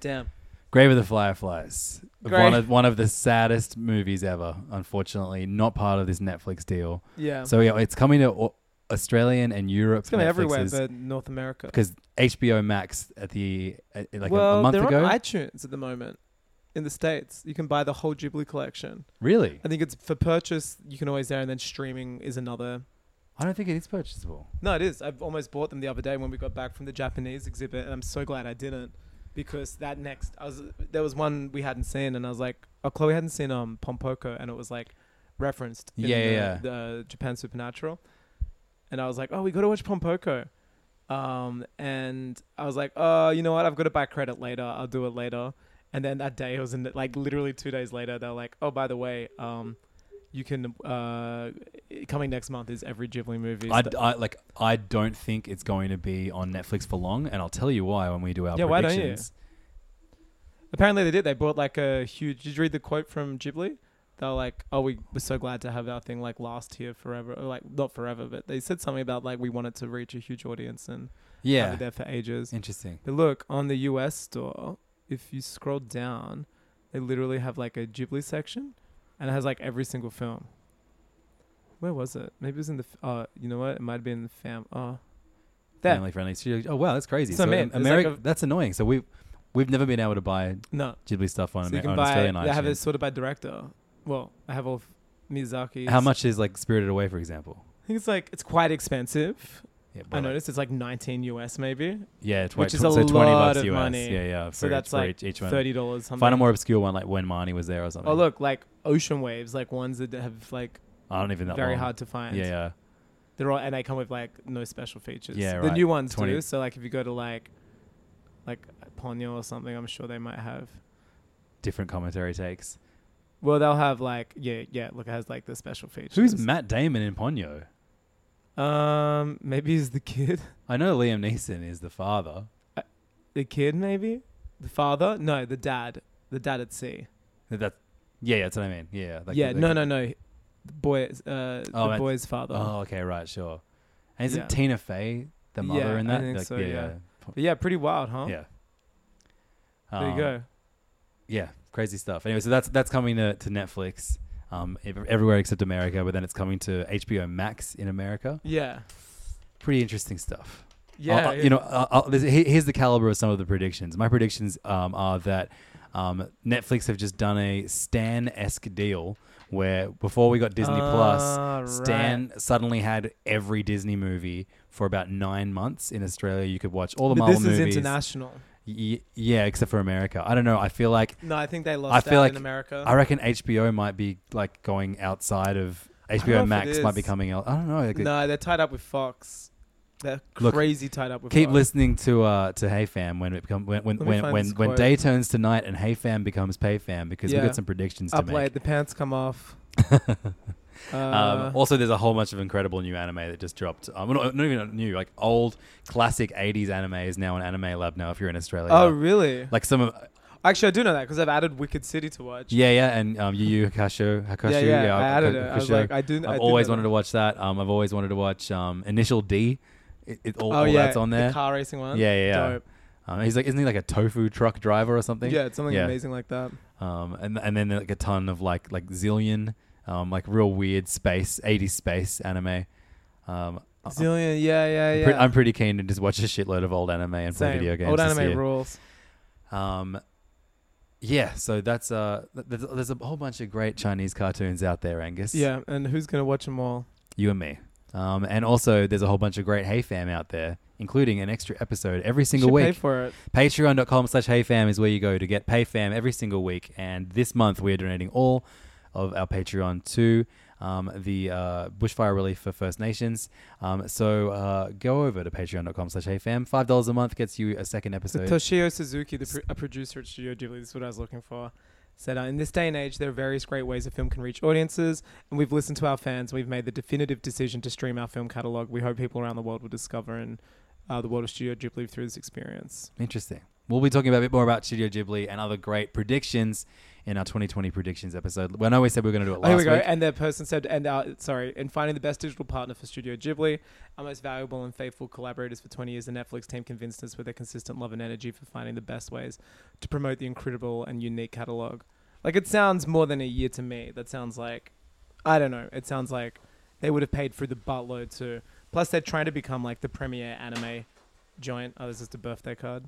Speaker 4: Damn.
Speaker 3: Grave of the Fireflies.
Speaker 4: Grave-
Speaker 3: One of one of the saddest movies ever, unfortunately. Not part of this Netflix deal.
Speaker 4: Yeah.
Speaker 3: So yeah, it's coming to au- Australian and Europe.
Speaker 4: it's coming everywhere
Speaker 3: Netflixes,
Speaker 4: but North America.
Speaker 3: because HBO Max at the uh, like a-
Speaker 4: well,
Speaker 3: a, month
Speaker 4: they're
Speaker 3: ago.
Speaker 4: on iTunes at the moment in the states. You can buy the whole Ghibli collection.
Speaker 3: really?
Speaker 4: I think it's for purchase. You can always there, and then streaming is another.
Speaker 3: I don't think it is purchasable.
Speaker 4: No, it is. I've almost bought them the other day when we got back from the Japanese exhibit, and I'm so glad I didn't because that next, I was there was one we hadn't seen, and I was like, oh, Chloe hadn't seen um Pompoko, and it was like referenced in
Speaker 3: Yeah,
Speaker 4: the,
Speaker 3: yeah,
Speaker 4: the Japan Supernatural, and I was like, oh, we got to watch Pompoko. Um, and I was like, oh, you know what? I've got to buy credit later. I'll do it later. And then that day, it was in like literally two days later. They're like, oh, by the way, um, you can uh, coming next month is every Ghibli movie.
Speaker 3: I,
Speaker 4: So-
Speaker 3: I like I don't think it's going to be on Netflix for long, and I'll tell you why when we do our
Speaker 4: Yeah, why don't you?
Speaker 3: predictions.
Speaker 4: Apparently they did. They bought like a huge. Did you read the quote from Ghibli? They were like, "Oh, we were so glad to have our thing like last here forever, or like not forever, but they said something about like we wanted to reach a huge audience and have
Speaker 3: Yeah,
Speaker 4: it there for ages."
Speaker 3: interesting.
Speaker 4: But look on the U.S. store, if you scroll down, they literally have like a Ghibli section, and it has like every single film. Where was it? Maybe it was in the. f- Uh, you know what? It might have been in the fam. Oh, there.
Speaker 3: Family friendly studio. Oh wow, that's crazy.
Speaker 4: So,
Speaker 3: So,
Speaker 4: man, there's
Speaker 3: America,
Speaker 4: like a-
Speaker 3: that's annoying. So we have we've never been able to buy
Speaker 4: no.
Speaker 3: Ghibli stuff on,
Speaker 4: So you
Speaker 3: Amer-
Speaker 4: can
Speaker 3: on
Speaker 4: buy.
Speaker 3: Australian
Speaker 4: I have it
Speaker 3: iTunes.
Speaker 4: sorted by director. Well, I have all of Miyazaki's.
Speaker 3: How much is like Spirited Away, for example?
Speaker 4: I think it's like it's quite expensive.
Speaker 3: Yeah,
Speaker 4: I
Speaker 3: but, like,
Speaker 4: noticed it's like 19 US maybe.
Speaker 3: Yeah, tw-
Speaker 4: which is
Speaker 3: tw-
Speaker 4: a
Speaker 3: so twenty
Speaker 4: lot
Speaker 3: bucks
Speaker 4: of
Speaker 3: US.
Speaker 4: money.
Speaker 3: Yeah, yeah.
Speaker 4: So
Speaker 3: for
Speaker 4: that's
Speaker 3: each, for
Speaker 4: like
Speaker 3: each, each one.
Speaker 4: thirty dollars something.
Speaker 3: Find a more obscure one, like when Marnie was there or something.
Speaker 4: Oh look, like ocean waves, like ones that have like
Speaker 3: I don't even know.
Speaker 4: very
Speaker 3: long.
Speaker 4: hard to find.
Speaker 3: Yeah, yeah.
Speaker 4: They're all and they come with like no special features.
Speaker 3: Yeah,
Speaker 4: The
Speaker 3: right.
Speaker 4: new ones
Speaker 3: 20.
Speaker 4: do. So like if you go to like like Ponyo or something, I'm sure they might have.
Speaker 3: Different commentary takes.
Speaker 4: Well, they'll have like yeah, yeah. Look, it has like the special features.
Speaker 3: Who's Matt Damon in Ponyo?
Speaker 4: Um, maybe he's the kid. <laughs>
Speaker 3: I know Liam Neeson is the father.
Speaker 4: The kid, maybe the father. No, the dad. The dad at sea.
Speaker 3: That, yeah, yeah, that's what I mean. Yeah, that
Speaker 4: yeah,
Speaker 3: could- that
Speaker 4: no,
Speaker 3: could-
Speaker 4: no, no. The boy, uh,
Speaker 3: Oh,
Speaker 4: the
Speaker 3: that's-
Speaker 4: boy's father.
Speaker 3: Oh, okay, right, sure. And isn't
Speaker 4: Yeah.
Speaker 3: Tina Fey the mother
Speaker 4: Yeah,
Speaker 3: in
Speaker 4: I
Speaker 3: that?
Speaker 4: think so, yeah.
Speaker 3: Po-
Speaker 4: But yeah, pretty wild, huh?
Speaker 3: yeah.
Speaker 4: There
Speaker 3: Um,
Speaker 4: you go.
Speaker 3: Yeah, crazy stuff. Anyway, so that's that's coming to, to Netflix, um, ev- everywhere except America. But then it's coming to HBO Max in America.
Speaker 4: Yeah.
Speaker 3: Pretty interesting stuff.
Speaker 4: Yeah.
Speaker 3: I'll- I'll- Oh, Uh, you know, I'll, I'll, this, he- here's the caliber of some of the predictions. My predictions um, are that um, Netflix have just done a Stan esque deal where before we got Disney
Speaker 4: Ah, right.
Speaker 3: Plus, Stan suddenly had every Disney movie for about nine months in Australia. You could watch all the
Speaker 4: But
Speaker 3: Marvel
Speaker 4: this is
Speaker 3: movies.
Speaker 4: international.
Speaker 3: Y- yeah, except for America. I don't know. I feel like
Speaker 4: No, I think they lost
Speaker 3: I feel
Speaker 4: out
Speaker 3: like
Speaker 4: in America.
Speaker 3: I reckon HBO might be like going outside of
Speaker 4: know if
Speaker 3: HBO
Speaker 4: it
Speaker 3: Max might be
Speaker 4: is.
Speaker 3: coming out. I don't know. Like,
Speaker 4: no, they're tied up with Fox. They're
Speaker 3: Look,
Speaker 4: crazy tied up with
Speaker 3: Keep
Speaker 4: Fox.
Speaker 3: listening to uh, to Hey Fam when it become when when
Speaker 4: Let me
Speaker 3: when,
Speaker 4: find
Speaker 3: when,
Speaker 4: this
Speaker 3: when
Speaker 4: quote.
Speaker 3: day turns to night and Hey Fam becomes Pay Fam because we
Speaker 4: Yeah.
Speaker 3: got some predictions to
Speaker 4: Up
Speaker 3: make.
Speaker 4: late, the pants
Speaker 3: <laughs>
Speaker 4: come off. uh,
Speaker 3: um, also, there's a whole bunch of incredible new anime that just dropped. Um, well, not, not even new, like old classic '80s anime is now on Anime Lab now. If you're in Australia,
Speaker 4: oh, really?
Speaker 3: like some of
Speaker 4: Actually, I do know that because I've added Wicked City to watch.
Speaker 3: yeah, yeah, and um, Yu Yu Hakusho, Hakusho,
Speaker 4: Yeah, yeah, I
Speaker 3: Hak-
Speaker 4: added it. I was
Speaker 3: Hakusho.
Speaker 4: like, I do-
Speaker 3: I've
Speaker 4: I did
Speaker 3: always
Speaker 4: know
Speaker 3: wanted
Speaker 4: that.
Speaker 3: to watch that. Um, I've always wanted to watch um, Initial D. It, it all,
Speaker 4: Oh,
Speaker 3: all
Speaker 4: yeah.
Speaker 3: that's on there.
Speaker 4: The car racing one.
Speaker 3: Yeah, yeah, yeah.
Speaker 4: Dope.
Speaker 3: Um, he's like, isn't he like a tofu truck driver or something?
Speaker 4: Yeah, it's something
Speaker 3: Yeah.
Speaker 4: amazing like that.
Speaker 3: Um, and and then like a ton of like like zillion, um, like real weird space, 80s space anime. Um, I- I'm,
Speaker 4: Zillion, yeah, yeah, yeah.
Speaker 3: pre- I'm pretty keen to just watch a shitload of old anime and play
Speaker 4: Same.
Speaker 3: video games.
Speaker 4: Old
Speaker 3: this
Speaker 4: anime
Speaker 3: year.
Speaker 4: rules.
Speaker 3: Um, yeah, so that's uh, th- there's, there's a whole bunch of great Chinese cartoons out there, Angus.
Speaker 4: Yeah, and who's gonna watch them all?
Speaker 3: you and me. Um, and also there's a whole bunch of great Hey Fam out there, including an extra episode every
Speaker 4: You
Speaker 3: single
Speaker 4: should
Speaker 3: week.
Speaker 4: Pay for it.
Speaker 3: Patreon.com slash HeyFam is where you go to get PayFam every single week. And this month, we're donating all of our Patreon to um, the uh, Bushfire Relief for First Nations. Um, so uh, go over to Patreon.com slash HeyFam. $5 a month gets you a second episode.
Speaker 4: Toshio Suzuki, the pro- a producer at Studio Ghibli, this is what I was looking for. Said, uh, in this day and age, there are various great ways a film can reach audiences, and we've listened to our fans. We've made the definitive decision to stream our film catalog. We hope people around the world will discover and uh, the world of Studio Ghibli through this experience.
Speaker 3: Interesting. We'll be talking about a bit more about Studio Ghibli and other great predictions in our 2020 predictions episode. Well, I know we said we were going to do it
Speaker 4: Oh,
Speaker 3: last
Speaker 4: here we go.
Speaker 3: week.
Speaker 4: And the person said, and uh, sorry, in finding the best digital partner for Studio Ghibli, our most valuable and faithful collaborators for 20 years, the Netflix team convinced us with their consistent love and energy for finding the best ways to promote the incredible and unique catalog. Like, it sounds more than a year to me. That sounds like, I don't know, it sounds like they would have paid for the buttload too. Plus, they're trying to become like the premier anime joint. Oh, this is the birthday card.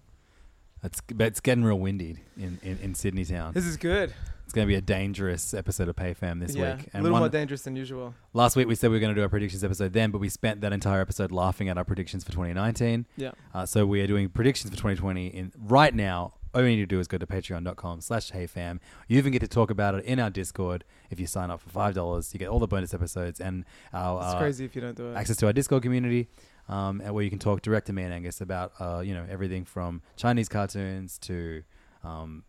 Speaker 3: It's, but it's getting real windy in, in, in Sydney town.
Speaker 4: This is good.
Speaker 3: It's going to be a dangerous episode of PayFam this
Speaker 4: yeah,
Speaker 3: week.
Speaker 4: a little
Speaker 3: one-
Speaker 4: more dangerous than usual.
Speaker 3: Last week we said we were going to do our predictions episode then, but we spent that entire episode laughing at our predictions for 2019.
Speaker 4: Yeah.
Speaker 3: Uh, so we are doing predictions for 2020 in right now. All you need to do is go to patreon.com slash heyfam. You even get to talk about it in our Discord if you sign up for $5. You get all the bonus episodes and our
Speaker 4: It's
Speaker 3: uh,
Speaker 4: crazy if you don't do it.
Speaker 3: access to our Discord community um, and where you can talk direct to me and Angus about, uh, you know, everything from Chinese cartoons to um,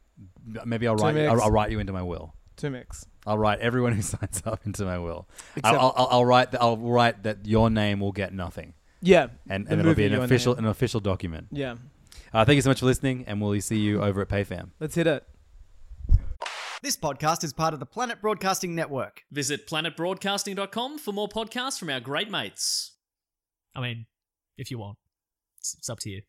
Speaker 3: m- maybe I'll
Speaker 4: To
Speaker 3: write, you, I'll,
Speaker 4: mix.
Speaker 3: I'll write you into my will.
Speaker 4: Two mix.
Speaker 3: I'll write everyone who <laughs> signs up into my will.
Speaker 4: Except-
Speaker 3: I'll, I'll, I'll write that. I'll write that your name will get nothing,
Speaker 4: Yeah.
Speaker 3: and,
Speaker 4: the
Speaker 3: and it'll
Speaker 4: movie
Speaker 3: be an
Speaker 4: you and
Speaker 3: official
Speaker 4: I-
Speaker 3: an official document.
Speaker 4: Yeah.
Speaker 3: Uh, thank you so much for listening, and we'll see you over at PayFam.
Speaker 4: Let's hit it.
Speaker 1: This podcast is part of the Planet Broadcasting Network.
Speaker 2: Visit planetbroadcasting.com for more podcasts from our great mates.
Speaker 9: I mean, if you want, it's, it's up to you.